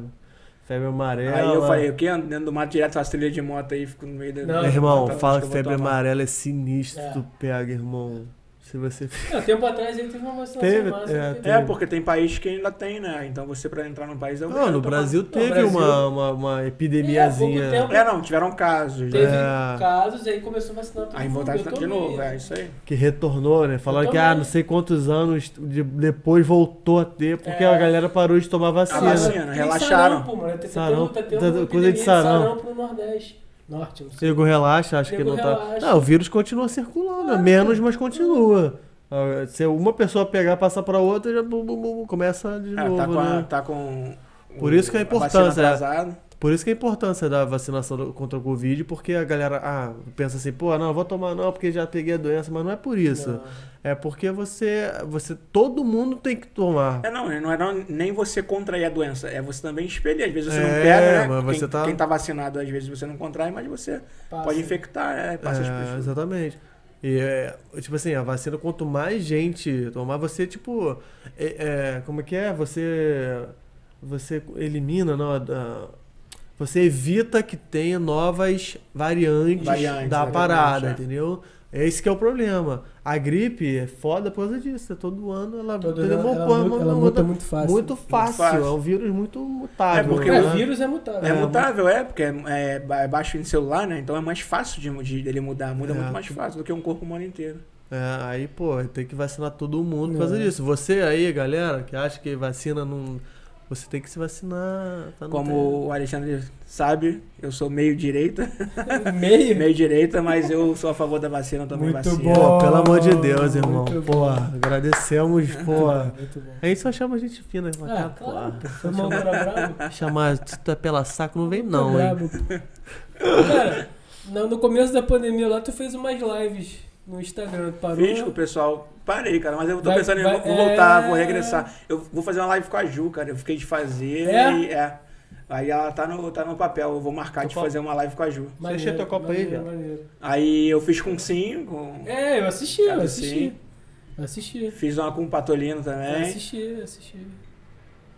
Speaker 2: Febre amarela.
Speaker 4: Aí eu falei, o que? Ando dentro do mato direto, faço trilha de moto aí, fico no meio da.
Speaker 3: Não,
Speaker 2: Meu irmão,
Speaker 4: Tá, acho
Speaker 2: fala
Speaker 4: que
Speaker 2: que
Speaker 4: eu vou
Speaker 2: febre
Speaker 4: tomar.
Speaker 2: amarela é sinistro,
Speaker 3: É.
Speaker 2: tu pega, irmão. Se você.
Speaker 3: É, tempo atrás ele teve uma vacinação
Speaker 2: Teve,
Speaker 3: massa. né?
Speaker 2: é,
Speaker 3: porque-
Speaker 4: É, porque tem país que ainda tem, né? Então você pra entrar no país é
Speaker 2: Não,
Speaker 4: obrigado
Speaker 2: Ah, no
Speaker 4: a tomar.
Speaker 2: Brasil teve
Speaker 3: Brasil-
Speaker 2: Uma, uma, uma epidemiazinha.
Speaker 3: É, há pouco tempo.
Speaker 4: É, não, tiveram casos.
Speaker 3: Teve
Speaker 4: né?
Speaker 2: É.
Speaker 3: casos e aí começou a vacinar todo
Speaker 4: Aí
Speaker 3: mundo,
Speaker 4: voltaram
Speaker 3: eu
Speaker 4: de
Speaker 3: tomei.
Speaker 4: novo, é isso aí.
Speaker 2: que retornou, né? Falaram
Speaker 3: Eu
Speaker 2: que,
Speaker 3: também.
Speaker 2: ah, não sei quantos anos de- depois voltou a ter, porque
Speaker 3: É.
Speaker 2: a
Speaker 3: assim.
Speaker 2: galera parou de tomar
Speaker 4: A
Speaker 2: vacina.
Speaker 4: vacina,
Speaker 3: Tem
Speaker 4: Tá relaxaram.
Speaker 3: sarampo, mano. Tá
Speaker 2: Sarampo,
Speaker 3: tendo, tá tendo
Speaker 2: tá-
Speaker 3: uma
Speaker 2: coisa de
Speaker 3: epidemia
Speaker 2: sarampo.
Speaker 3: pro Nordeste. Norte, não sei.
Speaker 2: Nego relaxa, acho
Speaker 3: Nego
Speaker 2: que não
Speaker 3: relaxa.
Speaker 2: tá. Não, o vírus continua circulando, é
Speaker 3: Claro.
Speaker 2: menos, mas continua. Ah, Se uma pessoa pegar, passar pra outra, já bum, bum, bum, começa de
Speaker 4: É,
Speaker 2: novo,
Speaker 4: tá com, a-
Speaker 2: né?
Speaker 4: tá com
Speaker 2: Por isso que é
Speaker 4: a vacina
Speaker 2: importância, é.
Speaker 4: atrasada.
Speaker 2: Por isso que a importância da vacinação do- contra o Covid, porque a galera ah, pensa assim, pô, não, eu vou tomar não, porque já peguei a doença, mas não é por isso.
Speaker 3: Não.
Speaker 2: É porque você, você, todo mundo tem que tomar.
Speaker 4: É, não, não é não- nem você contrair a doença, é você também espelhar. Às vezes você não
Speaker 2: É,
Speaker 4: pega, né?
Speaker 2: mas
Speaker 4: quem,
Speaker 2: você tá-
Speaker 4: quem tá vacinado, às vezes você não contrai, mas você
Speaker 3: Passa.
Speaker 4: pode infectar, né? Passa as
Speaker 2: É,
Speaker 4: pessoas.
Speaker 2: Exatamente. E, é, tipo assim, a vacina, quanto mais gente tomar, você, tipo, é, é, como é que é? Você, você elimina, não, a- a- você evita que tenha novas variantes,
Speaker 4: Variantes,
Speaker 2: da
Speaker 4: exatamente,
Speaker 2: parada,
Speaker 4: é.
Speaker 2: entendeu? Esse que é o problema. A gripe é foda por causa disso. Todo ano ela,
Speaker 3: Todo
Speaker 2: entendeu?
Speaker 3: ano
Speaker 2: Pô,
Speaker 3: ela,
Speaker 2: pô,
Speaker 3: muta,
Speaker 2: muda-
Speaker 3: ela muta muito fácil.
Speaker 2: muito fácil.
Speaker 4: fácil.
Speaker 2: É um vírus muito mutável.
Speaker 4: É, porque
Speaker 3: É,
Speaker 2: né?
Speaker 3: o vírus é mutável.
Speaker 4: É mutável, é, porque é, é ba- é baixo em celular, né? Então é mais fácil de, de dele mudar. Muda
Speaker 2: É.
Speaker 4: muito mais fácil do que um corpo humano inteiro.
Speaker 2: É, aí, pô, tem que vacinar todo mundo por causa
Speaker 3: É.
Speaker 2: disso. Você aí, galera, que acha que vacina não. Você tem que se vacinar. Tá, não
Speaker 4: Como o Alexandre sabe, eu sou meio direita,
Speaker 3: Meio.
Speaker 4: É. meio direita, mas eu sou a favor da vacina, eu tomei
Speaker 3: Muito
Speaker 4: vacina.
Speaker 2: tem.
Speaker 3: bom.
Speaker 2: Pô, pelo amor de Deus, irmão.
Speaker 3: Muito
Speaker 2: Pô,
Speaker 3: bom.
Speaker 2: agradecemos, pô.
Speaker 3: Muito bom.
Speaker 2: Aí só chama a gente fina, irmão.
Speaker 3: Ah,
Speaker 4: É.
Speaker 2: Ah,
Speaker 3: claro.
Speaker 2: pô.
Speaker 3: Foi mal agora bravo.
Speaker 2: Chamar tu tá pela saco não vem,
Speaker 3: Tá
Speaker 2: não, hein?
Speaker 3: brabo. Cara, no, no começo da pandemia lá, tu fez umas lives no Instagram. Tu parou?
Speaker 4: Fiz com o pessoal. Parei, cara, mas eu tô
Speaker 3: Vai-
Speaker 4: pensando em
Speaker 3: vai-
Speaker 4: vou voltar,
Speaker 3: é.
Speaker 4: vou regressar. Eu vou fazer uma live com a Ju, cara. Eu fiquei de fazer
Speaker 3: É?
Speaker 4: e é. Aí ela tá no, tá no papel, eu vou marcar
Speaker 2: Tô
Speaker 4: de
Speaker 2: com-
Speaker 4: fazer uma live com a Ju.
Speaker 3: Maneiro,
Speaker 2: Deixa teu copo aí,
Speaker 3: maneiro,
Speaker 2: viado.
Speaker 3: maneiro.
Speaker 4: Aí eu fiz com o Sim, com-
Speaker 3: É, eu assisti, eu
Speaker 4: Cara, É,
Speaker 3: assisti. Eu assisti.
Speaker 4: fiz uma com o Patolino
Speaker 3: Eu
Speaker 4: também.
Speaker 3: assisti, eu assisti.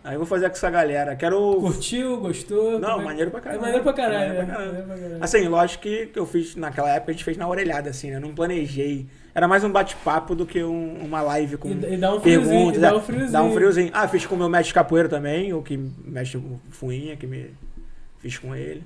Speaker 4: Aí eu vou fazer com essa galera. Quero.
Speaker 3: Curtiu,
Speaker 4: Não,
Speaker 3: gostou? Como é que-
Speaker 4: maneiro pra caralho.
Speaker 3: É maneiro pra caralho.
Speaker 4: Maneiro
Speaker 3: né?
Speaker 4: pra caralho.
Speaker 3: Maneiro pra caralho.
Speaker 4: Assim, lógico que, que eu fiz naquela época, a gente fez na orelhada, assim, né? Eu não planejei. Era mais um bate-papo do que um- uma live com
Speaker 3: E, e dá um friozinho.
Speaker 4: perguntas.
Speaker 3: E
Speaker 4: né?
Speaker 3: dá um friozinho.
Speaker 4: Dá um friozinho. Ah, fiz com o meu mestre de capoeira também, o que mexe com fuinha, que me fiz com ele.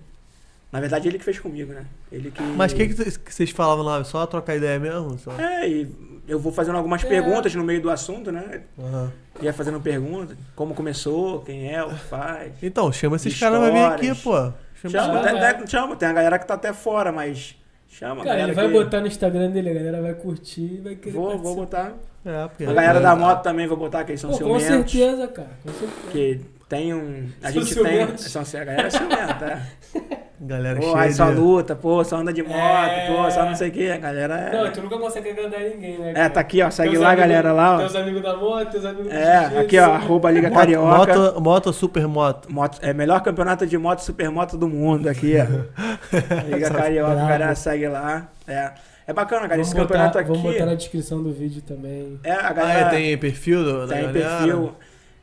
Speaker 4: Na verdade, ele que fez comigo, né? Ele que.
Speaker 2: Mas o que, que vocês- que vocês falavam lá? Só trocar ideia mesmo? Só...
Speaker 4: É, e eu vou fazendo algumas
Speaker 3: É.
Speaker 4: perguntas no meio do assunto, né?
Speaker 2: Aham.
Speaker 4: Ia fazendo perguntas, como começou, quem é, o que faz.
Speaker 2: Então, chama esses caras pra vir aqui,
Speaker 4: Histórias.
Speaker 2: pô. Chama,
Speaker 4: Chama,
Speaker 3: Chama,
Speaker 4: tem,
Speaker 3: vai.
Speaker 4: tem- chama, tem a galera que tá até fora, mas chama. a
Speaker 3: Cara,
Speaker 4: galera
Speaker 3: ele vai
Speaker 4: que-
Speaker 3: botar tá no Instagram dele, a galera vai curtir, vai querer
Speaker 4: Vou,
Speaker 3: participar.
Speaker 4: vou botar.
Speaker 2: É, porque-
Speaker 4: A galera
Speaker 2: é,
Speaker 4: da moto também vou botar, que eles são
Speaker 3: Pô, com
Speaker 4: ciumentos.
Speaker 3: certeza, cara. Com certeza.
Speaker 4: Que tem um. A
Speaker 3: São
Speaker 4: gente
Speaker 3: ciumentos.
Speaker 4: tem. São, a galera é ciumenta, é.
Speaker 2: Galera
Speaker 4: Pô,
Speaker 2: cheia
Speaker 4: aí só
Speaker 2: de-
Speaker 4: luta, pô, só anda de moto,
Speaker 3: É.
Speaker 4: pô, só não sei o que. A galera é.
Speaker 3: Não, tu nunca consegue agradar ninguém, né?
Speaker 4: É,
Speaker 3: cara?
Speaker 4: tá aqui, ó. Segue
Speaker 3: Teus
Speaker 4: lá, a
Speaker 3: amigos-
Speaker 4: galera lá, ó.
Speaker 3: Teus amigos da moto, teus amigos do
Speaker 4: É,
Speaker 3: jiu-jitsu.
Speaker 4: aqui, ó, arroba Liga
Speaker 2: Moto-
Speaker 4: Carioca. Moto...
Speaker 2: Moto, moto, super moto.
Speaker 4: é melhor campeonato de moto, supermoto do mundo aqui, ó. Liga Carioca,
Speaker 3: Bravo.
Speaker 4: galera, segue lá. É, é bacana, cara.
Speaker 3: Vamos
Speaker 4: Esse
Speaker 3: botar-
Speaker 4: campeonato
Speaker 3: Vamos botar na
Speaker 4: aqui.
Speaker 3: descrição do vídeo também.
Speaker 4: É, a
Speaker 2: Ah,
Speaker 4: galera.
Speaker 2: é, tem perfil do- da
Speaker 4: Tem
Speaker 2: galera?
Speaker 4: perfil.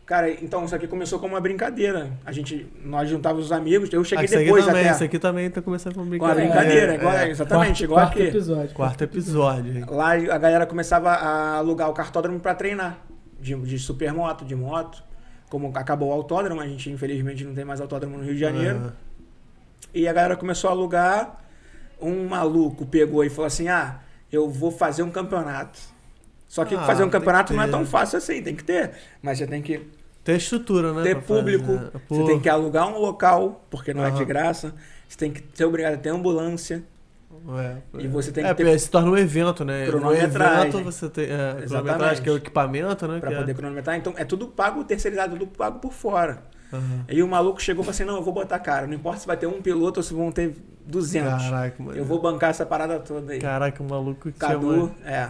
Speaker 4: Cara, então isso aqui começou como uma brincadeira. A gente, nós juntávamos os amigos, eu
Speaker 2: Ah,
Speaker 4: cheguei
Speaker 2: isso aqui
Speaker 4: depois
Speaker 2: também,
Speaker 4: até
Speaker 2: isso aqui também tá começando com
Speaker 4: com a
Speaker 2: brincadeira.
Speaker 4: brincadeira,
Speaker 2: É,
Speaker 4: igual-
Speaker 2: é.
Speaker 4: exatamente,
Speaker 3: quarto,
Speaker 4: igual
Speaker 3: quarto
Speaker 4: aqui.
Speaker 3: episódio.
Speaker 2: Quarto episódio, hein?
Speaker 4: Lá a galera começava a alugar o cartódromo pra treinar, de, de supermoto, de moto. Como acabou o autódromo, a gente infelizmente não tem mais autódromo no Rio de Janeiro.
Speaker 2: É.
Speaker 4: E a galera começou a alugar. Um maluco pegou e falou assim: Ah, eu vou fazer um campeonato. Só que
Speaker 2: Ah,
Speaker 4: fazer um
Speaker 2: tem
Speaker 4: campeonato
Speaker 2: que
Speaker 4: não é
Speaker 2: ter.
Speaker 4: tão fácil assim, tem que ter. Mas você tem que
Speaker 2: Tem estrutura, né?
Speaker 4: ter
Speaker 2: pra
Speaker 4: público,
Speaker 2: fazer, né?
Speaker 4: você
Speaker 2: Pô,
Speaker 4: tem que alugar um local, porque não é de
Speaker 2: Aham.
Speaker 4: graça, você tem que ser obrigado a ter ambulância.
Speaker 2: é, pô.
Speaker 4: e você tem
Speaker 2: é,
Speaker 4: que ter-
Speaker 2: porque se torna um evento, né? No
Speaker 4: Cronometragem.
Speaker 2: evento você tem. É,
Speaker 4: Exatamente.
Speaker 2: cronometragem, que é o equipamento, né?
Speaker 4: Pra
Speaker 2: que é-
Speaker 4: poder cronometrar, então é tudo pago terceirizado, tudo pago por fora.
Speaker 2: Aham.
Speaker 4: Aí o maluco chegou e falou assim: Não, eu vou botar cara, não importa se vai ter um piloto ou se vão ter 200.
Speaker 2: Caraca, mano.
Speaker 4: eu vou bancar essa parada toda aí.
Speaker 2: Caraca, o maluco que
Speaker 4: Cadu, é.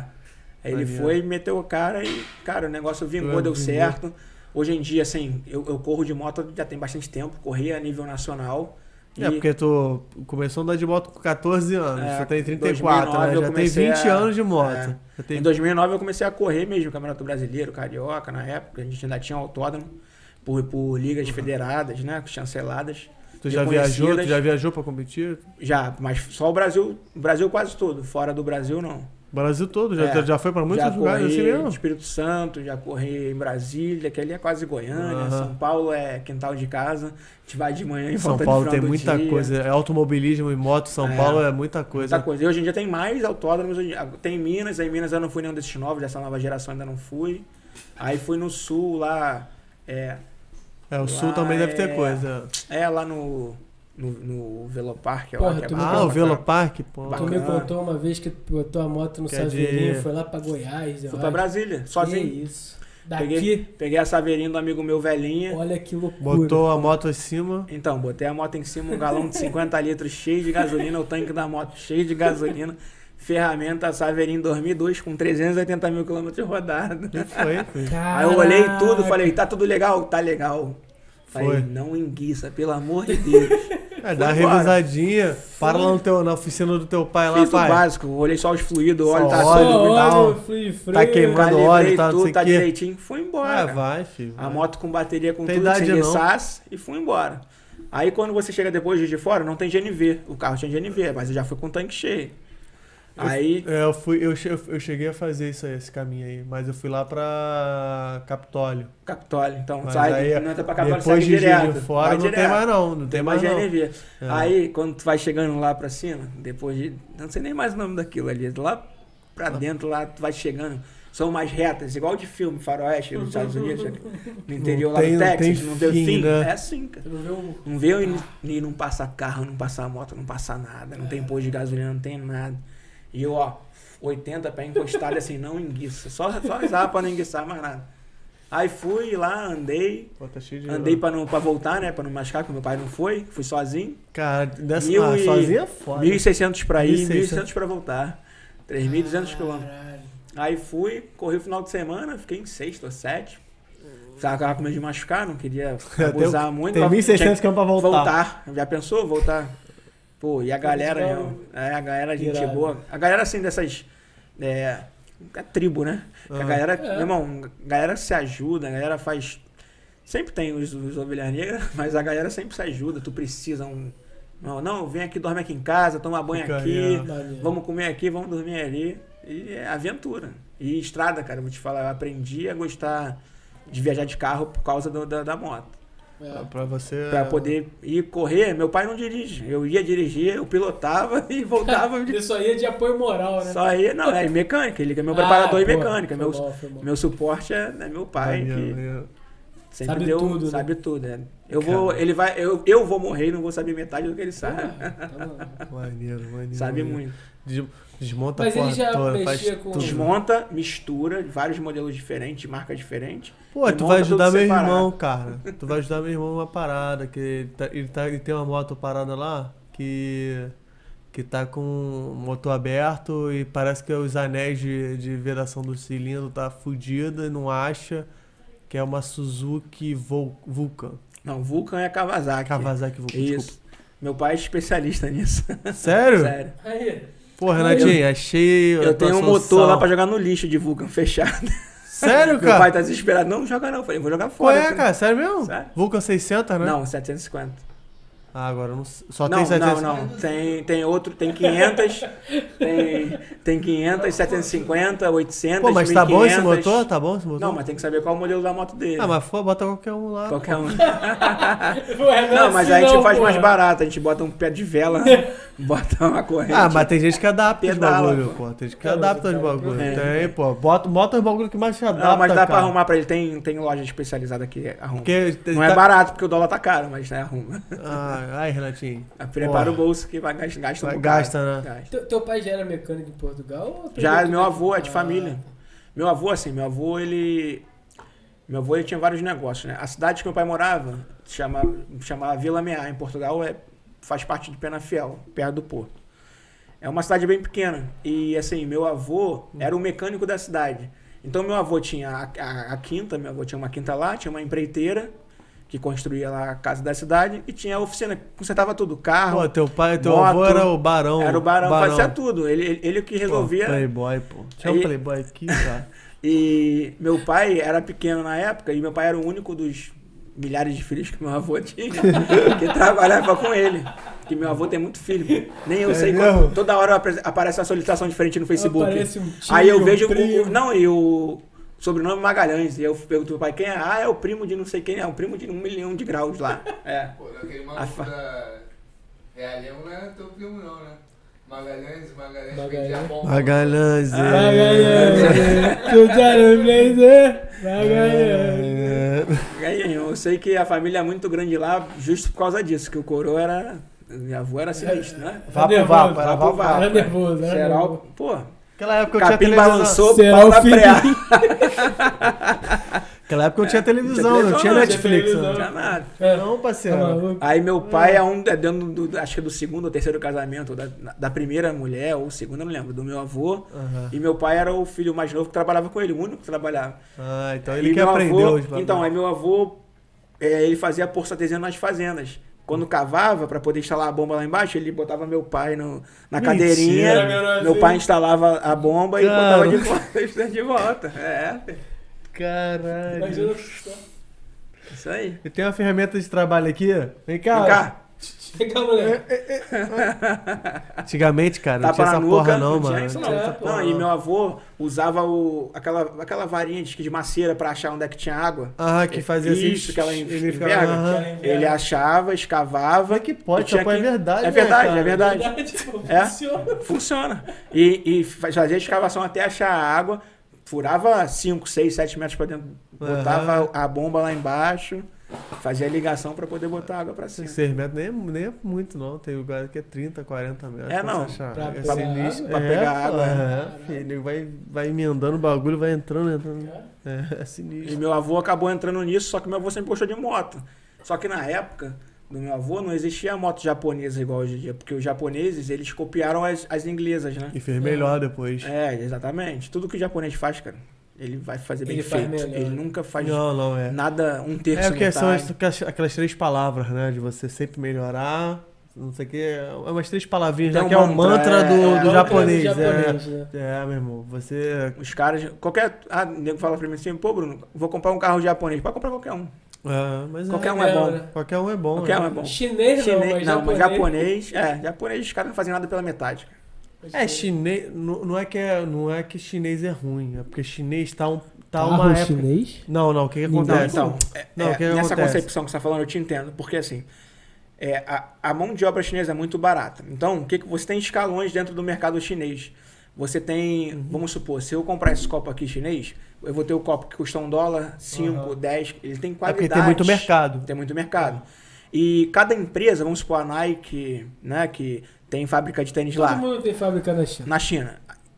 Speaker 4: Aí ele
Speaker 2: Maneiro.
Speaker 4: foi, meteu o cara e, cara, o negócio vingou,
Speaker 2: É,
Speaker 4: deu
Speaker 2: vingou.
Speaker 4: certo. Hoje em dia, assim, eu, eu corro de moto já tem bastante tempo, corri a nível nacional.
Speaker 2: É,
Speaker 4: E-
Speaker 2: porque tu começou a andar de moto com 14 anos,
Speaker 4: É,
Speaker 2: você tem 34,
Speaker 4: 2009
Speaker 2: né?
Speaker 4: eu
Speaker 2: Já tem
Speaker 4: comecei
Speaker 2: 20
Speaker 4: a-
Speaker 2: anos de moto.
Speaker 4: é.
Speaker 2: Já tem-
Speaker 4: Em 2009 eu comecei a correr mesmo, Campeonato Brasileiro, Carioca, na época, a gente ainda tinha autódromo, por, por ligas federadas, né, chanceladas.
Speaker 2: Tu já viajou,
Speaker 4: né?
Speaker 2: tu
Speaker 4: reconhecidas.
Speaker 2: já viajou pra competir?
Speaker 4: Já, mas só o Brasil, o Brasil quase todo, fora do Brasil não.
Speaker 2: Brasil todo, já,
Speaker 4: É.
Speaker 2: já foi pra muitos
Speaker 4: já
Speaker 2: lugares
Speaker 4: corri
Speaker 2: assim
Speaker 4: em
Speaker 2: mesmo.
Speaker 4: Espírito Santo, já corri em Brasília, que ali é quase Goiânia,
Speaker 2: Aham.
Speaker 4: São Paulo é quintal de casa, a gente vai de manhã e
Speaker 2: São
Speaker 4: volta
Speaker 2: Paulo
Speaker 4: de
Speaker 2: tem
Speaker 4: final do
Speaker 2: muita
Speaker 4: dia.
Speaker 2: coisa. É automobilismo e moto, São
Speaker 4: É.
Speaker 2: Paulo é muita coisa.
Speaker 4: Muita coisa. E hoje em dia tem mais autódromos. hoje- Tem em Minas, aí em Minas eu não fui nenhum desses novos, dessa nova geração ainda não fui. Aí fui no sul lá. É,
Speaker 2: É, o sul
Speaker 4: Lá
Speaker 2: também deve ter
Speaker 4: é-
Speaker 2: coisa.
Speaker 4: é lá no. No, no Veloparque,
Speaker 3: Porra,
Speaker 4: lá, que é
Speaker 3: tu não-
Speaker 2: Ah, o
Speaker 4: bacana.
Speaker 2: Veloparque, pô.
Speaker 3: Tu
Speaker 4: Bacana.
Speaker 3: me contou uma vez que tu botou a moto no
Speaker 2: Que é de-
Speaker 3: Saveirinho, foi lá pra Goiás. eu
Speaker 4: Fui pra
Speaker 3: acho.
Speaker 4: Brasília, sozinho.
Speaker 3: Que isso. Daqui,
Speaker 4: Peguei, peguei a saveirinha do amigo meu velhinha.
Speaker 3: olha que loucura.
Speaker 2: Botou a moto em cima.
Speaker 4: Então, botei a moto em cima, um galão de 50 litros cheio de gasolina, o tanque da moto cheio de gasolina, ferramenta Saveirinho 2002 com 380 mil quilômetros rodados.
Speaker 2: E foi, filho.
Speaker 4: Aí eu olhei tudo, falei, tá tudo legal? Tá legal.
Speaker 2: Foi.
Speaker 4: Falei, não enguiça, pelo amor de Deus.
Speaker 2: É, dá uma
Speaker 4: embora.
Speaker 2: revisadinha. Para lá no teu, na oficina do teu pai lá,
Speaker 4: Fiz o
Speaker 2: pai.
Speaker 4: básico, olhei só os fluidos, o óleo tá
Speaker 2: Só
Speaker 4: tudo,
Speaker 2: óleo,
Speaker 4: me dá-
Speaker 2: dá um-
Speaker 3: Olha, fui freio.
Speaker 2: tá queimando.
Speaker 4: calibrei
Speaker 2: óleo, tá, não sei
Speaker 4: tudo, tá
Speaker 2: o quê.
Speaker 4: direitinho, fui
Speaker 2: Ah,
Speaker 4: embora.
Speaker 2: vai, filho.
Speaker 4: A
Speaker 2: vai.
Speaker 4: moto com bateria com
Speaker 2: Tem
Speaker 4: tudo,
Speaker 2: idade
Speaker 4: sem
Speaker 2: não.
Speaker 4: ressasse, e fui embora. Aí quando você chega depois de fora, não tem GNV. O carro tinha GNV, mas eu já fui com o tanque cheio. Aí,
Speaker 2: É, eu, fui, eu, che- eu cheguei a fazer isso aí, esse caminho aí, mas eu fui lá pra Capitólio.
Speaker 4: Capitólio, então
Speaker 2: Mas
Speaker 4: sai,
Speaker 2: aí,
Speaker 4: não entra pra Capitólio, sai
Speaker 2: Depois de
Speaker 4: direto.
Speaker 2: Juiz de fora,
Speaker 4: vai
Speaker 2: não tem
Speaker 4: direto.
Speaker 2: mais não, não tem mais não.
Speaker 4: GNV.
Speaker 2: É.
Speaker 4: Aí, quando tu vai chegando lá pra cima, depois de. Não sei nem mais o nome daquilo ali. Lá
Speaker 2: Ah.
Speaker 4: pra dentro, lá tu vai chegando. São mais retas, igual de filme, faroeste, nos Estados Unidos, né? no interior lá
Speaker 2: tem-
Speaker 4: do
Speaker 2: não
Speaker 4: Texas,
Speaker 2: tem
Speaker 4: não deu
Speaker 2: fim,
Speaker 4: fim.
Speaker 2: né?
Speaker 4: É assim, cara.
Speaker 3: Tu não viu o-
Speaker 4: Não vê e não passa carro, não passa moto, não passa nada, não tem posto de gasolina, não tem nada. E eu, ó, 80 pé encostado assim, não enguiça. Só, só rezar pra não enguiçar mais nada. Aí fui lá, andei,
Speaker 2: Pô, tá cheio de...
Speaker 4: andei pra, não, pra voltar, né? Pra não machucar, que meu pai não foi, fui sozinho.
Speaker 2: Cara, dessa...
Speaker 4: Mil
Speaker 2: ah,
Speaker 4: e-
Speaker 2: sozinha é foda.
Speaker 4: 1.600 pra ir,
Speaker 2: 1.600.
Speaker 4: 1.600 pra voltar.
Speaker 3: Ah.
Speaker 4: 3.200 quilômetros.
Speaker 3: Caralho.
Speaker 4: Aí fui, corri o final de semana, fiquei em sexto ou sétimo. Tava tava com medo de machucar, não queria abusar muito.
Speaker 2: Tem
Speaker 4: mas
Speaker 2: 1.600
Speaker 4: tinha
Speaker 2: km pra
Speaker 4: que
Speaker 2: voltar.
Speaker 4: voltar. Já pensou? Voltar. Pô, e a galera,
Speaker 3: Então,
Speaker 4: meu, é, a galera, gente
Speaker 3: irado.
Speaker 4: boa. A galera, assim, dessas... É, a tribo, né? Que
Speaker 2: Ah.
Speaker 4: A galera,
Speaker 3: É.
Speaker 4: meu irmão, a galera se ajuda, a galera faz... Sempre tem os, os ovelhas negras, mas a galera sempre se ajuda. Tu precisa um... Não, não, vem aqui, dorme aqui em casa, toma banho
Speaker 2: Fica
Speaker 4: aqui.
Speaker 2: aí, né? ó.
Speaker 3: Maneiro.
Speaker 4: Vamos comer aqui, vamos dormir ali. E é aventura. E estrada, cara, eu vou te falar, eu aprendi a gostar de viajar de carro por causa do- da, da moto.
Speaker 2: Pra-
Speaker 3: É.
Speaker 2: Pra você...
Speaker 4: Pra poder ir correr, meu pai não dirige. Eu ia dirigir, eu pilotava e voltava. de-
Speaker 3: Isso aí é de apoio moral, né?
Speaker 4: Só ia, não, é mecânica, ele é meu
Speaker 3: Ah,
Speaker 4: preparador em
Speaker 3: pô,
Speaker 4: mecânica.
Speaker 3: foi
Speaker 4: Meu,
Speaker 3: mal, foi mal.
Speaker 4: meu suporte é, é meu pai,
Speaker 2: Maneiro, né?
Speaker 4: que
Speaker 2: maneiro.
Speaker 4: sempre
Speaker 3: Sabe
Speaker 4: deu,
Speaker 3: tudo, né?
Speaker 4: sabe tudo, né? Eu vou, ele vai, eu, eu vou morrer e não vou saber metade do que ele sabe.
Speaker 3: Ah, tá maluco.
Speaker 2: Maneiro, maneiro.
Speaker 4: Sabe
Speaker 2: maneiro.
Speaker 4: muito.
Speaker 2: Des- Desmonta
Speaker 3: Mas
Speaker 2: a
Speaker 3: ele
Speaker 2: porra
Speaker 3: já
Speaker 2: toda, faz
Speaker 3: mexia com-
Speaker 2: tudo.
Speaker 4: Desmonta, mistura, vários modelos diferentes, marcas diferentes.
Speaker 2: Pô,
Speaker 4: Desmonta
Speaker 2: tu vai
Speaker 4: tudo
Speaker 2: ajudar meu
Speaker 4: separado.
Speaker 2: irmão, cara. Tu vai ajudar meu irmão numa parada, que ele, tá- ele tá- ele tem uma moto parada lá que. que tá com o motor aberto e parece que os anéis de, de vedação do cilindro tá fudida e não acha. Que é uma Suzuki Vul- Vulcan.
Speaker 4: Não, Vulcan é Kawasaki.
Speaker 2: Kawasaki Vulcan,
Speaker 4: Isso. Meu pai é especialista nisso.
Speaker 2: desculpa. Sério?
Speaker 4: Sério.
Speaker 3: Aí,
Speaker 2: Pô, Renatinho, achei. a
Speaker 4: Eu
Speaker 2: tua
Speaker 4: tenho um
Speaker 2: solução.
Speaker 4: motor lá pra jogar no lixo de Vulcan fechado.
Speaker 2: Sério,
Speaker 4: Meu pai
Speaker 2: cara?
Speaker 4: tá desesperado. Não joga não. Eu falei, vou jogar
Speaker 2: Qual
Speaker 4: fora.
Speaker 2: é, cara? Sério mesmo?
Speaker 4: Sério.
Speaker 2: Vulcan 600, né?
Speaker 4: Não, 750.
Speaker 2: Ah, agora eu não. sei. Só
Speaker 4: não,
Speaker 2: tem 700.
Speaker 4: não, não. Tem, tem outro, tem 500, tem, tem 500, 750, 800,
Speaker 2: Pô, mas tá bom esse
Speaker 4: 1500.
Speaker 2: motor? Tá bom esse motor?
Speaker 4: Não, mas tem que saber qual é o modelo da moto dele.
Speaker 2: Ah, mas pô, bota qualquer um lá.
Speaker 4: Qualquer um.
Speaker 3: Ué,
Speaker 4: Não,
Speaker 3: é
Speaker 4: mas
Speaker 3: assim
Speaker 4: aí a gente
Speaker 3: não,
Speaker 4: faz
Speaker 3: porra.
Speaker 4: mais barato, a gente bota um pé de vela, bota uma corrente.
Speaker 2: Ah, mas tem gente que adapta os
Speaker 4: um Pedala,
Speaker 2: bagulho,
Speaker 4: pô.
Speaker 2: pô. Tem gente que
Speaker 3: Cara,
Speaker 2: adapta
Speaker 3: você
Speaker 2: os
Speaker 3: tá-
Speaker 2: bagulho.
Speaker 4: É.
Speaker 2: Tem, pô. Bota, bota os bagulho que mais se adapta.
Speaker 4: Não, mas dá pra
Speaker 2: tá cara.
Speaker 4: arrumar pra ele, tem, tem loja especializada que arruma.
Speaker 2: Porque tem-
Speaker 4: Não é
Speaker 2: tá-
Speaker 4: barato, porque o dólar tá caro, mas né, arruma.
Speaker 2: Ah, aí, Renatinho.
Speaker 4: Prepara
Speaker 2: Porra.
Speaker 4: o bolso que vai gastar. Gasta, um
Speaker 2: Vai-
Speaker 4: bocado.
Speaker 2: gasta, né?
Speaker 4: Gasta.
Speaker 3: Teu, teu pai já era mecânico em Portugal? ou aprendeu
Speaker 4: Já
Speaker 3: tudo
Speaker 4: meu
Speaker 3: aqui?
Speaker 4: avô é de
Speaker 3: Ah,
Speaker 4: família. Meu avô, assim, meu avô, ele. Meu avô ele tinha vários negócios, né? A cidade que meu pai morava, chama, chamava Vila Mear, em Portugal, é, faz parte de Penafiel, perto do Porto. É uma cidade bem pequena. E assim, meu avô era o mecânico da cidade. Então meu avô tinha a, a- a quinta, meu avô tinha uma quinta lá, tinha uma empreiteira que construía lá a casa da cidade e tinha a oficina, que consertava tudo, carro.
Speaker 2: Pô, teu pai, teu
Speaker 4: moto,
Speaker 2: avô era o barão.
Speaker 4: era o barão, fazia tudo. Ele, ele, ele que
Speaker 2: Pô, tá
Speaker 4: resolvia.
Speaker 2: Playboy, pô. Tinha um
Speaker 4: Aí-
Speaker 2: Playboy aqui, cara.
Speaker 4: E meu pai era pequeno na época, e meu pai era o único dos milhares de filhos que meu avô tinha, que trabalhava com ele. Porque meu avô tem muito filho. pô. Nem eu
Speaker 2: É
Speaker 4: sei
Speaker 2: mesmo?
Speaker 4: quando. Toda hora apare- aparece uma solicitação diferente no Facebook.
Speaker 3: Aparece um tio,
Speaker 4: Aí eu
Speaker 3: um
Speaker 4: vejo. o-
Speaker 3: primo.
Speaker 4: o, não, e o sobrenome Magalhães. E eu pergunto pro pai quem é. Ah, é o primo de não sei quem. É o primo de um milhão de graus lá. É.
Speaker 5: Pô, aquele
Speaker 4: A
Speaker 5: maluco
Speaker 4: fa-
Speaker 5: da. Realhão não é teu primo, não, né? Magalhães, Magalhães,
Speaker 3: Magalhães.
Speaker 5: vendia bomba.
Speaker 2: Magalhães. é. É.
Speaker 4: E aí, eu sei que a família é muito grande lá, justo por causa disso, que o coroa era. Meu avô era sinistro, né?
Speaker 2: Vapo, vapo, era
Speaker 4: Vapo,
Speaker 2: vapo.
Speaker 4: vapo.
Speaker 2: vapo.
Speaker 3: Era nervoso, né? era
Speaker 4: Geral,
Speaker 3: nervoso.
Speaker 4: pô,
Speaker 2: Aquela época eu tinha
Speaker 4: capim
Speaker 2: televisão.
Speaker 4: balançou,
Speaker 3: Será
Speaker 4: pau
Speaker 3: o
Speaker 4: na
Speaker 3: filho.
Speaker 4: preá.
Speaker 2: Aquela época eu tinha televisão,
Speaker 4: televisão,
Speaker 2: não tinha
Speaker 4: não, tinha
Speaker 2: Netflix.
Speaker 3: televisão.
Speaker 2: né?
Speaker 4: Não tinha nada.
Speaker 3: É,
Speaker 2: Não,
Speaker 3: tá
Speaker 2: parceiro.
Speaker 3: maluco.
Speaker 4: Aí meu pai é um, é dentro do, acho que é do segundo ou terceiro casamento, da, da primeira mulher, ou segunda, não lembro, do meu avô.
Speaker 2: Aham.
Speaker 4: E meu pai era o filho mais novo que trabalhava com ele, o único que trabalhava.
Speaker 2: Ah, então
Speaker 4: E
Speaker 2: ele que
Speaker 4: meu avô-
Speaker 2: aprendeu. os bagulho.
Speaker 4: Então, aí meu avô, é, ele fazia poço artesiano nas fazendas. Quando cavava, para poder instalar a bomba lá embaixo, ele botava meu pai no- na
Speaker 2: Mentira,
Speaker 4: cadeirinha. Meu
Speaker 3: garotinho.
Speaker 4: pai instalava a bomba
Speaker 2: Cara.
Speaker 4: e botava de volta, de volta. É,
Speaker 3: Tá
Speaker 2: Caralho.
Speaker 3: Imagina
Speaker 4: isso aí.
Speaker 2: Eu tenho uma ferramenta de trabalho aqui. Vem cá.
Speaker 4: Vem cá,
Speaker 3: Chega, moleque.
Speaker 2: Antigamente, cara, não
Speaker 4: tapa
Speaker 2: tinha
Speaker 4: na
Speaker 2: essa
Speaker 4: nuca.
Speaker 2: porra não,
Speaker 4: tinha
Speaker 2: mano.
Speaker 4: isso,
Speaker 3: Não
Speaker 4: não.
Speaker 3: tinha essa
Speaker 4: Não,
Speaker 2: porra,
Speaker 4: e
Speaker 2: não.
Speaker 4: meu avô usava o, aquela, aquela varinha de, de macera para achar onde é que tinha água.
Speaker 2: Ah, que fazia assim.
Speaker 4: Isso, que ela
Speaker 2: ele
Speaker 4: enverga.
Speaker 2: ficava. aham.
Speaker 4: Ele achava, escavava.
Speaker 2: Como é que pode?
Speaker 4: Tinha
Speaker 2: Essa porra é
Speaker 4: que-
Speaker 2: verdade,
Speaker 4: É
Speaker 2: né,
Speaker 4: verdade,
Speaker 2: cara?
Speaker 4: é verdade.
Speaker 3: pô,
Speaker 4: É?
Speaker 3: tipo, funciona.
Speaker 4: Funciona. E, e fa- fazia escavação até achar a água, furava 5, 6, 7 metros pra dentro, botava a bomba lá embaixo, fazia a ligação pra poder botar a água pra cima.
Speaker 2: 6 metros nem, nem é muito, não. Tem lugar que é 30, 40 metros.
Speaker 4: É,
Speaker 2: pra
Speaker 4: não.
Speaker 2: você achar.
Speaker 3: Pra
Speaker 2: é
Speaker 3: pegar
Speaker 2: sinistro.
Speaker 4: água. Pra
Speaker 2: É,
Speaker 4: pegar
Speaker 2: pô,
Speaker 4: água, né?
Speaker 2: É, filho. Vai, vai emendando o bagulho, vai entrando, entrando.
Speaker 3: Cara,
Speaker 2: É, é
Speaker 4: E
Speaker 2: sinistro.
Speaker 4: meu avô acabou entrando nisso, só que meu avô sempre gostou de moto. Só que na época do meu avô não existia moto japonesa igual hoje em dia, porque os japoneses eles copiaram as, as inglesas, né?
Speaker 2: E fez melhor depois.
Speaker 4: É, exatamente. Tudo que o japonês faz, cara, ele vai fazer bem
Speaker 3: Ele faz
Speaker 4: feito.
Speaker 3: melhor.
Speaker 4: Ele nunca faz
Speaker 2: Não, não, é.
Speaker 4: nada, um terço
Speaker 2: É porque
Speaker 4: no
Speaker 2: são
Speaker 4: time.
Speaker 2: as- aquelas, aquelas três palavras, né? De você sempre melhorar, não sei o quê. É umas três palavrinhas,
Speaker 4: Tem
Speaker 2: né?
Speaker 4: um
Speaker 2: Que é o
Speaker 4: mantra,
Speaker 2: mantra
Speaker 4: é,
Speaker 2: do,
Speaker 4: é,
Speaker 2: do
Speaker 4: mantra do
Speaker 2: japonês.
Speaker 3: japonês, né?
Speaker 2: é. é, meu irmão. Você.
Speaker 4: Os caras, qualquer. Ah, o nego fala pra mim assim, pô, Bruno, vou comprar um carro japonês. Pode comprar qualquer um.
Speaker 2: é, mas é,
Speaker 4: Qualquer um é bom.
Speaker 2: Qualquer um é bom.
Speaker 4: Qualquer
Speaker 2: né?
Speaker 4: um é bom.
Speaker 3: Chinês não,
Speaker 4: Chinês-
Speaker 3: mas
Speaker 4: não, mas
Speaker 3: japonês.
Speaker 4: japonês. É, japonês, os caras não fazem nada pela metade.
Speaker 2: É, chinês. Não, não é que é, não é que chinês é ruim, é porque chinês tá, um, tá
Speaker 3: Carro
Speaker 2: uma época.
Speaker 3: chinês?
Speaker 2: Não, não, o que, que
Speaker 3: Não,
Speaker 4: Não,
Speaker 2: acontece?
Speaker 4: então, é-
Speaker 2: Não,
Speaker 4: é,
Speaker 2: o que
Speaker 4: nessa
Speaker 2: acontece?
Speaker 4: concepção que você tá falando, eu te entendo, porque assim. é, a, a mão de obra chinesa é muito barata. Então, o que, que você tem escalões dentro do mercado chinês? Você tem,
Speaker 2: Uhum.
Speaker 4: vamos supor, se eu comprar esse copo aqui chinês, eu vou ter o copo que custa um dólar, cinco, dez. Ele tem
Speaker 2: é porque
Speaker 4: qualidade.
Speaker 2: tem muito mercado.
Speaker 4: Tem muito mercado. E cada empresa, vamos supor, a Nike, né, que tem fábrica de tênis lá,
Speaker 3: Todo mundo tem fábrica na China.
Speaker 4: na China,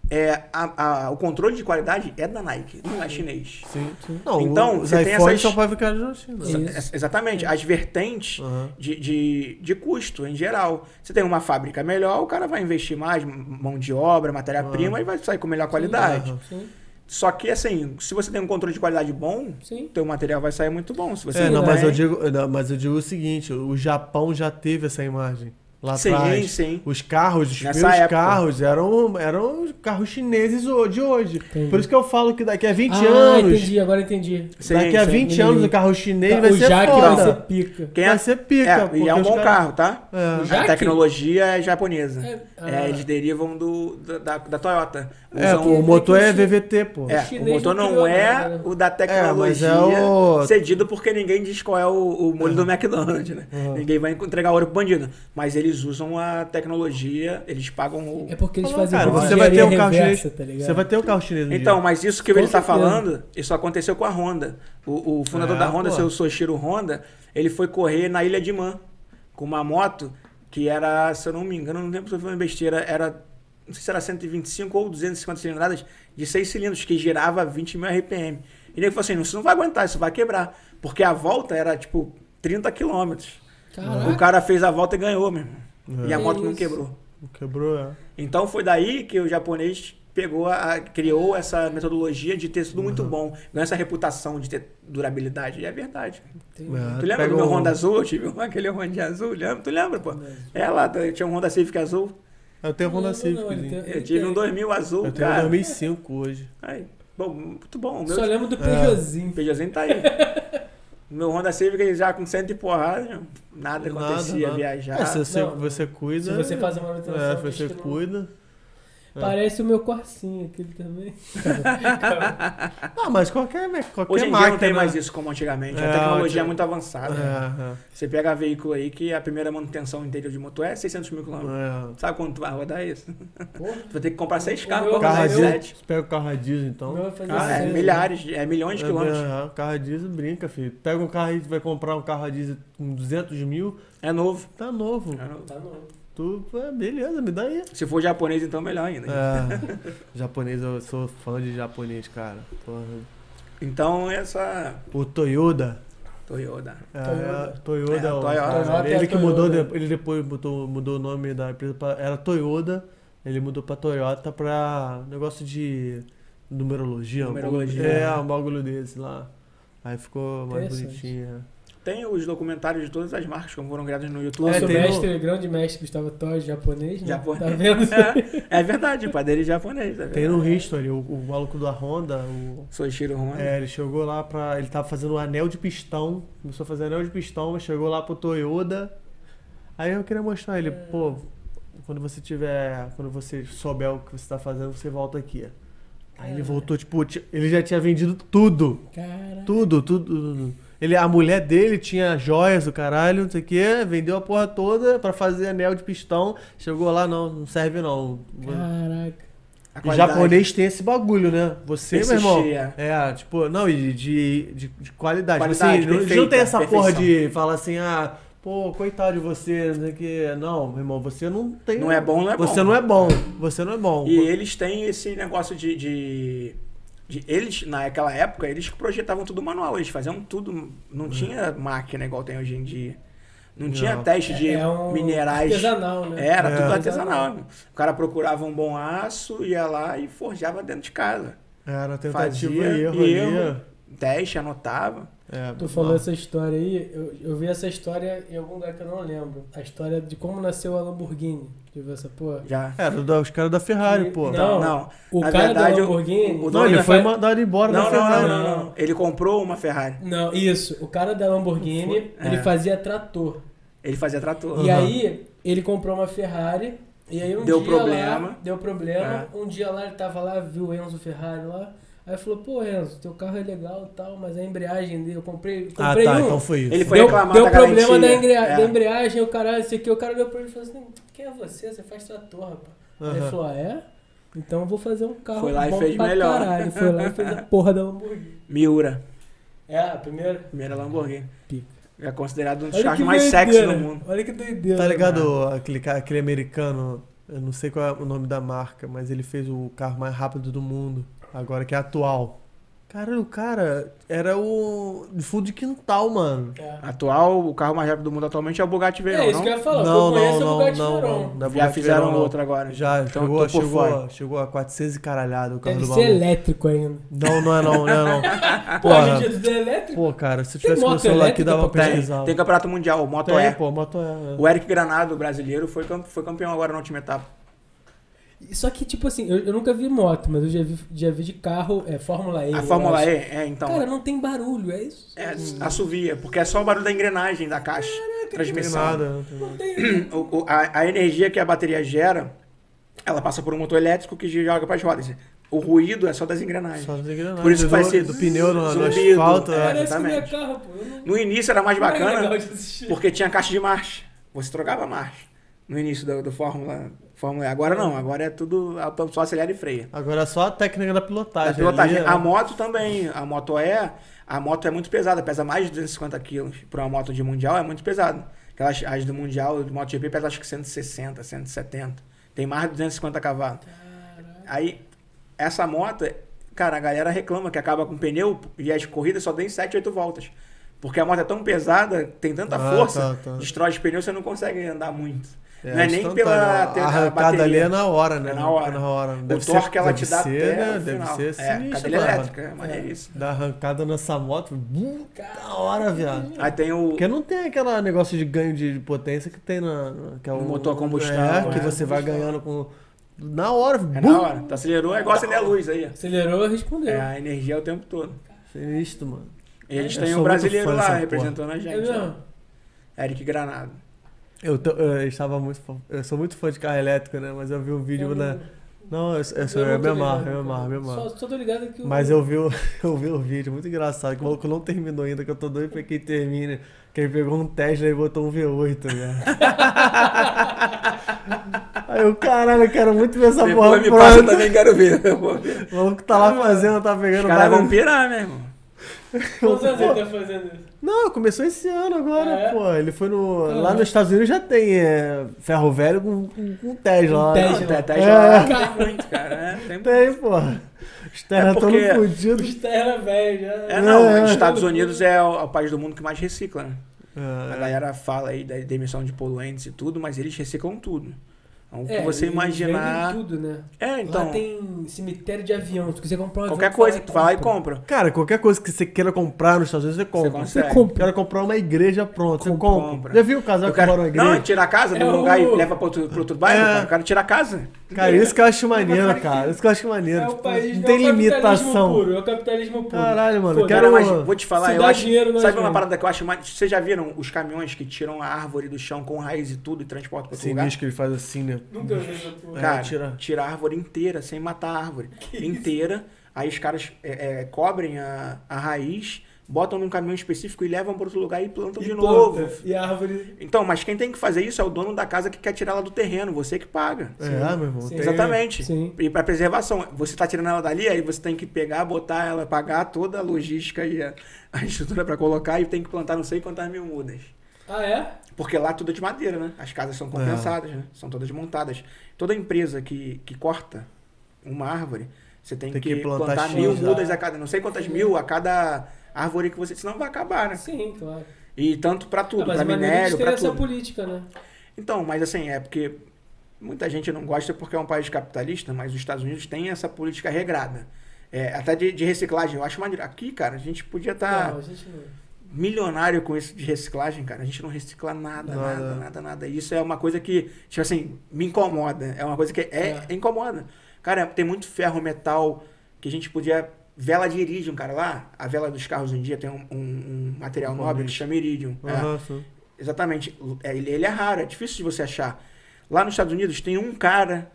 Speaker 4: é, a- a- o controle de qualidade é da Nike, não é chinês.
Speaker 2: Sim, sim. Não,
Speaker 4: Então,
Speaker 2: os
Speaker 4: você tem
Speaker 2: iPhones
Speaker 4: essas-
Speaker 2: são fabricados na China.
Speaker 3: Sim.
Speaker 4: Ex- Exatamente, as vertentes
Speaker 2: Aham.
Speaker 4: de, de, de custo em geral. Você tem uma fábrica melhor, o cara vai investir mais, m- mão de obra, matéria-prima, e vai sair com melhor qualidade.
Speaker 2: Ah. Aham.
Speaker 3: Sim,
Speaker 4: Só que, assim, se você tem um controle de qualidade bom,
Speaker 3: sim.
Speaker 4: teu material vai sair muito bom. Se você
Speaker 2: É,
Speaker 3: Sim,
Speaker 2: não,
Speaker 3: né?
Speaker 2: mas eu
Speaker 4: tem-
Speaker 2: digo, não, mas eu digo o seguinte, o Japão já teve essa imagem lá
Speaker 4: Sim,
Speaker 2: atrás.
Speaker 4: sim.
Speaker 2: Os carros, os
Speaker 4: Nessa
Speaker 2: primeiros
Speaker 4: época.
Speaker 2: carros eram eram os carros chineses ho- de hoje.
Speaker 3: Entendi.
Speaker 2: Por isso que eu falo que daqui a 20
Speaker 3: ah,
Speaker 2: anos,
Speaker 3: entendi, agora entendi. Tá,
Speaker 4: Sim,
Speaker 2: daqui a
Speaker 4: sim.
Speaker 2: 20 anos o carro chinês vai
Speaker 3: o
Speaker 2: ser
Speaker 3: Jaque
Speaker 2: foda.
Speaker 3: vai ser pica.
Speaker 4: Quem
Speaker 2: Vai ser pica,
Speaker 4: É, e
Speaker 2: porque
Speaker 4: é um
Speaker 2: os
Speaker 4: bom
Speaker 2: caras-
Speaker 4: carro, tá?
Speaker 2: É.
Speaker 3: Já
Speaker 4: A
Speaker 3: que-
Speaker 4: tecnologia é japonesa.
Speaker 3: É,
Speaker 4: É,
Speaker 3: ah.
Speaker 4: eles derivam do, da, da- da Toyota.
Speaker 2: É,
Speaker 4: Usam-
Speaker 2: pô, o motor é VVT, pô.
Speaker 4: é, o
Speaker 3: chinês
Speaker 4: motor
Speaker 3: não
Speaker 4: não,
Speaker 3: criou
Speaker 4: é
Speaker 3: nada, né?
Speaker 4: o da tecnologia
Speaker 2: É, mas é o-
Speaker 4: cedido porque ninguém diz qual é o, o molho do McDonald's, né? Ninguém vai entregar ouro pro bandido. Mas eles usam a tecnologia, eles pagam o.
Speaker 3: É porque eles
Speaker 2: Não,
Speaker 3: fazem
Speaker 2: cara,
Speaker 3: uma
Speaker 2: você vai ter um
Speaker 4: é
Speaker 3: engenharia
Speaker 2: carro
Speaker 3: reversa,
Speaker 2: chinês.
Speaker 3: tá ligado?
Speaker 2: você vai ter um carro chinês. um dia.
Speaker 4: Então, mas isso que
Speaker 3: Com
Speaker 4: ele está
Speaker 3: certeza. Ah,
Speaker 4: falando, isso aconteceu com a Honda. O, o fundador
Speaker 2: É,
Speaker 4: da Honda,
Speaker 2: pô.
Speaker 4: seu Soshiro Honda, ele foi correr na Ilha de Man com uma moto que era, se eu não me engano, não lembro se foi uma besteira, era, não sei se era 125 ou 250 cilindradas de 6 cilindros, que girava a 20 mil RPM. E ele falou assim, isso não vai aguentar, isso vai quebrar. Porque a volta era, tipo, 30 quilômetros. O
Speaker 3: Caraca,
Speaker 4: cara fez a volta e ganhou, meu irmão. E a
Speaker 3: É.
Speaker 4: moto não
Speaker 3: Isso.
Speaker 4: quebrou.
Speaker 2: Quebrou, é.
Speaker 4: Então foi daí que o japonês pegou a, criou essa metodologia de ter tudo muito bom, não é essa reputação de ter durabilidade. E é verdade.
Speaker 3: entendi.
Speaker 2: É,
Speaker 4: tu lembra
Speaker 2: pega
Speaker 4: do meu
Speaker 2: um-
Speaker 4: Honda azul? Eu tive um- aquele Honda azul, lembra? Tu lembra, pô? É lá, eu tinha um Honda Civic azul.
Speaker 2: Eu tenho um Honda
Speaker 3: Não,
Speaker 2: Civic.
Speaker 3: não, ele
Speaker 2: gente.
Speaker 3: tem-
Speaker 4: Eu tive um 2000 azul,
Speaker 2: Eu tenho um
Speaker 4: cara.
Speaker 2: 2005 hoje.
Speaker 4: Aí, bom, muito bom. O meu
Speaker 3: Só
Speaker 2: Ah.
Speaker 3: lembro do Peugeotzinho.
Speaker 4: Peugeotzinho tá aí. Meu Honda Civic já com cento e porrada, nada
Speaker 2: Nada,
Speaker 4: acontecia,
Speaker 2: nada.
Speaker 4: viajar.
Speaker 2: É, se você,
Speaker 3: Não,
Speaker 2: você cuida.
Speaker 3: Se você faz a
Speaker 2: É,
Speaker 3: manutenção,
Speaker 2: você
Speaker 3: acho que não-
Speaker 2: cuida. é.
Speaker 3: Parece o meu corsinho, aquele também.
Speaker 2: Ah, mas qualquer, me- qualquer
Speaker 4: Hoje em
Speaker 2: máquina.
Speaker 4: dia não tem mais
Speaker 2: né?
Speaker 4: isso como antigamente.
Speaker 2: É,
Speaker 4: a tecnologia é
Speaker 2: hoje-
Speaker 4: muito avançada.
Speaker 2: É,
Speaker 4: Você pega veículo aí que a primeira manutenção inteira de motor é 600 mil quilômetros.
Speaker 2: é,
Speaker 4: Sabe quanto vai rodar isso?
Speaker 2: Ah,
Speaker 3: Porra,
Speaker 4: Vai ter que comprar seis
Speaker 3: O
Speaker 4: carros
Speaker 3: meu-
Speaker 4: pra
Speaker 2: é.
Speaker 4: rodar
Speaker 2: Carro a
Speaker 3: Mas eu-
Speaker 2: diesel.
Speaker 4: sete.
Speaker 2: Você pega o carro a diesel,
Speaker 3: o
Speaker 2: então.
Speaker 3: meu vai fazer assim, né?
Speaker 4: Ah, é
Speaker 3: seis.
Speaker 4: milhares, de- é milhões de
Speaker 2: É,
Speaker 4: quilômetros.
Speaker 2: é, carro a diesel brinca, filho. Pega um carro aí, tu vai comprar um carro a diesel com 200 mil,
Speaker 4: É novo.
Speaker 2: tá novo.
Speaker 4: É novo.
Speaker 3: Tá novo.
Speaker 2: Tu, é, beleza, me dá aí.
Speaker 4: Se for japonês, então melhor ainda.
Speaker 2: É, japonês, eu sou fã de japonês, cara. Porra.
Speaker 4: Então, essa
Speaker 2: O Toyoda.
Speaker 4: Toyota.
Speaker 2: É,
Speaker 3: Toyota.
Speaker 2: é, Toyota.
Speaker 4: É,
Speaker 2: é
Speaker 4: Toyota.
Speaker 2: o-
Speaker 3: Toyota é
Speaker 2: ele
Speaker 3: a
Speaker 2: que mudou,
Speaker 3: Toyota.
Speaker 2: de- ele depois mudou, mudou o nome da empresa pra, era Toyota, ele mudou pra Toyota pra negócio de numerologia, um bagulho-
Speaker 4: Numerologia.
Speaker 2: é, um bagulho desse lá. Aí ficou mais
Speaker 3: Interessante.
Speaker 2: bonitinho. é.
Speaker 4: Tem os documentários de todas as marcas como foram criadas no YouTube.
Speaker 3: Nosso
Speaker 2: tem um-
Speaker 3: mestre, grande mestre Gustavo Toys, japonês, né?
Speaker 4: Japonês.
Speaker 3: Tá vendo?
Speaker 4: É, é verdade, padeiro japonês. É
Speaker 2: Tem
Speaker 4: verdade.
Speaker 2: no History, o, o maluco da Honda, o-
Speaker 4: Soichiro Honda.
Speaker 2: é, ele chegou lá pra. Ele tava fazendo um anel de pistão. Começou a fazer anel de pistão, mas chegou lá pro Toyota. Aí eu queria mostrar ele, pô, quando você tiver. Quando você souber o que você tá fazendo, você volta aqui. Aí ele
Speaker 3: Caralho.
Speaker 2: voltou, tipo, ti- ele já tinha vendido tudo.
Speaker 3: Caraca.
Speaker 2: Tudo, tudo, tudo. Ele, a mulher dele tinha joias, o caralho, não sei o quê, vendeu a porra toda pra fazer anel de pistão. Chegou lá, não, não serve não.
Speaker 3: Caraca.
Speaker 4: A
Speaker 2: E
Speaker 4: qualidade.
Speaker 2: japonês tem esse bagulho, né? Você, meu irmão.
Speaker 4: Persistir, é.
Speaker 2: É, tipo, não, e de, de, de qualidade.
Speaker 4: Qualidade,
Speaker 2: Você não- eles não
Speaker 4: perfeita,
Speaker 2: tem essa porra
Speaker 4: perfeição.
Speaker 2: de falar assim, ah, pô, coitado de você, não sei o quê. Não, meu irmão, você não tem.
Speaker 4: Não é bom, não é
Speaker 2: Você
Speaker 4: bom.
Speaker 2: não é bom. Você não é
Speaker 3: Então,
Speaker 2: bom.
Speaker 4: E eles têm esse negócio de. de- de- eles, naquela época, eles projetavam tudo manual, eles faziam tudo.
Speaker 3: Hum.
Speaker 4: Não tinha máquina igual tem hoje em dia. Não, tinha
Speaker 2: Não.
Speaker 4: teste de
Speaker 3: É um
Speaker 4: minerais.
Speaker 3: Artesanal, né?
Speaker 4: Era
Speaker 2: É.
Speaker 4: tudo artesanal. O cara procurava um bom aço, ia lá e forjava dentro de casa.
Speaker 2: Era tentativa
Speaker 4: Fazia
Speaker 2: e erro,
Speaker 4: e
Speaker 2: ali.
Speaker 4: erro. Teste, anotava.
Speaker 2: É,
Speaker 3: Tu falou
Speaker 2: não.
Speaker 3: essa história aí, eu, eu vi essa história em algum lugar que eu não lembro. A história de como nasceu a Lamborghini. Tu viu essa porra?
Speaker 4: Já.
Speaker 2: Era da- os caras da Ferrari,
Speaker 3: E-
Speaker 2: pô.
Speaker 3: Não,
Speaker 4: não.
Speaker 3: O
Speaker 4: Na
Speaker 3: cara
Speaker 4: verdade,
Speaker 3: da
Speaker 4: o-
Speaker 3: Lamborghini.
Speaker 4: o- o
Speaker 2: Não,
Speaker 4: dono
Speaker 2: ele
Speaker 4: da
Speaker 2: foi
Speaker 4: Fer-
Speaker 2: mandado embora
Speaker 4: Não,
Speaker 2: da
Speaker 4: não,
Speaker 2: Ferrari.
Speaker 4: não, não, não. Ele comprou uma Ferrari.
Speaker 3: Não, isso. O cara da Lamborghini,
Speaker 4: Foi?
Speaker 3: ele
Speaker 4: É.
Speaker 3: fazia trator.
Speaker 4: Ele fazia trator.
Speaker 3: E
Speaker 2: Uhum.
Speaker 3: aí, ele comprou uma Ferrari. E aí um
Speaker 4: Deu
Speaker 3: dia
Speaker 4: problema. É.
Speaker 3: lá, deu problema. Um dia lá ele tava lá, viu o Enzo Ferrari lá. Aí falou, pô, Enzo, teu carro é legal e tal, mas a embreagem dele, eu comprei,
Speaker 2: Ah,
Speaker 3: comprei
Speaker 2: tá,
Speaker 3: um.
Speaker 2: então foi isso.
Speaker 4: Ele foi
Speaker 3: deu
Speaker 4: reclamar
Speaker 3: deu
Speaker 4: da
Speaker 3: problema da,
Speaker 4: garantia.
Speaker 3: embrea-
Speaker 4: É.
Speaker 3: da embreagem, o cara, esse aqui, o cara olhou pra ele e falou assim, quem é você? Você faz trator, rapaz. Aí ele
Speaker 2: Aham.
Speaker 3: falou, ah, é? Então eu vou fazer um carro
Speaker 4: Foi lá e
Speaker 3: bom
Speaker 4: fez
Speaker 3: pra
Speaker 4: melhor.
Speaker 3: caralho. Foi lá e fez a porra da Lamborghini.
Speaker 4: Miura.
Speaker 3: É, a primeira
Speaker 4: Primeira Lamborghini.
Speaker 3: pica.
Speaker 4: É considerado um dos
Speaker 3: Olha
Speaker 4: carros
Speaker 3: que
Speaker 4: mais
Speaker 3: doideira.
Speaker 4: sexy do mundo.
Speaker 3: Olha que doideira.
Speaker 4: é
Speaker 2: Tá ligado aquele, ca- aquele americano, eu não sei qual é o nome da marca, mas ele fez o carro mais rápido do mundo, agora que é atual. Cara, o cara era o de fundo de quintal, mano.
Speaker 3: É.
Speaker 4: Atual, o carro mais rápido do mundo atualmente é o Bugatti Veyron,
Speaker 3: É isso
Speaker 4: não?
Speaker 3: que eu ia falar. o que eu conheço é o Bugatti Veyron.
Speaker 2: Da
Speaker 4: Já
Speaker 2: Bugatti
Speaker 4: fizeram
Speaker 2: Veyron, não.
Speaker 4: outro agora.
Speaker 2: Já,
Speaker 4: Então,
Speaker 2: chegou,
Speaker 4: tô por fora.
Speaker 2: chegou, chegou a 400 e caralhada o carro
Speaker 3: Deve
Speaker 2: do
Speaker 3: ser
Speaker 2: maluco.
Speaker 3: elétrico ainda.
Speaker 2: Não, não é não, não é
Speaker 4: Ah,
Speaker 2: não.
Speaker 3: Pô, a
Speaker 2: Porra,
Speaker 3: gente é elétrico?
Speaker 2: pô, cara, se eu
Speaker 3: Tem
Speaker 2: tivesse meu
Speaker 3: moto
Speaker 2: celular aqui,
Speaker 3: elétrica
Speaker 2: dava
Speaker 3: pra
Speaker 2: pra
Speaker 4: Tem,
Speaker 2: pesquisar.
Speaker 4: tem campeonato mundial, o Moto
Speaker 2: Tem,
Speaker 4: E.
Speaker 2: pô, moto é.
Speaker 4: O Eric Granado, brasileiro, foi, cam- foi campeão agora na última etapa.
Speaker 3: Só que, tipo assim, eu, eu nunca vi moto, mas eu já vi, já vi de carro, é Fórmula E.
Speaker 4: a Fórmula
Speaker 3: eu
Speaker 4: E,
Speaker 3: acho.
Speaker 4: é, então.
Speaker 3: Cara, não tem barulho, é isso?
Speaker 4: é, assovia, porque é só o barulho da engrenagem da caixa.
Speaker 2: Não tem
Speaker 4: transmissão.
Speaker 2: nada, não tem nada.
Speaker 3: Não tem.
Speaker 4: O- o- a, a energia que a bateria gera, ela passa por um motor elétrico que joga para as rodas. O ruído é só das engrenagens.
Speaker 2: Só não tem nada.
Speaker 4: Por isso que
Speaker 2: do,
Speaker 4: faz esse
Speaker 2: do pneu no, no
Speaker 4: zumbido,
Speaker 2: asfalto.
Speaker 4: é.
Speaker 2: né?
Speaker 3: Parece que não é
Speaker 4: exatamente.
Speaker 3: carro, pô. Eu não-
Speaker 4: No início era mais
Speaker 3: não é
Speaker 4: bacana,
Speaker 3: legal de assistir.
Speaker 4: porque tinha caixa de marcha. Você trocava a marcha no início do, do Fórmula, Fórmula E. Agora não, agora é tudo auto- só acelera e freia.
Speaker 2: Agora é só a técnica da pilotagem.
Speaker 4: Da pilotagem.
Speaker 2: ali,
Speaker 4: A
Speaker 2: né?
Speaker 4: moto também, a moto é, a moto é muito pesada, pesa mais de 250 quilos. Para uma moto de mundial é muito pesado. Aquelas as do mundial, do MotoGP pesa acho que 160, 170. Tem mais de 250 cavalos. Aí essa moto, cara, a galera reclama que acaba com pneu e as corridas só tem 7, 8 voltas. Porque a moto é tão pesada, tem tanta
Speaker 2: Ah,
Speaker 4: força,
Speaker 2: tá, tá.
Speaker 4: destrói os pneus, você não consegue andar muito.
Speaker 2: É,
Speaker 4: não é nem
Speaker 2: instantâneo.
Speaker 4: pela
Speaker 2: A
Speaker 4: te- a
Speaker 2: arrancada
Speaker 4: bateria.
Speaker 2: ali é na hora, né?
Speaker 4: É na hora.
Speaker 2: É na hora.
Speaker 4: O
Speaker 2: Deve ser-
Speaker 4: torque ela
Speaker 2: deve
Speaker 4: te dá
Speaker 2: ser,
Speaker 4: até
Speaker 2: né?
Speaker 4: o
Speaker 2: Deve
Speaker 4: final.
Speaker 2: ser
Speaker 4: é,
Speaker 2: sinistro,
Speaker 4: cadeira
Speaker 2: mano.
Speaker 4: elétrica, é maneiríssimo.
Speaker 2: Da arrancada nessa moto, bum, da hora, viado.
Speaker 4: Aí tem o.
Speaker 2: Porque não tem aquele negócio de ganho de potência que tem na, na- que é
Speaker 4: No
Speaker 2: o-
Speaker 4: motor a combustão,
Speaker 2: É,
Speaker 4: é.
Speaker 2: que você vai ganhando com. Na hora,
Speaker 4: É
Speaker 2: bum.
Speaker 4: na hora. Tu acelerou, é igual acender a luz aí. ó.
Speaker 3: Acelerou, respondeu.
Speaker 4: É a energia o tempo todo.
Speaker 2: Sinistro, mano.
Speaker 4: Eles
Speaker 2: É, Eu
Speaker 4: têm
Speaker 2: sou
Speaker 4: um
Speaker 2: muito
Speaker 4: brasileiro
Speaker 2: fã
Speaker 4: lá
Speaker 2: dessa porra.
Speaker 4: representando a gente. né?
Speaker 3: É,
Speaker 4: ó.
Speaker 3: não.
Speaker 4: Eric Granado.
Speaker 2: Eu, tô- eu estava muito. fã- Eu sou muito fã de carro elétrico, né? Mas eu vi um vídeo
Speaker 3: Eu
Speaker 2: na.
Speaker 3: não-
Speaker 2: Não, eu, eu, sou- é
Speaker 3: eu não
Speaker 2: eu
Speaker 3: tô
Speaker 2: me amarro,
Speaker 3: ligado,
Speaker 2: eu me amarro, eu me
Speaker 3: cara.
Speaker 2: amarro.
Speaker 3: Só, só tô ligado que o.
Speaker 2: Mas eu vi, o, eu vi o vídeo, muito engraçado, que o maluco não terminou ainda, que eu tô doido pra que ele termine. Que ele pegou um Tesla e botou um V8, né? Aí eu, caralho, eu quero muito ver essa porra
Speaker 4: Depois me passa, eu
Speaker 2: pronta.
Speaker 4: também quero ver. Eu vou ver.
Speaker 2: O maluco tá lá fazendo, tá
Speaker 4: Os
Speaker 2: pegando
Speaker 4: caras
Speaker 2: vários-
Speaker 4: vão pirar, meu irmão.
Speaker 3: Quantos anos ele tá fazendo isso?
Speaker 2: Não, começou esse ano agora,
Speaker 3: Ah, é?
Speaker 2: pô. Ele foi no.
Speaker 3: Ah.
Speaker 2: Lá nos Estados Unidos já tem é, ferro velho com, com, com Tesla.
Speaker 3: Com
Speaker 2: né?
Speaker 3: Tesla.
Speaker 4: Não, tá, tá
Speaker 2: É.
Speaker 4: já- tem muito, cara. É, tem muito.
Speaker 2: Tem, pô. Os
Speaker 4: É
Speaker 2: Tesla tão
Speaker 4: porque-
Speaker 2: fodidos.
Speaker 3: Os terra velho já.
Speaker 4: É, não,
Speaker 2: É.
Speaker 4: os Estados Unidos é o, é o país do mundo que mais recicla, né? A
Speaker 2: É,
Speaker 4: galera fala aí da demissão de poluentes e tudo, mas eles reciclam tudo. Então, o que
Speaker 3: É,
Speaker 4: você
Speaker 3: eles
Speaker 4: imaginar.
Speaker 3: vendem tudo, né?
Speaker 4: É, então.
Speaker 3: Lá tem cemitério de avião. Se tu quiser comprar um avião,
Speaker 4: Qualquer
Speaker 3: tu
Speaker 4: coisa
Speaker 3: vai
Speaker 4: que tu vai lá e compra.
Speaker 2: Cara, qualquer coisa que você queira comprar nos Estados Unidos, você compra.
Speaker 4: consegue.
Speaker 2: Você compra. Quero comprar uma igreja pronta, você
Speaker 3: Compra.
Speaker 2: compra.
Speaker 4: Compra.
Speaker 2: Já viu o casal
Speaker 4: Eu
Speaker 2: que mora uma
Speaker 4: quero...
Speaker 2: igreja?
Speaker 4: Não, tira a casa de
Speaker 3: É
Speaker 4: um lugar e
Speaker 3: o-
Speaker 4: leva pro outro, pro outro bairro.
Speaker 2: É.
Speaker 4: cara. O cara tira a casa.
Speaker 2: Cara, isso que eu acho maneiro, cara. Isso que eu acho maneiro.
Speaker 3: tipo, É o
Speaker 2: Tipo,
Speaker 3: país
Speaker 2: não
Speaker 3: é
Speaker 2: tem
Speaker 3: o capitalismo
Speaker 2: limitação.
Speaker 3: Puro, é o capitalismo puro.
Speaker 2: Caralho, mano,
Speaker 3: Foda-se.
Speaker 4: Cara,
Speaker 2: Quero-
Speaker 4: mas vou te falar,
Speaker 3: Se
Speaker 4: eu
Speaker 3: dá
Speaker 4: acho.
Speaker 3: dinheiro, né, nós
Speaker 4: sabe uma
Speaker 3: vamos.
Speaker 4: parada que eu acho mais. Vocês já viram os caminhões que tiram a árvore do chão com raiz e tudo e transportam pra outro
Speaker 2: Esse
Speaker 4: lugar?
Speaker 2: bicho que ele faz assim, né?
Speaker 3: Nunca vi essa porra.
Speaker 4: Cara,
Speaker 2: tira.
Speaker 4: tira. a árvore inteira, sem matar a árvore. inteira. Aí os caras é, é, cobrem a, a raiz, botam num caminhão específico e levam para outro lugar e plantam
Speaker 3: E
Speaker 4: de
Speaker 3: planta,
Speaker 4: novo.
Speaker 3: E árvore.
Speaker 4: Então, mas quem tem que fazer isso é o dono da casa que quer tirar ela do terreno, você que paga.
Speaker 2: É, meu irmão.
Speaker 3: Sim.
Speaker 2: tem-
Speaker 4: Exatamente.
Speaker 3: Sim.
Speaker 4: E para preservação, você tá tirando ela dali, aí você tem que pegar, botar ela, pagar toda a logística e a, a estrutura para colocar e tem que plantar não sei quantas mil mudas.
Speaker 3: Ah, é?
Speaker 4: Porque lá tudo é de madeira, né? As casas
Speaker 2: É.
Speaker 4: são compensadas, né? São todas montadas. Toda empresa que, que corta uma árvore, você tem,
Speaker 2: Tem
Speaker 4: que,
Speaker 2: que plantar
Speaker 4: plantar
Speaker 2: X né?
Speaker 4: mil
Speaker 3: lá.
Speaker 4: mudas a cada, não sei quantas mil a cada árvore que você, senão vai acabar, né?
Speaker 3: Ah, Sim, claro.
Speaker 4: E tanto pra tudo,
Speaker 3: Ah, mas
Speaker 4: pra
Speaker 3: a maneira
Speaker 4: minério,
Speaker 3: de ter
Speaker 4: pra
Speaker 3: essa
Speaker 4: tudo.
Speaker 3: política, né?
Speaker 4: Então, mas assim, é porque muita gente não gosta porque é um país capitalista, mas os Estados Unidos têm essa política regrada. É, até de, de reciclagem, eu acho maneiro. Aqui, cara, a gente podia estar
Speaker 3: Não, a gente não.
Speaker 4: milionário com isso de reciclagem, cara. A gente não recicla nada,
Speaker 2: Nada.
Speaker 4: nada, nada, nada, Isso é uma coisa que, tipo assim, me incomoda. É uma coisa que é, é incomoda. Cara, tem muito ferro, metal que a gente podia. Vela de irídio, cara. Lá, a vela dos carros hoje em dia tem um, um- um material
Speaker 2: Um
Speaker 4: nobre que
Speaker 2: commodity.
Speaker 4: chama irídio. É.
Speaker 2: Aham, sim.
Speaker 4: Exatamente. É, Ele, ele é raro, é difícil de você achar. Lá nos Estados Unidos tem um cara,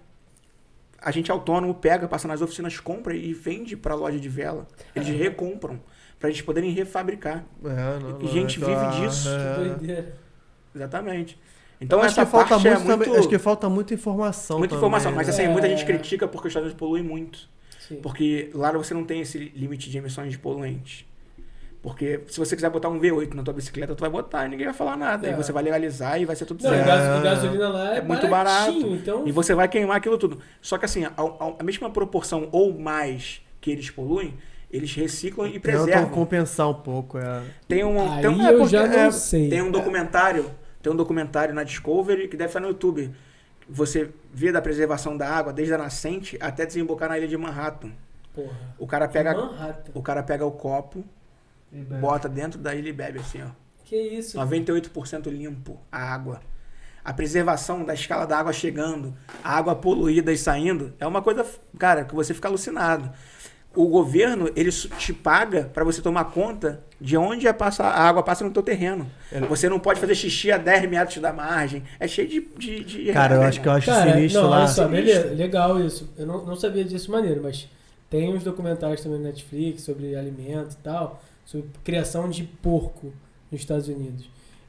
Speaker 4: a gente autônomo pega, passa nas oficinas, compra e vende pra loja de vela. Eles recompram pra eles poderem refabricar.
Speaker 2: É, não,
Speaker 4: E
Speaker 2: não,
Speaker 4: gente
Speaker 2: é,
Speaker 4: vive
Speaker 2: tá,
Speaker 4: disso.
Speaker 2: é.
Speaker 3: Que doideira.
Speaker 4: Exatamente. Então
Speaker 2: acho
Speaker 4: essa
Speaker 2: que falta
Speaker 4: parte
Speaker 2: muito,
Speaker 4: é
Speaker 2: também-
Speaker 4: muito,
Speaker 2: acho que falta muita informação.
Speaker 4: muita
Speaker 2: também,
Speaker 4: informação,
Speaker 2: né?
Speaker 4: mas assim, muita gente
Speaker 3: É.
Speaker 4: critica porque os Estados Unidos poluem muito.
Speaker 3: Sim.
Speaker 4: Porque lá você não tem esse limite de emissões de poluentes. Porque se você quiser botar um V8 na tua bicicleta, tu vai botar e ninguém vai falar nada.
Speaker 3: É.
Speaker 4: E você vai legalizar e vai ser tudo
Speaker 3: Não, e
Speaker 4: certo.
Speaker 3: gas- e gasolina lá é,
Speaker 4: É muito
Speaker 3: baratinho,
Speaker 4: barato.
Speaker 3: Então,
Speaker 4: E você vai queimar aquilo tudo. Só que assim, a, a- a mesma proporção ou mais que eles poluem, eles reciclam e
Speaker 2: Tentam
Speaker 4: preservam.
Speaker 2: compensar um pouco, é.
Speaker 4: Tem um,
Speaker 3: aí
Speaker 4: tem um- é
Speaker 3: eu
Speaker 4: porque-
Speaker 3: já não
Speaker 4: é,
Speaker 3: sei.
Speaker 4: tem um documentário, tem um documentário na Discovery que deve estar no YouTube. Você vê da preservação da água desde a nascente até desembocar na ilha de Manhattan.
Speaker 3: Porra.
Speaker 4: O cara pega,
Speaker 3: Manhattan.
Speaker 4: o cara pega o copo, bota dentro da ilha e bebe assim, ó.
Speaker 3: Que isso?
Speaker 4: 98% limpo a água. A preservação da escala da água chegando, a água poluída e saindo, é uma coisa, cara, que você fica alucinado. O governo, ele su- te paga para você tomar conta de onde a, passa, a água passa no teu terreno.
Speaker 2: É.
Speaker 4: Você não pode fazer xixi a 10 metros da margem. É cheio de... de, de- né?
Speaker 2: Cara, eu acho que eu acho sinistro
Speaker 3: não,
Speaker 2: lá.
Speaker 3: olha só, beleza, legal isso. Eu não, não sabia disso maneiro, mas tem uns documentários também na Netflix sobre alimento e tal, sobre criação de porco nos Estados Unidos.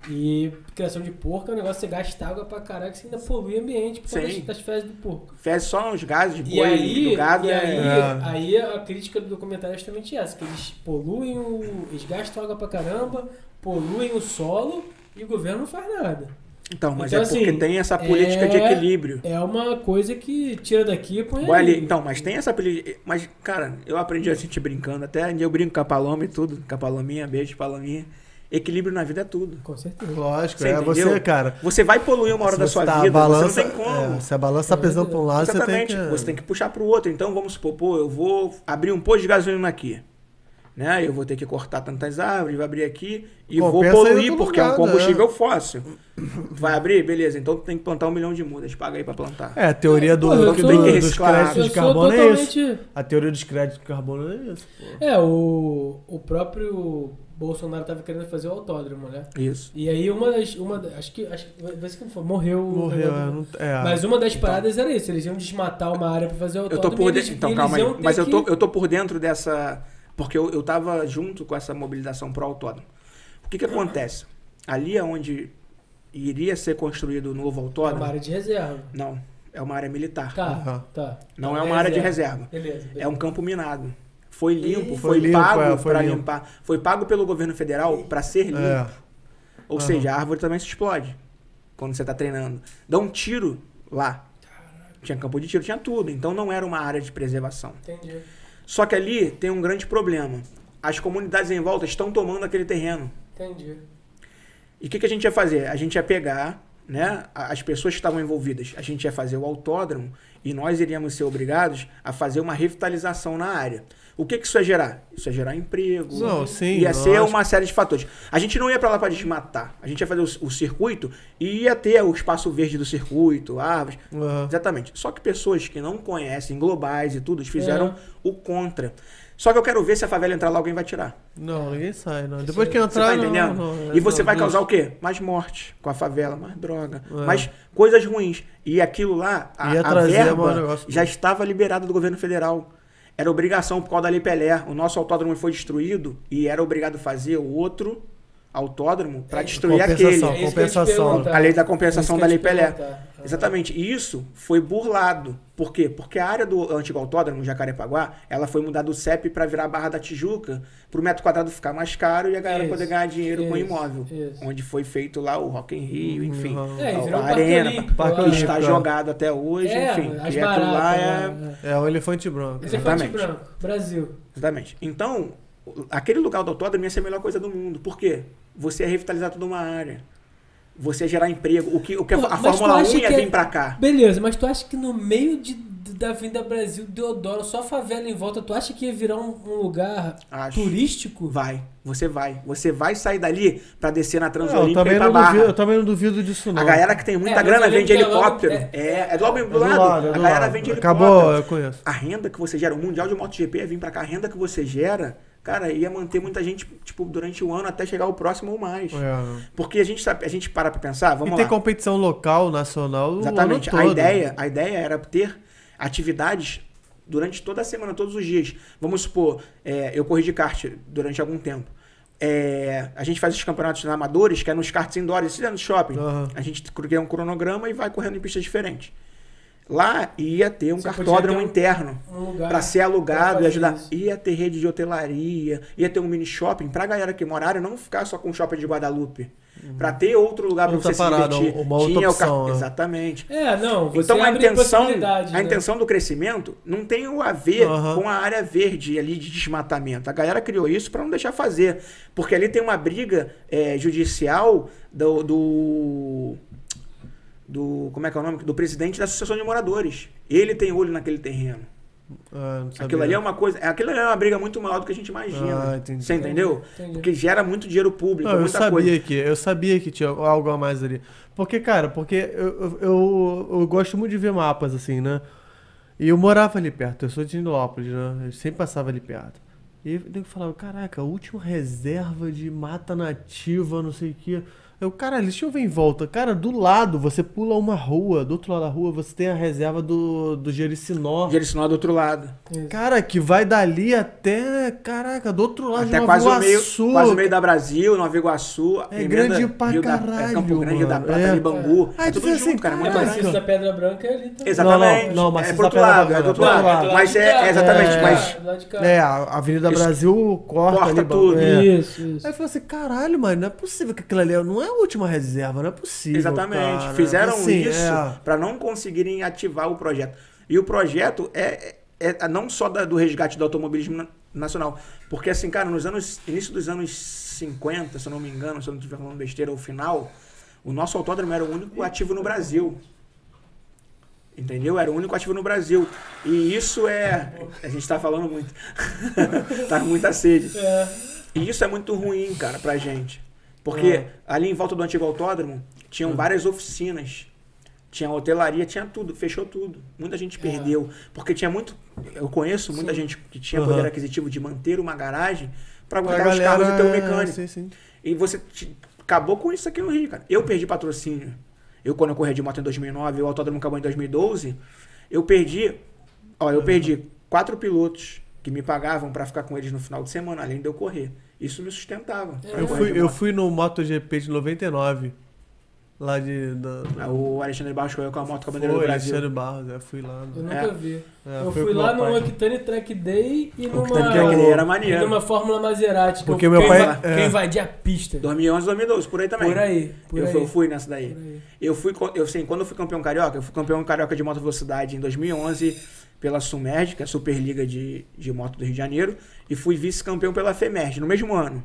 Speaker 3: E criação de porco é um negócio que você gasta água pra caralho, que você ainda polui o ambiente por causa
Speaker 4: Sim.
Speaker 3: das, das fezes do
Speaker 2: um-
Speaker 3: porco.
Speaker 4: Fez só uns gases de boi,
Speaker 3: E aí,
Speaker 4: do gado.
Speaker 3: e
Speaker 4: é-
Speaker 3: aí,
Speaker 2: É.
Speaker 3: aí a crítica do documentário é justamente essa, que eles poluem o. Eles gastam água pra caramba, poluem o solo e o governo não faz nada.
Speaker 4: Então, mas
Speaker 3: Então,
Speaker 4: é porque
Speaker 3: assim,
Speaker 4: tem essa política de
Speaker 3: é-
Speaker 4: equilíbrio.
Speaker 3: É uma coisa que tira daqui e põe
Speaker 4: Olha
Speaker 3: ali.
Speaker 2: Hum.
Speaker 4: ali, então, mas tem essa apelido. Mas, cara, eu aprendi a gente brincando. Até eu brinco com a Paloma e tudo. Com a Palominha, beijo, Palominha. Equilíbrio na vida é tudo.
Speaker 3: Com certeza.
Speaker 2: Lógico,
Speaker 4: Você
Speaker 2: é você,
Speaker 4: entendeu?
Speaker 2: cara.
Speaker 4: Você vai poluir uma hora
Speaker 2: se
Speaker 4: da
Speaker 2: você
Speaker 4: sua
Speaker 2: tá a
Speaker 4: vida,
Speaker 2: balança,
Speaker 4: você não tem como.
Speaker 2: é, se a balança tá pesando pra um lado, você tem
Speaker 4: Exatamente.
Speaker 2: que.
Speaker 4: Você tem que puxar pro outro. Então, vamos supor, pô, eu vou abrir um posto de gasolina aqui. né? Eu vou ter que cortar tantas árvores, vai abrir aqui e
Speaker 2: Compensa
Speaker 4: vou
Speaker 2: ir em
Speaker 4: poluir,
Speaker 2: outro
Speaker 4: porque é um
Speaker 2: lugar, né?
Speaker 4: combustível fóssil. Vai abrir? Beleza, então tu tem que plantar um milhão de mudas, paga aí pra plantar.
Speaker 2: É, a teoria do,
Speaker 3: Pô, eu
Speaker 2: do-
Speaker 3: sou-
Speaker 2: do-
Speaker 4: eu
Speaker 2: dos
Speaker 4: sou
Speaker 2: créditos
Speaker 3: Eu
Speaker 2: de
Speaker 3: sou
Speaker 2: carbono é isso.
Speaker 3: totalmente.
Speaker 2: A teoria dos créditos de carbono é isso, pô.
Speaker 3: É, o, o próprio Bolsonaro tava querendo fazer o autódromo, né?
Speaker 4: Isso.
Speaker 3: E aí uma das. Uma, da- acho que. Acho, que- vai ser como foi. Morreu. o
Speaker 2: Morreu,
Speaker 3: negócio
Speaker 2: é,
Speaker 3: do-
Speaker 2: não- é.
Speaker 3: Mas uma das paradas era isso, eles iam desmatar uma área pra fazer o
Speaker 4: Eu
Speaker 3: autódromo.
Speaker 4: tô por
Speaker 3: e eles-
Speaker 4: dentro. Então,
Speaker 3: eles
Speaker 4: calma aí.
Speaker 3: iam ter
Speaker 4: Mas eu tô,
Speaker 3: que-
Speaker 4: eu tô por dentro dessa. Porque eu, eu tava junto com essa mobilização pro autódromo. O que que acontece? Ali é onde iria ser construído o novo
Speaker 3: É uma
Speaker 4: autódromo.
Speaker 3: área de reserva.
Speaker 4: Não, é uma área militar.
Speaker 3: Tá,
Speaker 2: Aham.
Speaker 3: tá.
Speaker 4: Não é uma área de reserva.
Speaker 3: Beleza.
Speaker 4: É um campo minado. Foi limpo,
Speaker 2: Foi
Speaker 3: Ih.
Speaker 4: foi,
Speaker 2: limpo,
Speaker 4: pago
Speaker 2: é, foi
Speaker 4: pra
Speaker 2: limpo.
Speaker 4: limpar. Foi pago pelo governo federal pra ser limpo.
Speaker 2: É.
Speaker 4: Ou
Speaker 2: Aham.
Speaker 4: seja, a árvore também se explode quando você tá treinando. Dá um tiro lá. Tinha campo de tiro, tinha tudo. Então não era uma área de preservação.
Speaker 3: Entendi.
Speaker 4: Só que ali tem um grande problema. As comunidades em volta estão tomando aquele terreno.
Speaker 3: Entendi.
Speaker 4: E o que, que a gente ia fazer? A gente ia pegar né, a- as pessoas que estavam envolvidas, a gente ia fazer o autódromo e nós iríamos ser obrigados a fazer uma revitalização na área. O que, que isso ia gerar? Isso ia gerar emprego.
Speaker 2: Não, sim,
Speaker 4: Ia ser
Speaker 2: lógico.
Speaker 4: uma série de fatores. A gente não ia pra lá pra desmatar. A gente ia fazer o, o circuito e ia ter o espaço verde do circuito, árvores.
Speaker 2: Aham.
Speaker 4: Exatamente. Só que pessoas que não conhecem, globais e tudo, eles fizeram
Speaker 3: É.
Speaker 4: o contra. Só que eu quero ver se a favela entrar lá, alguém vai tirar.
Speaker 2: Não, ninguém sai, não. Depois que
Speaker 4: Você
Speaker 2: entrar,
Speaker 4: tá entendendo?
Speaker 2: não, não,
Speaker 4: e você
Speaker 2: não,
Speaker 4: vai
Speaker 2: não.
Speaker 4: causar um o quê? Mais morte com a favela, mais droga,
Speaker 2: É.
Speaker 4: mais coisas ruins. E aquilo lá, a,
Speaker 2: Ia
Speaker 4: a
Speaker 2: trazer
Speaker 4: verba
Speaker 2: um negócio-
Speaker 4: já estava liberada do governo federal. Era obrigação por causa da Lei Pelé. O nosso autódromo foi destruído e era obrigado a fazer outro autódromo para destruir aquele.
Speaker 2: É,
Speaker 4: É
Speaker 2: compensação.
Speaker 4: A lei da compensação da Lei Pelé.
Speaker 3: Exatamente.
Speaker 4: Exatamente. E isso foi burlado. Por quê? Porque a área do antigo autódromo, Jacarepaguá, ela foi mudar do CEP para virar a Barra da Tijuca, para o metro quadrado ficar mais caro e a galera
Speaker 3: Isso,
Speaker 4: poder ganhar dinheiro com
Speaker 3: isso,
Speaker 4: imóvel.
Speaker 3: isso.
Speaker 4: Onde foi feito lá o Rock in Rio, enfim.
Speaker 2: Uhum.
Speaker 3: É, e virou
Speaker 4: a
Speaker 3: um parque
Speaker 4: arena,
Speaker 3: olímpico
Speaker 2: parque
Speaker 4: que
Speaker 3: lá.
Speaker 2: olímpico,
Speaker 4: está
Speaker 2: é.
Speaker 4: jogado até hoje,
Speaker 3: Uhum. É,
Speaker 4: enfim.
Speaker 3: as
Speaker 4: E aquilo lá é...
Speaker 3: baratas, né?
Speaker 2: É o elefante branco.
Speaker 3: Elefante
Speaker 4: Exatamente.
Speaker 3: branco, tipo, Brasil.
Speaker 4: Exatamente. Então, o- aquele lugar do autódromo ia ser a melhor coisa do mundo. Por quê? Você ia revitalizar toda uma área. Você ia gerar emprego. O que, o que a,
Speaker 3: Pô,
Speaker 4: a
Speaker 3: mas tu
Speaker 4: Fórmula 1
Speaker 3: acha
Speaker 4: ia
Speaker 3: que é-
Speaker 4: vir pra cá.
Speaker 3: Beleza, mas tu acha que no meio de, da Vinda Brasil, Deodoro, só favela em volta, tu acha que ia virar um, um lugar
Speaker 4: Acho.
Speaker 3: turístico?
Speaker 4: Vai, você vai. Você vai sair dali pra descer na
Speaker 2: Não, eu,
Speaker 4: Transolímpica e
Speaker 2: também
Speaker 4: ir
Speaker 2: não
Speaker 4: pra
Speaker 2: duvido, eu
Speaker 4: Barra.
Speaker 2: também não duvido disso, não.
Speaker 4: A galera que tem muita
Speaker 3: É,
Speaker 4: grana
Speaker 3: mas eu
Speaker 4: vende
Speaker 3: lembro que é logo-
Speaker 4: helicóptero.
Speaker 3: é-
Speaker 4: É, é do lado.
Speaker 2: É do lado, é
Speaker 4: a
Speaker 2: do
Speaker 4: galera
Speaker 2: lado.
Speaker 4: vende helicóptero.
Speaker 2: Acabou, eu conheço.
Speaker 4: A renda que você gera, o Mundial de MotoGP é vir pra cá. A renda que você gera, cara, ia manter muita gente, tipo, durante o ano até chegar o próximo ou mais.
Speaker 2: É.
Speaker 4: Porque a gente sabe, a gente para pra pensar,
Speaker 2: E
Speaker 4: vamos
Speaker 2: tem
Speaker 4: lá.
Speaker 2: competição local, nacional, o
Speaker 4: Exatamente.
Speaker 2: ano
Speaker 4: A
Speaker 2: todo.
Speaker 4: ideia, a ideia era ter atividades durante toda a semana, todos os dias. Vamos supor, é, eu corri de kart durante algum tempo. É, a gente faz os campeonatos na amadores, que é nos karts indoors, isso é no shopping.
Speaker 2: Aham.
Speaker 4: A gente cria um cronograma e vai correndo em pistas diferentes. Lá ia ter um
Speaker 3: Você podia
Speaker 4: cartódromo
Speaker 3: ter um-
Speaker 4: interno
Speaker 3: Um lugar.
Speaker 4: para ser alugado
Speaker 3: pra
Speaker 4: e
Speaker 3: fazer
Speaker 4: ajudar.
Speaker 3: isso.
Speaker 4: Ia ter rede de hotelaria, ia ter um mini shopping pra galera que mora na área não ficar só com o shopping de Guadalupe. Pra ter outro lugar pra
Speaker 2: Uhum. Outra
Speaker 4: você
Speaker 2: parada,
Speaker 4: se divertir.
Speaker 2: uma outra
Speaker 4: Tinha o ca-
Speaker 2: opção, né?
Speaker 4: Exatamente.
Speaker 3: É, não, você
Speaker 4: Então a
Speaker 3: abre
Speaker 4: intenção,
Speaker 3: possibilidades,
Speaker 4: a
Speaker 3: né?
Speaker 4: intenção do crescimento não tem o a ver
Speaker 2: Aham.
Speaker 4: com a área verde ali de desmatamento. A galera criou isso para não deixar fazer, porque ali tem uma briga eh, judicial do, do do- como é que é o nome do presidente da associação de moradores. Ele tem olho naquele terreno.
Speaker 2: Ah, não sabia.
Speaker 4: Aquilo ali é uma coisa, aquilo ali é uma briga muito maior do que a gente imagina.
Speaker 2: Ah, entendi.
Speaker 4: Você entendeu?
Speaker 3: Entendi.
Speaker 4: Porque gera muito dinheiro público,
Speaker 2: Não, eu
Speaker 4: muita
Speaker 2: sabia
Speaker 4: coisa.
Speaker 2: que eu sabia que tinha algo a mais ali. Porque, cara, porque eu, eu, eu, eu gosto muito de ver mapas, assim, né? E eu morava ali perto, eu sou de Nilópolis, né? Eu sempre passava ali perto. E eu nego falava, caraca, última reserva de mata nativa, não sei o quê. Eu, caralho, deixa eu ver em volta. Cara, do lado, você pula uma rua, do outro lado da rua, você tem a reserva do, do Jericinó.
Speaker 4: Jericinó do outro lado.
Speaker 3: Isso.
Speaker 2: Cara, que vai dali até, caraca, do outro lado
Speaker 4: Até
Speaker 2: de
Speaker 4: quase o, meio,
Speaker 2: Iguaçu,
Speaker 4: quase o meio da Brasil, Nova Iguaçu.
Speaker 2: É
Speaker 4: emenda
Speaker 2: grande pra
Speaker 4: Rio da- é
Speaker 2: caralho,
Speaker 4: Campo Grande, Rio da
Speaker 2: mano.
Speaker 4: Prata,
Speaker 2: É.
Speaker 4: Ribangu.
Speaker 2: Ah,
Speaker 4: É tudo
Speaker 2: dizer
Speaker 4: junto,
Speaker 2: assim,
Speaker 4: cara.
Speaker 3: É,
Speaker 4: Muito
Speaker 2: caralho.
Speaker 3: mas
Speaker 4: grande.
Speaker 3: isso da Pedra Branca é ali também.
Speaker 4: Exatamente.
Speaker 2: Não, não, mas
Speaker 4: é
Speaker 2: isso
Speaker 4: pro
Speaker 2: da
Speaker 4: outro
Speaker 2: Pedra
Speaker 4: lado, é
Speaker 2: Branca,
Speaker 4: do outro
Speaker 2: do
Speaker 4: lado.
Speaker 2: outro lado.
Speaker 4: Mas é, é exatamente,
Speaker 2: É.
Speaker 4: mas
Speaker 3: Lá de cá.
Speaker 2: É, a Avenida
Speaker 4: Isso.
Speaker 2: Brasil corta,
Speaker 4: Corta
Speaker 2: ali,
Speaker 4: tudo.
Speaker 2: É.
Speaker 3: Isso, isso.
Speaker 2: Aí eu falei assim, caralho, mano, não é possível que aquilo ali não é a última reserva, não é possível.
Speaker 4: Exatamente.
Speaker 2: cara.
Speaker 4: Fizeram
Speaker 2: Assim,
Speaker 4: isso
Speaker 2: é.
Speaker 4: pra não conseguirem ativar o projeto. E o projeto é, é- é não só da- do resgate do automobilismo na- nacional. Porque, assim, cara, nos anos. início dos anos 50, se eu não me engano, se eu não estiver falando besteira, o final, o nosso autódromo era o único ativo no Brasil. Entendeu? Era o único ativo no Brasil. E isso é. A gente tá falando muito. tá com muita sede.
Speaker 3: É.
Speaker 4: E isso é muito ruim, cara, pra gente. Porque
Speaker 2: É.
Speaker 4: ali em volta do antigo autódromo tinham várias oficinas. Tinha hotelaria, tinha tudo, fechou tudo. Muita gente
Speaker 3: É.
Speaker 4: perdeu. Porque tinha muito. Eu conheço muita gente que tinha
Speaker 2: Aham.
Speaker 4: poder aquisitivo de manter uma garagem pra
Speaker 2: Pra
Speaker 4: guardar os carros e ter um
Speaker 2: é,
Speaker 4: mecânico.
Speaker 2: Sim, sim.
Speaker 4: E você te- acabou com isso aqui no Rio, cara. Eu perdi patrocínio. Eu, quando eu corri de moto em 2009, o autódromo acabou em 2012, eu perdi... Ó, eu perdi quatro pilotos que me pagavam pra ficar com eles no final de semana, além de eu correr. Isso me sustentava. pra
Speaker 3: Eu
Speaker 2: Eu
Speaker 4: correr
Speaker 2: fui,
Speaker 4: de
Speaker 2: eu
Speaker 4: moto.
Speaker 2: fui no MotoGP de 99. Lá de. Da, da-
Speaker 4: Ah, O Alexandre Barros correu com a moto com a bandeira
Speaker 2: foi,
Speaker 4: do Brasil.
Speaker 2: Alexandre Barros, eu fui lá.
Speaker 3: Eu
Speaker 2: No,
Speaker 3: nunca
Speaker 4: É.
Speaker 3: vi.
Speaker 2: é,
Speaker 3: eu
Speaker 2: foi
Speaker 3: fui
Speaker 2: com
Speaker 3: lá
Speaker 2: meu
Speaker 3: no
Speaker 2: pai.
Speaker 3: Octane Track Day e
Speaker 4: O
Speaker 3: numa,
Speaker 4: que tá ligado que ele era maneiro.
Speaker 3: e numa Fórmula Maserati. que
Speaker 2: Porque
Speaker 3: eu-
Speaker 2: meu
Speaker 3: que eu
Speaker 2: pai-
Speaker 3: inva-
Speaker 2: é.
Speaker 3: Que eu invadi a pista.
Speaker 4: 2011, 2012, por aí também.
Speaker 3: Por aí. Por
Speaker 4: eu,
Speaker 3: aí.
Speaker 4: fui- eu fui nessa daí.
Speaker 3: Por aí.
Speaker 4: Eu fui, co- eu assim, quando eu fui campeão carioca, eu fui campeão carioca de moto velocidade em 2011 pela Sumerg, que é a Superliga de, de moto do Rio de Janeiro, e fui vice-campeão pela FEMERG no mesmo ano,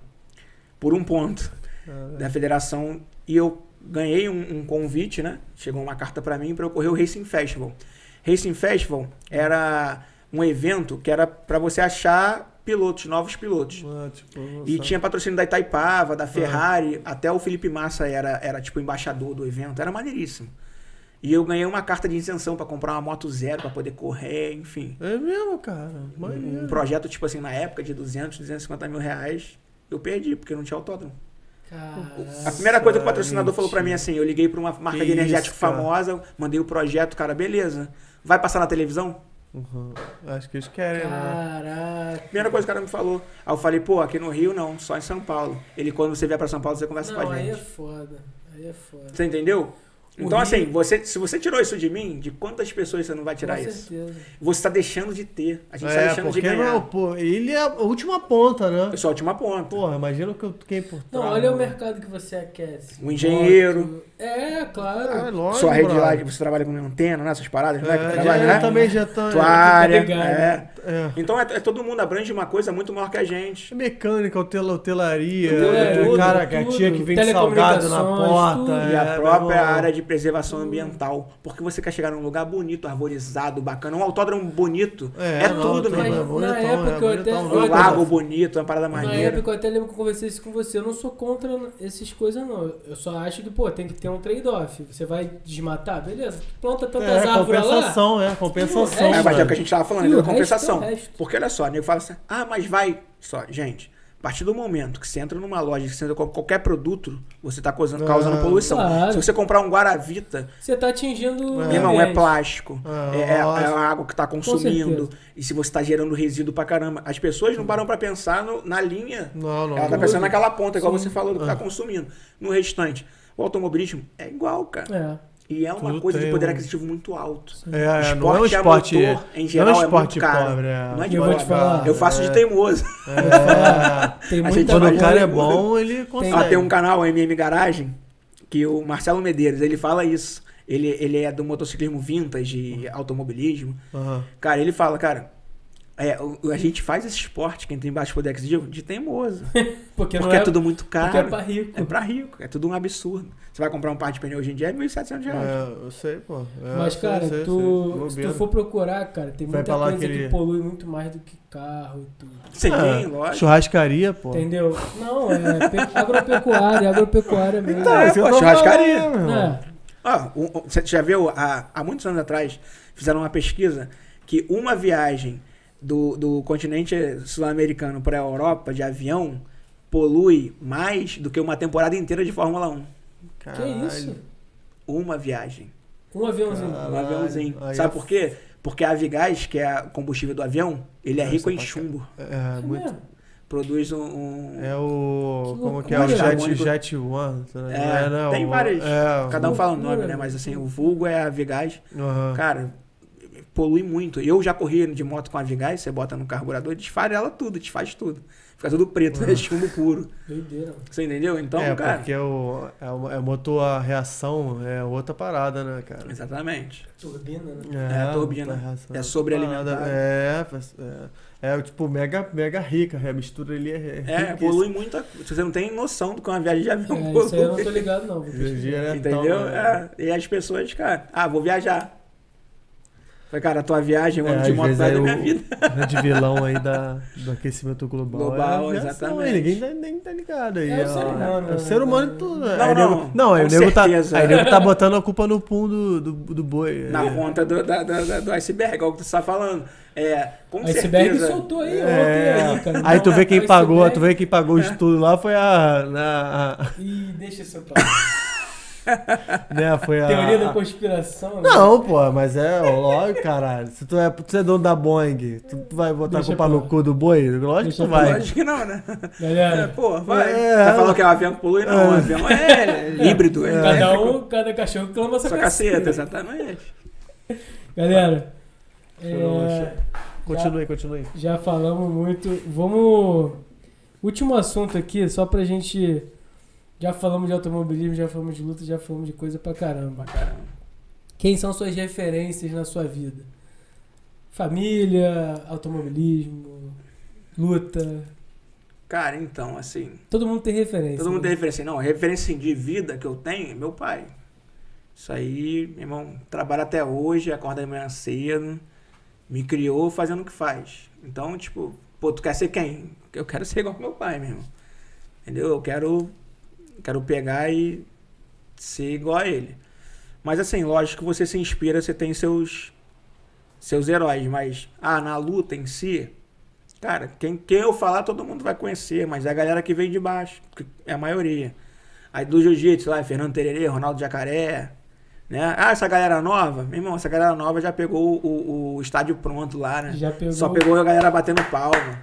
Speaker 4: por um ponto
Speaker 2: É,
Speaker 4: da federação. E eu ganhei um, um convite, né? Chegou uma carta pra mim pra eu correr o Racing Festival. Racing Festival era um evento que era pra você achar pilotos, novos pilotos.
Speaker 2: Ah, tipo,
Speaker 4: E
Speaker 2: sabe?
Speaker 4: tinha patrocínio da Itaipava,
Speaker 2: Ah.
Speaker 4: da Ferrari, até o Felipe Massa era, era tipo embaixador do evento, era maneiríssimo. E eu ganhei uma carta de isenção pra comprar uma moto zero pra poder correr, enfim.
Speaker 2: É mesmo, cara. Maneiro.
Speaker 4: Um projeto, tipo assim, na época de 200, 250 mil reais, eu perdi, porque não tinha autódromo. A
Speaker 3: Caraca.
Speaker 4: primeira coisa que o
Speaker 2: Nossa,
Speaker 4: patrocinador falou pra mim é assim, eu liguei pra uma marca
Speaker 2: Ah, Que
Speaker 4: de energético
Speaker 2: isso, cara.
Speaker 4: famosa, mandei o projeto, cara, beleza. Vai passar na televisão?
Speaker 2: Uhum. Acho que eles querem, né?
Speaker 3: Caraca.
Speaker 4: Primeira coisa que o cara me falou. Aí eu falei, pô, aqui no Rio não, só em São Paulo. Ele, quando você vier pra São Paulo, você conversa
Speaker 3: Não,
Speaker 4: com a
Speaker 3: aí
Speaker 4: gente.
Speaker 3: é foda. Aí é foda.
Speaker 4: Você entendeu?
Speaker 3: O
Speaker 4: Então, assim,
Speaker 3: Rio-
Speaker 4: você, se você tirou isso de mim, de quantas pessoas você não vai tirar
Speaker 3: Com
Speaker 4: isso?
Speaker 3: certeza.
Speaker 4: Você está deixando de ter. A gente está
Speaker 2: É,
Speaker 4: deixando de
Speaker 2: porque
Speaker 4: ganhar.
Speaker 2: não, pô, ele é a última ponta, né?
Speaker 4: Eu sou a última ponta.
Speaker 2: Porra, imagina o que eu fiquei por
Speaker 3: Não,
Speaker 2: trás,
Speaker 3: olha o
Speaker 2: mano.
Speaker 3: mercado que você aquece.
Speaker 4: O Um engenheiro.
Speaker 3: Moto. É, claro.
Speaker 2: Ah, é lógico,
Speaker 4: Sua rede lá,
Speaker 2: brother.
Speaker 4: você trabalha com antena, né? Essas paradas, né? Que
Speaker 2: É,
Speaker 4: trabalha,
Speaker 2: eu
Speaker 4: né?
Speaker 2: também já tô...
Speaker 4: Tua
Speaker 2: é,
Speaker 4: área.
Speaker 3: ligado.
Speaker 4: é.
Speaker 2: é.
Speaker 4: Então, é, é todo mundo abrange uma coisa muito maior que a gente.
Speaker 2: Mecânica, hotel- hotelaria,
Speaker 4: Tudo,
Speaker 2: é,
Speaker 4: tudo,
Speaker 2: cara, a
Speaker 3: tudo.
Speaker 2: tia que vende salgado na
Speaker 3: Telecomunicações,
Speaker 2: porta.
Speaker 3: tudo.
Speaker 2: é,
Speaker 4: e a
Speaker 2: meu
Speaker 4: própria
Speaker 2: irmão.
Speaker 4: área de preservação ambiental. Porque você quer chegar num lugar bonito, arborizado, bacana. Um autódromo bonito. É,
Speaker 2: não,
Speaker 4: tudo,
Speaker 2: tudo,
Speaker 4: meu
Speaker 2: é
Speaker 4: irmão.
Speaker 2: bonitão,
Speaker 3: Na
Speaker 2: é
Speaker 3: época eu até-
Speaker 2: bonitão,
Speaker 4: Um
Speaker 3: eu
Speaker 2: né?
Speaker 3: até-
Speaker 4: lago bonito, uma parada
Speaker 3: Na
Speaker 4: maneira.
Speaker 3: época eu até lembro que eu conversei isso com você. Eu não sou contra essas coisas, não. Eu só acho que, pô, tem que ter um trade-off. Você vai desmatar, beleza. Tu planta tantas
Speaker 2: É,
Speaker 3: árvores lá.
Speaker 2: compensação, é, compensação.
Speaker 4: É,
Speaker 3: Mas
Speaker 4: mas é o
Speaker 2: mano.
Speaker 4: que a gente tava falando,
Speaker 3: E o
Speaker 4: da
Speaker 3: resto é o
Speaker 4: compensação.
Speaker 3: resto.
Speaker 4: Porque olha só, o nego fala assim, ah, mas vai. Só, gente, a partir do momento que você entra numa loja, que você entra com qualquer produto, você tá causando,
Speaker 2: Ah,
Speaker 4: causando poluição.
Speaker 3: claro.
Speaker 4: Se você comprar um Guaravita,
Speaker 3: Você tá atingindo.
Speaker 2: É.
Speaker 3: o
Speaker 4: meu irmão, é
Speaker 3: ambiente.
Speaker 4: plástico,
Speaker 2: Ah,
Speaker 4: é, é- é
Speaker 2: lógico.
Speaker 4: a água que tá consumindo,
Speaker 3: certeza.
Speaker 4: e se você tá gerando resíduo pra caramba. As pessoas não param pra pensar no- na linha.
Speaker 2: Não, não.
Speaker 4: Ela tá
Speaker 2: não. Ah.
Speaker 4: pensando naquela ponta, igual
Speaker 3: Sim.
Speaker 4: você falou, do que tá consumindo. No restante. O automobilismo é igual, cara.
Speaker 3: É.
Speaker 4: E é uma
Speaker 2: Tudo
Speaker 4: coisa de
Speaker 2: tem
Speaker 4: poder
Speaker 2: um-
Speaker 4: aquisitivo muito alto.
Speaker 2: É, é,
Speaker 4: Esporte
Speaker 2: não é um
Speaker 4: a
Speaker 2: esporte.
Speaker 4: motor, em geral,
Speaker 2: não é um
Speaker 4: é
Speaker 2: esporte
Speaker 4: muito caro.
Speaker 2: pobre, é.
Speaker 4: Não é
Speaker 3: de Eu vou te pobre. falar.
Speaker 4: Eu faço de
Speaker 2: tempo.
Speaker 4: teimoso.
Speaker 3: Tem
Speaker 4: A
Speaker 3: muita
Speaker 4: gente
Speaker 2: É. Quando
Speaker 4: vai
Speaker 2: o cara é
Speaker 4: longe.
Speaker 2: bom, ele consegue.
Speaker 4: Ah, tem um canal, o MM Garagem, que o Marcelo Medeiros, ele fala isso. Ele, ele é do motociclismo vintage, e automobilismo.
Speaker 2: Aham.
Speaker 4: Cara, ele fala, cara, é, o- a gente faz esse esporte, quem tem baixo poder aquisitivo, de teimoso.
Speaker 3: Porque, não
Speaker 4: Porque
Speaker 3: é,
Speaker 4: é tudo muito
Speaker 3: Porque é pra
Speaker 4: caro.
Speaker 3: rico.
Speaker 4: É pra rico, é tudo um absurdo. Você vai comprar um par de pneu hoje em dia, é 1.700 reais.
Speaker 2: É, eu sei, pô. É,
Speaker 3: Mas,
Speaker 2: sei,
Speaker 3: cara,
Speaker 2: sei, sei.
Speaker 3: tu, se
Speaker 2: Bobeira.
Speaker 3: tu for procurar, cara, tem
Speaker 2: Vai
Speaker 3: muita
Speaker 2: pra lá
Speaker 3: coisa
Speaker 2: aquele-
Speaker 3: que polui muito mais do que carro e tudo.
Speaker 4: Você
Speaker 2: Ah,
Speaker 4: tem, lógico.
Speaker 2: Churrascaria, pô.
Speaker 3: Entendeu? Não, é pe- agropecuária, agropecuária mesmo.
Speaker 2: Então,
Speaker 4: É,
Speaker 2: isso que eu
Speaker 4: pô,
Speaker 2: tô
Speaker 4: churrascaria.
Speaker 2: falando, né, meu irmão.
Speaker 3: É,
Speaker 4: Ah, um- um- você já viu, há, há muitos anos atrás, fizeram uma pesquisa que uma viagem do, do continente sul-americano para a Europa de avião polui mais do que uma temporada inteira de Fórmula 1.
Speaker 3: que isso?
Speaker 4: Uma viagem.
Speaker 3: Um aviãozinho.
Speaker 4: Um
Speaker 2: Caralho.
Speaker 4: aviãozinho.
Speaker 2: Aí é
Speaker 4: Sabe por quê? Porque a Avigás, que é o combustível do avião, ele é
Speaker 2: Ah,
Speaker 4: rico
Speaker 2: isso é
Speaker 4: em
Speaker 2: pra cá.
Speaker 4: chumbo.
Speaker 2: É, muito.
Speaker 4: Produz um. um-
Speaker 2: É o.
Speaker 3: Que
Speaker 2: Como que é? O
Speaker 3: loucura.
Speaker 2: Jet, Jet One. sei lá.
Speaker 4: É,
Speaker 2: não,
Speaker 4: tem
Speaker 2: o-
Speaker 4: várias.
Speaker 2: É,
Speaker 4: Cada um fala o nome,
Speaker 3: loucura.
Speaker 4: né? Mas assim, o vulgo é a Avigás.
Speaker 2: aham.
Speaker 4: Cara, polui muito. Eu já corri de moto com a Avigás, você bota no carburador, desfarela tudo, desfaz tudo. Fica tudo preto, é chumbo puro.
Speaker 3: Doideira. mano.
Speaker 4: Você entendeu? Então,
Speaker 2: Ah. é,
Speaker 4: cara.
Speaker 2: porque o, é, o, é o motor, a reação é outra parada, né, cara?
Speaker 4: Exatamente.
Speaker 3: Turbina, né?
Speaker 2: É,
Speaker 4: a turbina.
Speaker 2: outra reação,
Speaker 4: É
Speaker 2: outra
Speaker 4: sobrealimentada.
Speaker 2: parada. É, é, é, tipo mega, mega rica, a mistura ali é.
Speaker 4: É,
Speaker 2: riquíssima.
Speaker 4: polui muita coisa. Você não tem noção do que é uma viagem de avião
Speaker 3: É,
Speaker 4: polui.
Speaker 3: isso aí eu não tô ligado, não. vou
Speaker 2: Hoje em
Speaker 3: pesquisar.
Speaker 4: É.
Speaker 2: dia, né,
Speaker 4: Entendeu?
Speaker 2: tão, né?
Speaker 4: É, E as pessoas, cara, ah, vou ah, viajar. Falei, cara, a tua viagem, o um ano
Speaker 2: É,
Speaker 4: de
Speaker 2: às
Speaker 4: moto
Speaker 2: vezes
Speaker 4: vai
Speaker 2: é
Speaker 4: da
Speaker 2: o-
Speaker 4: minha vida.
Speaker 2: grande vilão aí da, do aquecimento global.
Speaker 4: Global,
Speaker 2: é a aviação,
Speaker 4: exatamente.
Speaker 2: aí, Ninguém tá, nem tá ligado aí.
Speaker 3: É o
Speaker 2: ó.
Speaker 3: ser humano,
Speaker 2: É o
Speaker 3: né?
Speaker 2: ser humano e tudo.
Speaker 4: Não,
Speaker 2: aí,
Speaker 4: não,
Speaker 2: nego- não, aí o
Speaker 4: com
Speaker 2: nego tá,
Speaker 4: certeza.
Speaker 2: aí o nego tá botando a culpa no pum do, do, do boi.
Speaker 4: Na
Speaker 2: é.
Speaker 4: ponta do, da- da- da- do iceberg, é o que tu tá falando. É, com
Speaker 3: Iceberg
Speaker 4: certeza.
Speaker 3: soltou aí,
Speaker 2: É.
Speaker 3: ontem aí, cara. Então, é.
Speaker 2: Aí tu vê quem
Speaker 3: Iceberg-
Speaker 2: pagou, tu vê quem pagou o estudo lá foi a. na-
Speaker 3: Ih, deixa isso pra lá.
Speaker 2: a- né, foi a.
Speaker 3: Teoria da conspiração. né?
Speaker 2: Não, pô, mas é lógico, caralho. Se tu é, tu é dono da Boeing, tu, tu vai botar
Speaker 3: Deixa
Speaker 2: a culpa
Speaker 3: pra lá.
Speaker 2: no cu do boi? Lógico que
Speaker 3: Deixa
Speaker 2: tu
Speaker 3: pra lá.
Speaker 2: vai.
Speaker 4: Lógico que não, né? É,
Speaker 3: Galera,
Speaker 4: pô, vai.
Speaker 2: É.
Speaker 4: Você falou que é um avião que polui? Não, um
Speaker 2: É.
Speaker 4: avião é híbrido. É,
Speaker 3: cada
Speaker 4: elétrico.
Speaker 3: um, cada cachorro clama essa
Speaker 4: Só caceta, exatamente.
Speaker 3: Galera,
Speaker 2: Deixa eu
Speaker 3: é,
Speaker 2: achar. Continue, continue.
Speaker 3: já falamos muito. Vamos. Último assunto aqui, só pra gente. Já falamos de automobilismo, já falamos de luta, já falamos de coisa pra caramba.
Speaker 4: Caramba.
Speaker 3: Quem são suas referências na sua vida? Família, automobilismo, luta.
Speaker 4: Cara, então, assim,
Speaker 3: Todo mundo tem referência.
Speaker 4: todo mundo tem
Speaker 3: né?
Speaker 4: referência. Não, referência assim, de vida que eu tenho é meu pai. Isso aí, meu irmão, trabalha até hoje, acorda de manhã cedo, me criou fazendo o que faz. Então, tipo, pô, tu quer ser quem? Eu quero ser igual ao meu pai, meu irmão. Entendeu? Eu quero, quero pegar e ser igual a ele. Mas assim, lógico que você se inspira, você tem seus seus heróis, mas ah, na luta em si, cara, quem, quem eu falar todo mundo vai conhecer, mas é a galera que vem de baixo, que é a maioria. Aí do jiu-jitsu lá, Fernando Tererê, Ronaldo Jacaré, né? Ah, essa galera nova, meu irmão, essa galera nova já pegou o, o- o estádio pronto lá, né?
Speaker 3: Já pegou.
Speaker 4: Só pegou a galera batendo palma.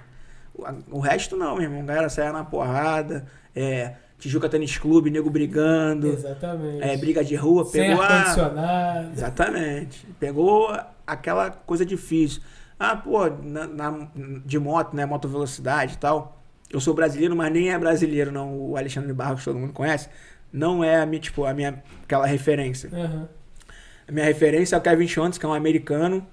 Speaker 4: O, a- o resto não, meu irmão, a galera saia na porrada, é, Tijuca Tênis Clube, nego brigando,
Speaker 3: Exatamente.
Speaker 4: é, briga de rua,
Speaker 3: Sem
Speaker 4: pegou a...
Speaker 3: ar-condicionado.
Speaker 4: Exatamente. Pegou aquela coisa difícil. Ah, pô, na, na- de moto, né? Moto velocidade e tal. Eu sou brasileiro, mas nem é brasileiro, não. O Alexandre Barros, todo mundo conhece. Não é a minha, tipo, a minha, aquela referência.
Speaker 3: Aham.
Speaker 4: A minha referência é o Kevin Shantz, que é um americano,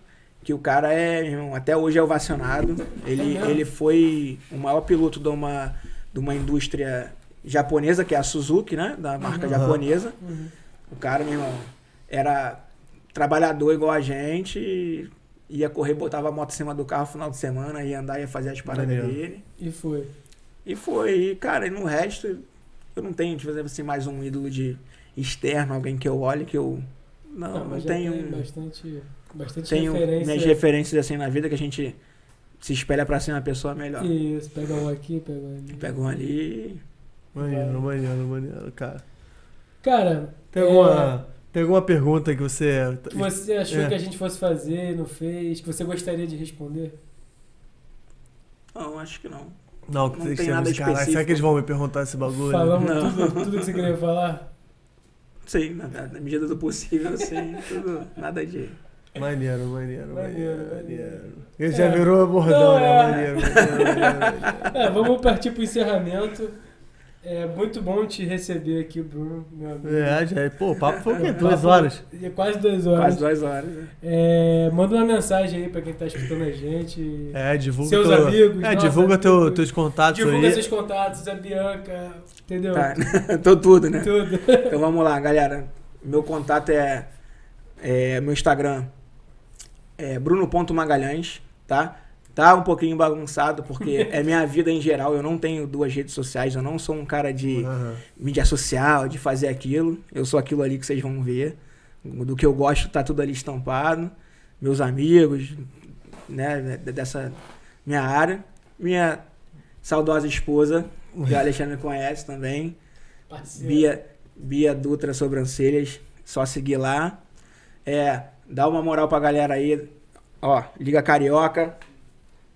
Speaker 4: que o cara é, meu irmão, até hoje é ovacionado. Ele,
Speaker 3: É mesmo?
Speaker 4: ele foi o maior piloto de uma, de uma indústria japonesa, que é a Suzuki, né? Da marca
Speaker 2: Uhum.
Speaker 4: japonesa.
Speaker 3: Uhum.
Speaker 4: O cara, meu irmão, era trabalhador igual a gente, e ia correr, botava a moto em cima do carro no final de semana, ia andar, ia fazer as paradas
Speaker 2: Maneiro.
Speaker 4: dele.
Speaker 3: E foi.
Speaker 4: E foi, e, cara, e no resto, eu não tenho, tipo assim, mais um ídolo de externo, alguém que eu olhe, que eu. Não, não,
Speaker 3: mas já
Speaker 4: tenho. um,
Speaker 3: Tem bastante, bastante
Speaker 4: tenho
Speaker 3: referência.
Speaker 4: minhas referências assim na vida que a gente se espelha pra ser uma pessoa melhor.
Speaker 3: Isso, pega um aqui, pega um ali.
Speaker 4: Pegou ali.
Speaker 2: Maneiro, maneiro, maneiro, cara.
Speaker 3: Cara,
Speaker 2: Tem
Speaker 3: É.
Speaker 2: alguma, tem alguma pergunta que você.
Speaker 3: que você achou
Speaker 2: É.
Speaker 3: que a gente fosse fazer, não fez, que você gostaria de responder?
Speaker 4: Não, acho que não.
Speaker 2: Não, que
Speaker 4: Não
Speaker 2: você
Speaker 4: tem nada
Speaker 2: chama de caralho. Será
Speaker 4: específico.
Speaker 2: que eles vão me perguntar esse bagulho?
Speaker 3: Falamos
Speaker 4: Não.
Speaker 3: tudo, tudo que você queria falar?
Speaker 4: Sim, na, na- na medida do possível, sim. Tudo, nada de.
Speaker 2: Maneiro, maneiro, maneiro,
Speaker 3: Maneiro,
Speaker 2: maneiro. Ele já
Speaker 3: É.
Speaker 2: virou
Speaker 3: Não,
Speaker 2: bordão,
Speaker 3: é.
Speaker 2: né? Maneiro, maneiro, maneiro, maneiro.
Speaker 3: É, vamos partir pro encerramento. É muito bom te receber aqui, Bruno, meu amigo.
Speaker 2: É, já, pô, o papo foi o quê?
Speaker 3: É,
Speaker 2: Duas
Speaker 3: papo-
Speaker 2: horas?
Speaker 3: É quase duas horas.
Speaker 4: Quase duas horas. né?
Speaker 3: É, manda uma mensagem aí pra quem tá escutando a gente.
Speaker 2: É, divulga.
Speaker 3: Seus
Speaker 2: teu-
Speaker 3: amigos,
Speaker 2: É,
Speaker 3: nossos
Speaker 2: divulga teu,
Speaker 3: amigos.
Speaker 2: teus contatos
Speaker 3: Divulga
Speaker 2: aí.
Speaker 3: seus contatos, a Bianca, entendeu?
Speaker 4: Tá, tô tudo, né?
Speaker 3: Tudo.
Speaker 4: Então vamos lá, galera. Meu contato é, é meu Instagram é bruno.magalhães, tá? Tá um pouquinho bagunçado porque é minha vida em geral, eu não tenho duas redes sociais, eu não sou um cara de
Speaker 2: Aham.
Speaker 4: mídia social, de fazer aquilo. Eu sou aquilo ali que vocês vão ver. Do que eu gosto tá tudo ali estampado. Meus amigos, né, de- dessa minha área. Minha saudosa esposa, que a Alexandre conhece também.
Speaker 3: Parceiro.
Speaker 4: Bia, Bia Dutra Sobrancelhas, só seguir lá. É, dá uma moral pra galera aí. Ó, Liga Carioca,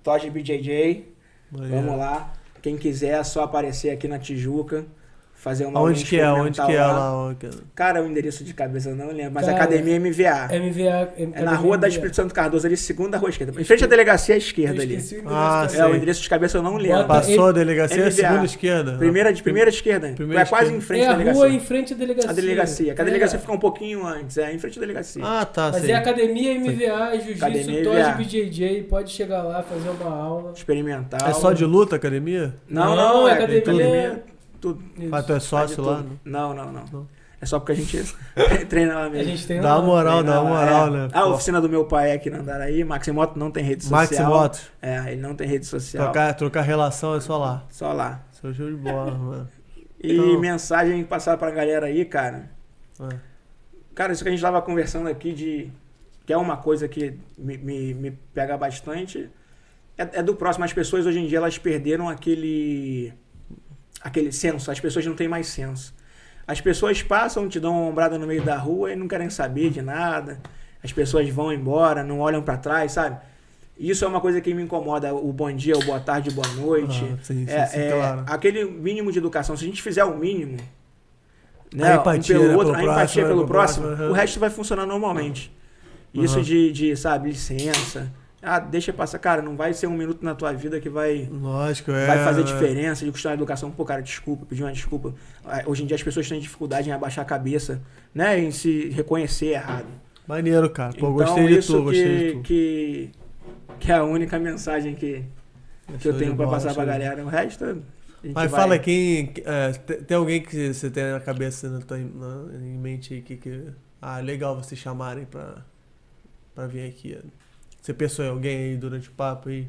Speaker 4: Toge BJJ,
Speaker 2: Maneiro.
Speaker 4: vamos lá. Quem quiser é só aparecer aqui na Tijuca, fazer uma
Speaker 2: Onde
Speaker 4: aulinha
Speaker 2: que é? Onde
Speaker 4: experimental
Speaker 2: que é
Speaker 4: lá.
Speaker 2: lá? ó, que-
Speaker 4: Cara, o endereço de cabeça eu não lembro, mas
Speaker 3: Cara,
Speaker 4: Academia MVA.
Speaker 3: MVA.
Speaker 4: É, na Rua da Espírito Santo Cardoso, ali, segunda rua esquerda. Em frente à delegacia à esquerda ali.
Speaker 2: Ah,
Speaker 4: É, o
Speaker 2: sei.
Speaker 4: endereço de cabeça eu não lembro.
Speaker 3: Bota-
Speaker 2: Passou a delegacia,
Speaker 4: MVA.
Speaker 2: segunda esquerda.
Speaker 4: é Primeira, de primeira esquerda.
Speaker 2: Primeira
Speaker 4: é quase
Speaker 2: esquerda.
Speaker 4: em frente
Speaker 3: É
Speaker 4: à
Speaker 3: a
Speaker 4: delegacia.
Speaker 3: rua em frente à delegacia.
Speaker 4: A delegacia. Que a delegacia
Speaker 3: É.
Speaker 4: fica um pouquinho antes, é em frente à delegacia.
Speaker 2: Ah, tá,
Speaker 3: Mas
Speaker 2: sei.
Speaker 3: é academia MVA, jiu-jitsu,
Speaker 4: Academia
Speaker 3: toge
Speaker 4: MVA.
Speaker 3: BJJ, pode chegar lá, fazer uma aula.
Speaker 4: Experimental.
Speaker 2: É só de luta, academia?
Speaker 4: Não,
Speaker 3: Não,
Speaker 4: não,
Speaker 3: é
Speaker 4: é
Speaker 3: academia-
Speaker 4: academia. Tudo.
Speaker 3: Isso.
Speaker 2: Ah, tu é
Speaker 4: Faz de
Speaker 2: sócio lá?
Speaker 4: tudo. Não, não, não.
Speaker 2: Não.
Speaker 4: É só porque a gente treina lá
Speaker 3: A
Speaker 4: mesmo.
Speaker 3: gente tem
Speaker 2: é, Dá uma
Speaker 3: um-
Speaker 2: moral,
Speaker 4: Treina
Speaker 2: dá uma
Speaker 4: lá,
Speaker 2: moral,
Speaker 4: é.
Speaker 2: né?
Speaker 4: Ah, a
Speaker 2: Pô.
Speaker 4: oficina do meu pai é aqui na Andaraí. Maximoto não tem rede social.
Speaker 2: Max Motos,
Speaker 4: É, ele não tem rede social.
Speaker 2: trocar, trocar relação é só lá.
Speaker 4: Só lá.
Speaker 2: Sou show de bola, mano.
Speaker 4: E
Speaker 2: Então-
Speaker 4: mensagem passada pra galera aí, cara.
Speaker 2: É.
Speaker 4: Cara, isso que a gente tava conversando aqui de. Que é uma coisa que me, me, me pega bastante. É, é do próximo. As pessoas hoje em dia elas perderam aquele. aquele senso. As pessoas não têm mais senso. As pessoas passam, te dão uma ombrada no meio da rua e não querem saber de nada. As pessoas vão embora, não olham pra trás, sabe? Isso é uma coisa que me incomoda. O bom dia, o boa tarde, boa noite.
Speaker 2: Ah, sim, sim,
Speaker 4: É,
Speaker 2: sim,
Speaker 4: é,
Speaker 2: claro.
Speaker 4: Aquele mínimo de educação, se a gente fizer o mínimo, né,
Speaker 2: A empatia,
Speaker 4: um pelo
Speaker 2: né,
Speaker 4: outro,
Speaker 2: pelo
Speaker 4: a empatia
Speaker 2: próximo,
Speaker 4: pelo
Speaker 2: né, pelo
Speaker 4: próximo,
Speaker 2: próximo,
Speaker 4: o
Speaker 2: aham.
Speaker 4: resto vai funcionar normalmente.
Speaker 2: Aham.
Speaker 4: Isso de, de, sabe, licença. Ah, deixa passar. Cara, não vai ser um minuto na tua vida que vai,
Speaker 2: Lógico, é.
Speaker 4: vai fazer
Speaker 2: né?
Speaker 4: diferença de custar a educação. Pô, cara, desculpa, pedir uma desculpa. Ah, Hoje em dia as pessoas têm dificuldade em abaixar a cabeça, né? Em se reconhecer errado.
Speaker 2: Maneiro, cara. Ah, Pô,
Speaker 4: então,
Speaker 2: gostei de
Speaker 4: isso
Speaker 2: tu, gostei de
Speaker 4: que,
Speaker 2: tu.
Speaker 4: que, que é a única mensagem que, que eu
Speaker 2: Show de
Speaker 4: tenho pra
Speaker 2: bola,
Speaker 4: passar
Speaker 2: show
Speaker 4: pra
Speaker 2: de-
Speaker 4: galera. O resto. a gente
Speaker 2: Mas
Speaker 4: vai-
Speaker 2: fala quem. é, te- tem alguém que você tem na cabeça, na tua, na- em mente aí, que, que. Ah, legal vocês chamarem pra, pra vir aqui. Você pensou em alguém aí durante o papo aí?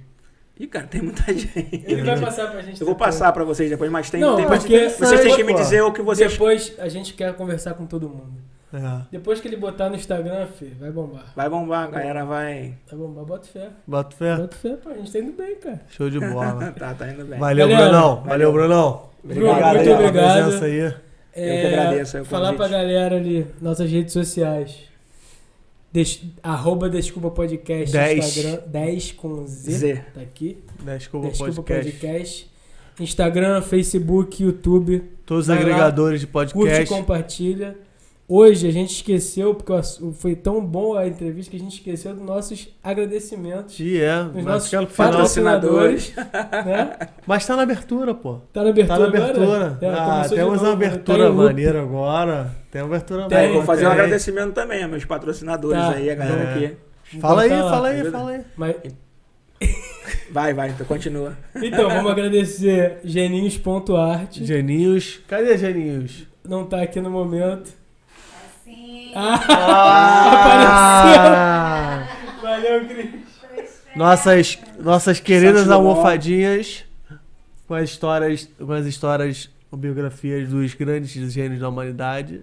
Speaker 4: Ih, cara, tem muita gente.
Speaker 3: Ele vai passar pra gente.
Speaker 4: Eu vou
Speaker 3: depois.
Speaker 4: passar pra vocês depois, mas tem.
Speaker 3: Não,
Speaker 4: tem
Speaker 3: mas porque-
Speaker 4: vocês têm que me
Speaker 2: Pô.
Speaker 4: dizer o que vocês.
Speaker 3: Depois a gente quer conversar com todo mundo.
Speaker 2: É.
Speaker 3: Depois que ele botar no Instagram, filho, vai bombar.
Speaker 4: Vai bombar, a galera vai.
Speaker 3: Vai bombar, bota fé.
Speaker 2: Bota fé?
Speaker 3: Bota fé, pô. A gente tá indo bem, cara.
Speaker 2: Show de bola.
Speaker 4: tá, tá indo bem.
Speaker 2: Valeu,
Speaker 3: Galera,
Speaker 2: Brunão.
Speaker 4: valeu.
Speaker 2: Valeu, Brunão.
Speaker 3: Bruno,
Speaker 4: Obrigado
Speaker 3: muito
Speaker 4: aí, ó.
Speaker 2: pela
Speaker 3: obrigado.
Speaker 2: presença aí.
Speaker 4: Eu que agradeço aí o
Speaker 3: É, Falar pra
Speaker 4: convite.
Speaker 3: galera ali, nossas redes sociais. Des- arroba Desculpa Podcast,
Speaker 2: Dez.
Speaker 3: Instagram 10 com Z,
Speaker 4: Zé.
Speaker 3: tá aqui.
Speaker 2: Desculpa,
Speaker 3: Desculpa
Speaker 2: Né, podcast.
Speaker 3: podcast. Instagram, Facebook, YouTube.
Speaker 2: Todos os
Speaker 3: Vai lá,
Speaker 2: agregadores de
Speaker 3: Curte e
Speaker 2: podcast.
Speaker 3: compartilha. Hoje a gente esqueceu, porque o assu- foi tão bom a entrevista que a gente esqueceu dos nossos agradecimentos.
Speaker 2: E é,
Speaker 3: Os
Speaker 2: mas,
Speaker 3: nossos
Speaker 2: fica pro final.
Speaker 3: patrocinadores. né?
Speaker 2: mas tá na abertura, pô.
Speaker 3: Tá na abertura.
Speaker 2: Tá na abertura.
Speaker 3: agora? É,
Speaker 2: ah,
Speaker 3: começou de
Speaker 2: temos
Speaker 3: novo,
Speaker 2: uma
Speaker 3: tá
Speaker 2: abertura
Speaker 3: em loop.
Speaker 2: maneira agora. Tem uma abertura
Speaker 3: Tem,
Speaker 4: Aí,
Speaker 2: maneira.
Speaker 4: vou fazer um
Speaker 2: tem.
Speaker 4: agradecimento também aos meus patrocinadores
Speaker 3: Tá.
Speaker 4: aí, a galera
Speaker 2: É.
Speaker 4: aqui.
Speaker 2: Fala aí,
Speaker 3: Então tá lá,
Speaker 2: fala aí,
Speaker 4: beleza?
Speaker 2: fala aí.
Speaker 3: Mas-
Speaker 4: Vai, vai, então continua.
Speaker 3: então, vamos agradecer geninhos.arte.
Speaker 2: Geninhos. Cadê Geninhos?
Speaker 3: Não tá aqui no momento.
Speaker 6: Assim.
Speaker 3: Ah,
Speaker 2: Ah,
Speaker 3: valeu, Cris.
Speaker 2: nossas, nossas queridas
Speaker 4: Santos Dumont.
Speaker 2: almofadinhas com as histórias, com as histórias ou biografias dos grandes gênios da humanidade.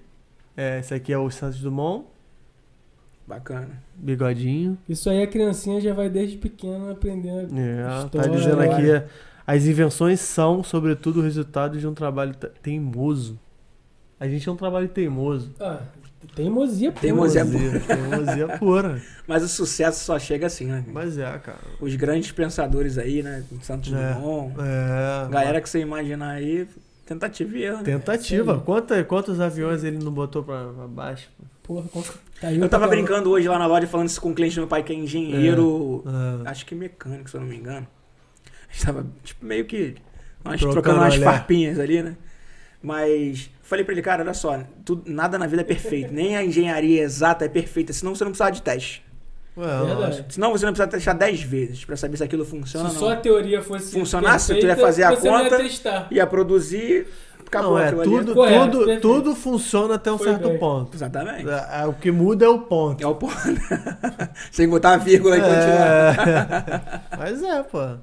Speaker 2: É, esse aqui é o Santos Dumont,
Speaker 4: Bacana.
Speaker 2: bigodinho.
Speaker 3: Isso aí a criancinha já vai desde pequena aprendendo.
Speaker 2: É, tá
Speaker 3: História.
Speaker 2: dizendo aqui. As invenções são, sobretudo, o resultado de um trabalho te- teimoso. A gente é um trabalho teimoso.
Speaker 3: Ah, teimosia pura.
Speaker 4: Teimosia pura.
Speaker 2: Teimosia pura.
Speaker 4: Mas o sucesso só chega assim, né?
Speaker 2: Mas é, cara.
Speaker 4: Os grandes pensadores aí, né? Santos
Speaker 2: É.
Speaker 4: Dumont.
Speaker 2: É.
Speaker 4: Galera que você imaginar aí, tentativa e erro. né?
Speaker 2: Tentativa.
Speaker 3: Isso aí.
Speaker 2: Quanta- quantos aviões ele não botou pra, pra baixo?
Speaker 3: Porra, como... tá aí
Speaker 4: Eu
Speaker 3: outra
Speaker 4: tava
Speaker 3: palavra.
Speaker 4: brincando hoje lá na loja falando isso com um cliente do meu pai que é engenheiro.
Speaker 3: É.
Speaker 2: Ah,
Speaker 4: acho que mecânico, se eu não me engano. A gente tava tipo, meio que nós
Speaker 2: Trocando
Speaker 4: trocando umas
Speaker 2: olhar.
Speaker 4: farpinhas ali, né? Mas falei pra ele, cara, olha só, tudo, nada na vida é perfeito, nem a engenharia exata é perfeita, senão você não precisava de teste.
Speaker 2: ué,
Speaker 3: Verdade.
Speaker 2: lógico.
Speaker 4: Senão você não precisa testar 10 vezes pra saber se aquilo funciona
Speaker 3: Se
Speaker 4: ou
Speaker 3: só
Speaker 4: não.
Speaker 3: a teoria fosse
Speaker 4: Funcionasse, tu ia
Speaker 3: perfeita,
Speaker 4: fazer a
Speaker 3: você não
Speaker 4: conta.
Speaker 3: Ia testar.
Speaker 4: Ia produzir, acabou
Speaker 2: Não, é,
Speaker 4: aquilo ali.
Speaker 2: tudo,
Speaker 3: Correto,
Speaker 2: tudo,
Speaker 3: perfeito.
Speaker 2: tudo funciona até um
Speaker 3: né? Foi
Speaker 2: certo
Speaker 3: bem.
Speaker 2: ponto.
Speaker 4: Exatamente.
Speaker 2: É, é, o que muda é o ponto.
Speaker 4: É o ponto. Sem botar a vírgula e continuar.
Speaker 2: É. Mas é, pô. é,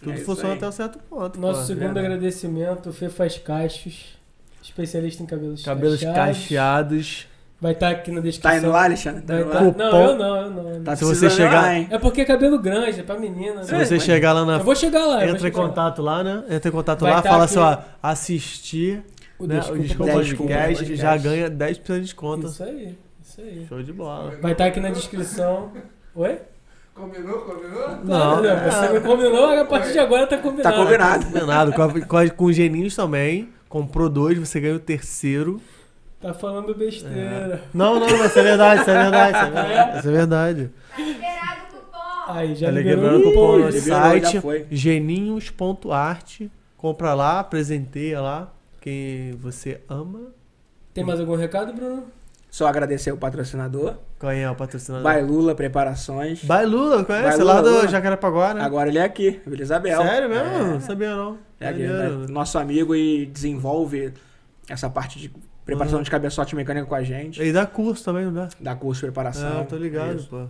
Speaker 2: Tudo
Speaker 4: É isso
Speaker 2: funciona
Speaker 4: aí.
Speaker 2: até um certo ponto.
Speaker 3: Nosso
Speaker 2: pô.
Speaker 3: segundo
Speaker 4: verdade.
Speaker 3: agradecimento, Fê faz cachos, especialista em cabelos
Speaker 2: Cabelos
Speaker 3: cacheados.
Speaker 2: cacheados.
Speaker 3: Vai estar aqui na descrição.
Speaker 4: Tá indo lá, Alexandre? Tá
Speaker 3: Vai
Speaker 4: indo
Speaker 3: tá...
Speaker 4: lá?
Speaker 2: Cupom.
Speaker 3: Não, eu não, eu não. eu não.
Speaker 4: Tá
Speaker 2: Se você
Speaker 4: precisando ir lá,
Speaker 2: chegar-
Speaker 4: hein?
Speaker 3: É porque é cabelo grande, é pra menina.
Speaker 2: Se
Speaker 3: né?
Speaker 2: você
Speaker 4: mas-
Speaker 2: chegar lá na.
Speaker 3: Eu vou chegar lá. eu vou
Speaker 2: Entra em
Speaker 3: chegar lá.
Speaker 2: contato lá, né? Entra em contato
Speaker 3: Vai
Speaker 2: lá,
Speaker 3: tá
Speaker 2: fala
Speaker 3: aqui-
Speaker 2: assim, ó, assistir
Speaker 3: O
Speaker 2: né,
Speaker 3: desculpa,
Speaker 2: o Desculpa
Speaker 4: Podcast.
Speaker 2: Podcast
Speaker 4: Podcast.
Speaker 2: já ganha 10% de desconto.
Speaker 3: Isso aí, isso aí.
Speaker 2: Show de bola.
Speaker 3: Vai estar aqui na descrição. Oi?
Speaker 5: Combinou, combinou?
Speaker 2: Não, é. Ah.
Speaker 3: Tá, Você não combinou, a partir de agora tá combinado.
Speaker 4: Tá combinado.
Speaker 2: Combinado. Com, a- com, a- com os geninhos também. Comprou dois, você ganha o terceiro.
Speaker 3: Tá falando besteira.
Speaker 2: Não, não, mas isso é verdade, isso é verdade, isso é verdade. Isso é verdade.
Speaker 6: Tá liberado o cupom.
Speaker 3: Aí, já
Speaker 2: Ela
Speaker 3: liberou
Speaker 2: liberou o cupom né? no
Speaker 4: Liberou, já
Speaker 2: site
Speaker 4: foi.
Speaker 2: geninhos.arte. Compra lá, presenteia lá quem você ama.
Speaker 3: Tem mais algum recado, Bruno? Tá
Speaker 4: Só agradecer o patrocinador.
Speaker 2: Qual é o patrocinador?
Speaker 4: Bailula Preparações.
Speaker 2: Bailula, conhece?
Speaker 4: Bailula,
Speaker 2: lá do
Speaker 4: Lula.
Speaker 2: Jacarepaguá, né?
Speaker 4: Agora ele é aqui, Vila Isabel.
Speaker 2: Sério mesmo?
Speaker 4: É.
Speaker 2: Não sabia não.
Speaker 4: É, aqui,
Speaker 2: Maneiro.
Speaker 4: né? nosso amigo e desenvolve essa parte de Preparação
Speaker 2: Uhum.
Speaker 4: de cabeçote mecânico com a gente.
Speaker 2: E dá curso também, não dá?
Speaker 4: Dá curso de preparação.
Speaker 2: É, eu tô ligado,
Speaker 4: Isso.
Speaker 2: pô.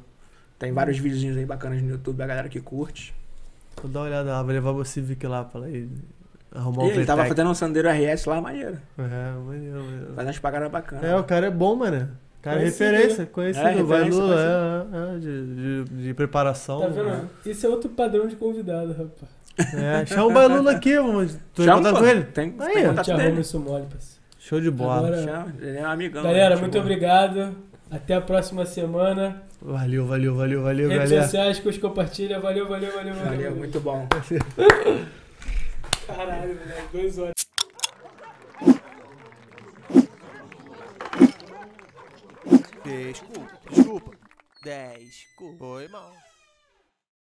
Speaker 4: Tem vários videozinhos aí bacanas no YouTube, a galera que curte.
Speaker 2: Vou dar uma olhada lá, vou levar o Civic lá pra lá e arrumar
Speaker 4: Ih,
Speaker 2: um
Speaker 4: ele tava
Speaker 2: VTEC.
Speaker 4: fazendo um Sandero RS lá, maneiro.
Speaker 2: É, maneiro, maneiro.
Speaker 4: Fazendo umas paradas bacanas.
Speaker 2: É, o cara é bom, mano. O cara é
Speaker 3: Conhecido,
Speaker 2: referência, conhecido,
Speaker 4: É, referência,
Speaker 2: vai Lula, é, é, é, de, de, de preparação.
Speaker 3: Tá vendo? Isso é outro padrão de convidado, rapaz.
Speaker 2: É, chama o Bailula aqui, vamos. Tu em
Speaker 4: Chama,
Speaker 2: contato
Speaker 4: pô.
Speaker 2: com ele?
Speaker 4: Tem,
Speaker 2: Aí,
Speaker 4: tem
Speaker 2: ó. Tá
Speaker 3: Te
Speaker 4: contato
Speaker 3: arruma
Speaker 4: dele.
Speaker 3: isso mole, parceiro.
Speaker 2: Show de bola.
Speaker 3: Agora-
Speaker 4: Chama, Ele é um
Speaker 2: Então,
Speaker 4: amigão.
Speaker 3: Galera,
Speaker 4: gente
Speaker 3: muito
Speaker 4: boa.
Speaker 3: obrigado. Até a próxima semana.
Speaker 2: Valeu, valeu, valeu, valeu,
Speaker 3: Redes
Speaker 2: galera.
Speaker 3: sociais, curte, compartilha. Valeu, valeu, valeu, valeu.
Speaker 4: Valeu, muito bom.
Speaker 3: Caralho, moleque, dois horas.
Speaker 1: Desculpa, desculpa. Desculpa. Foi mal.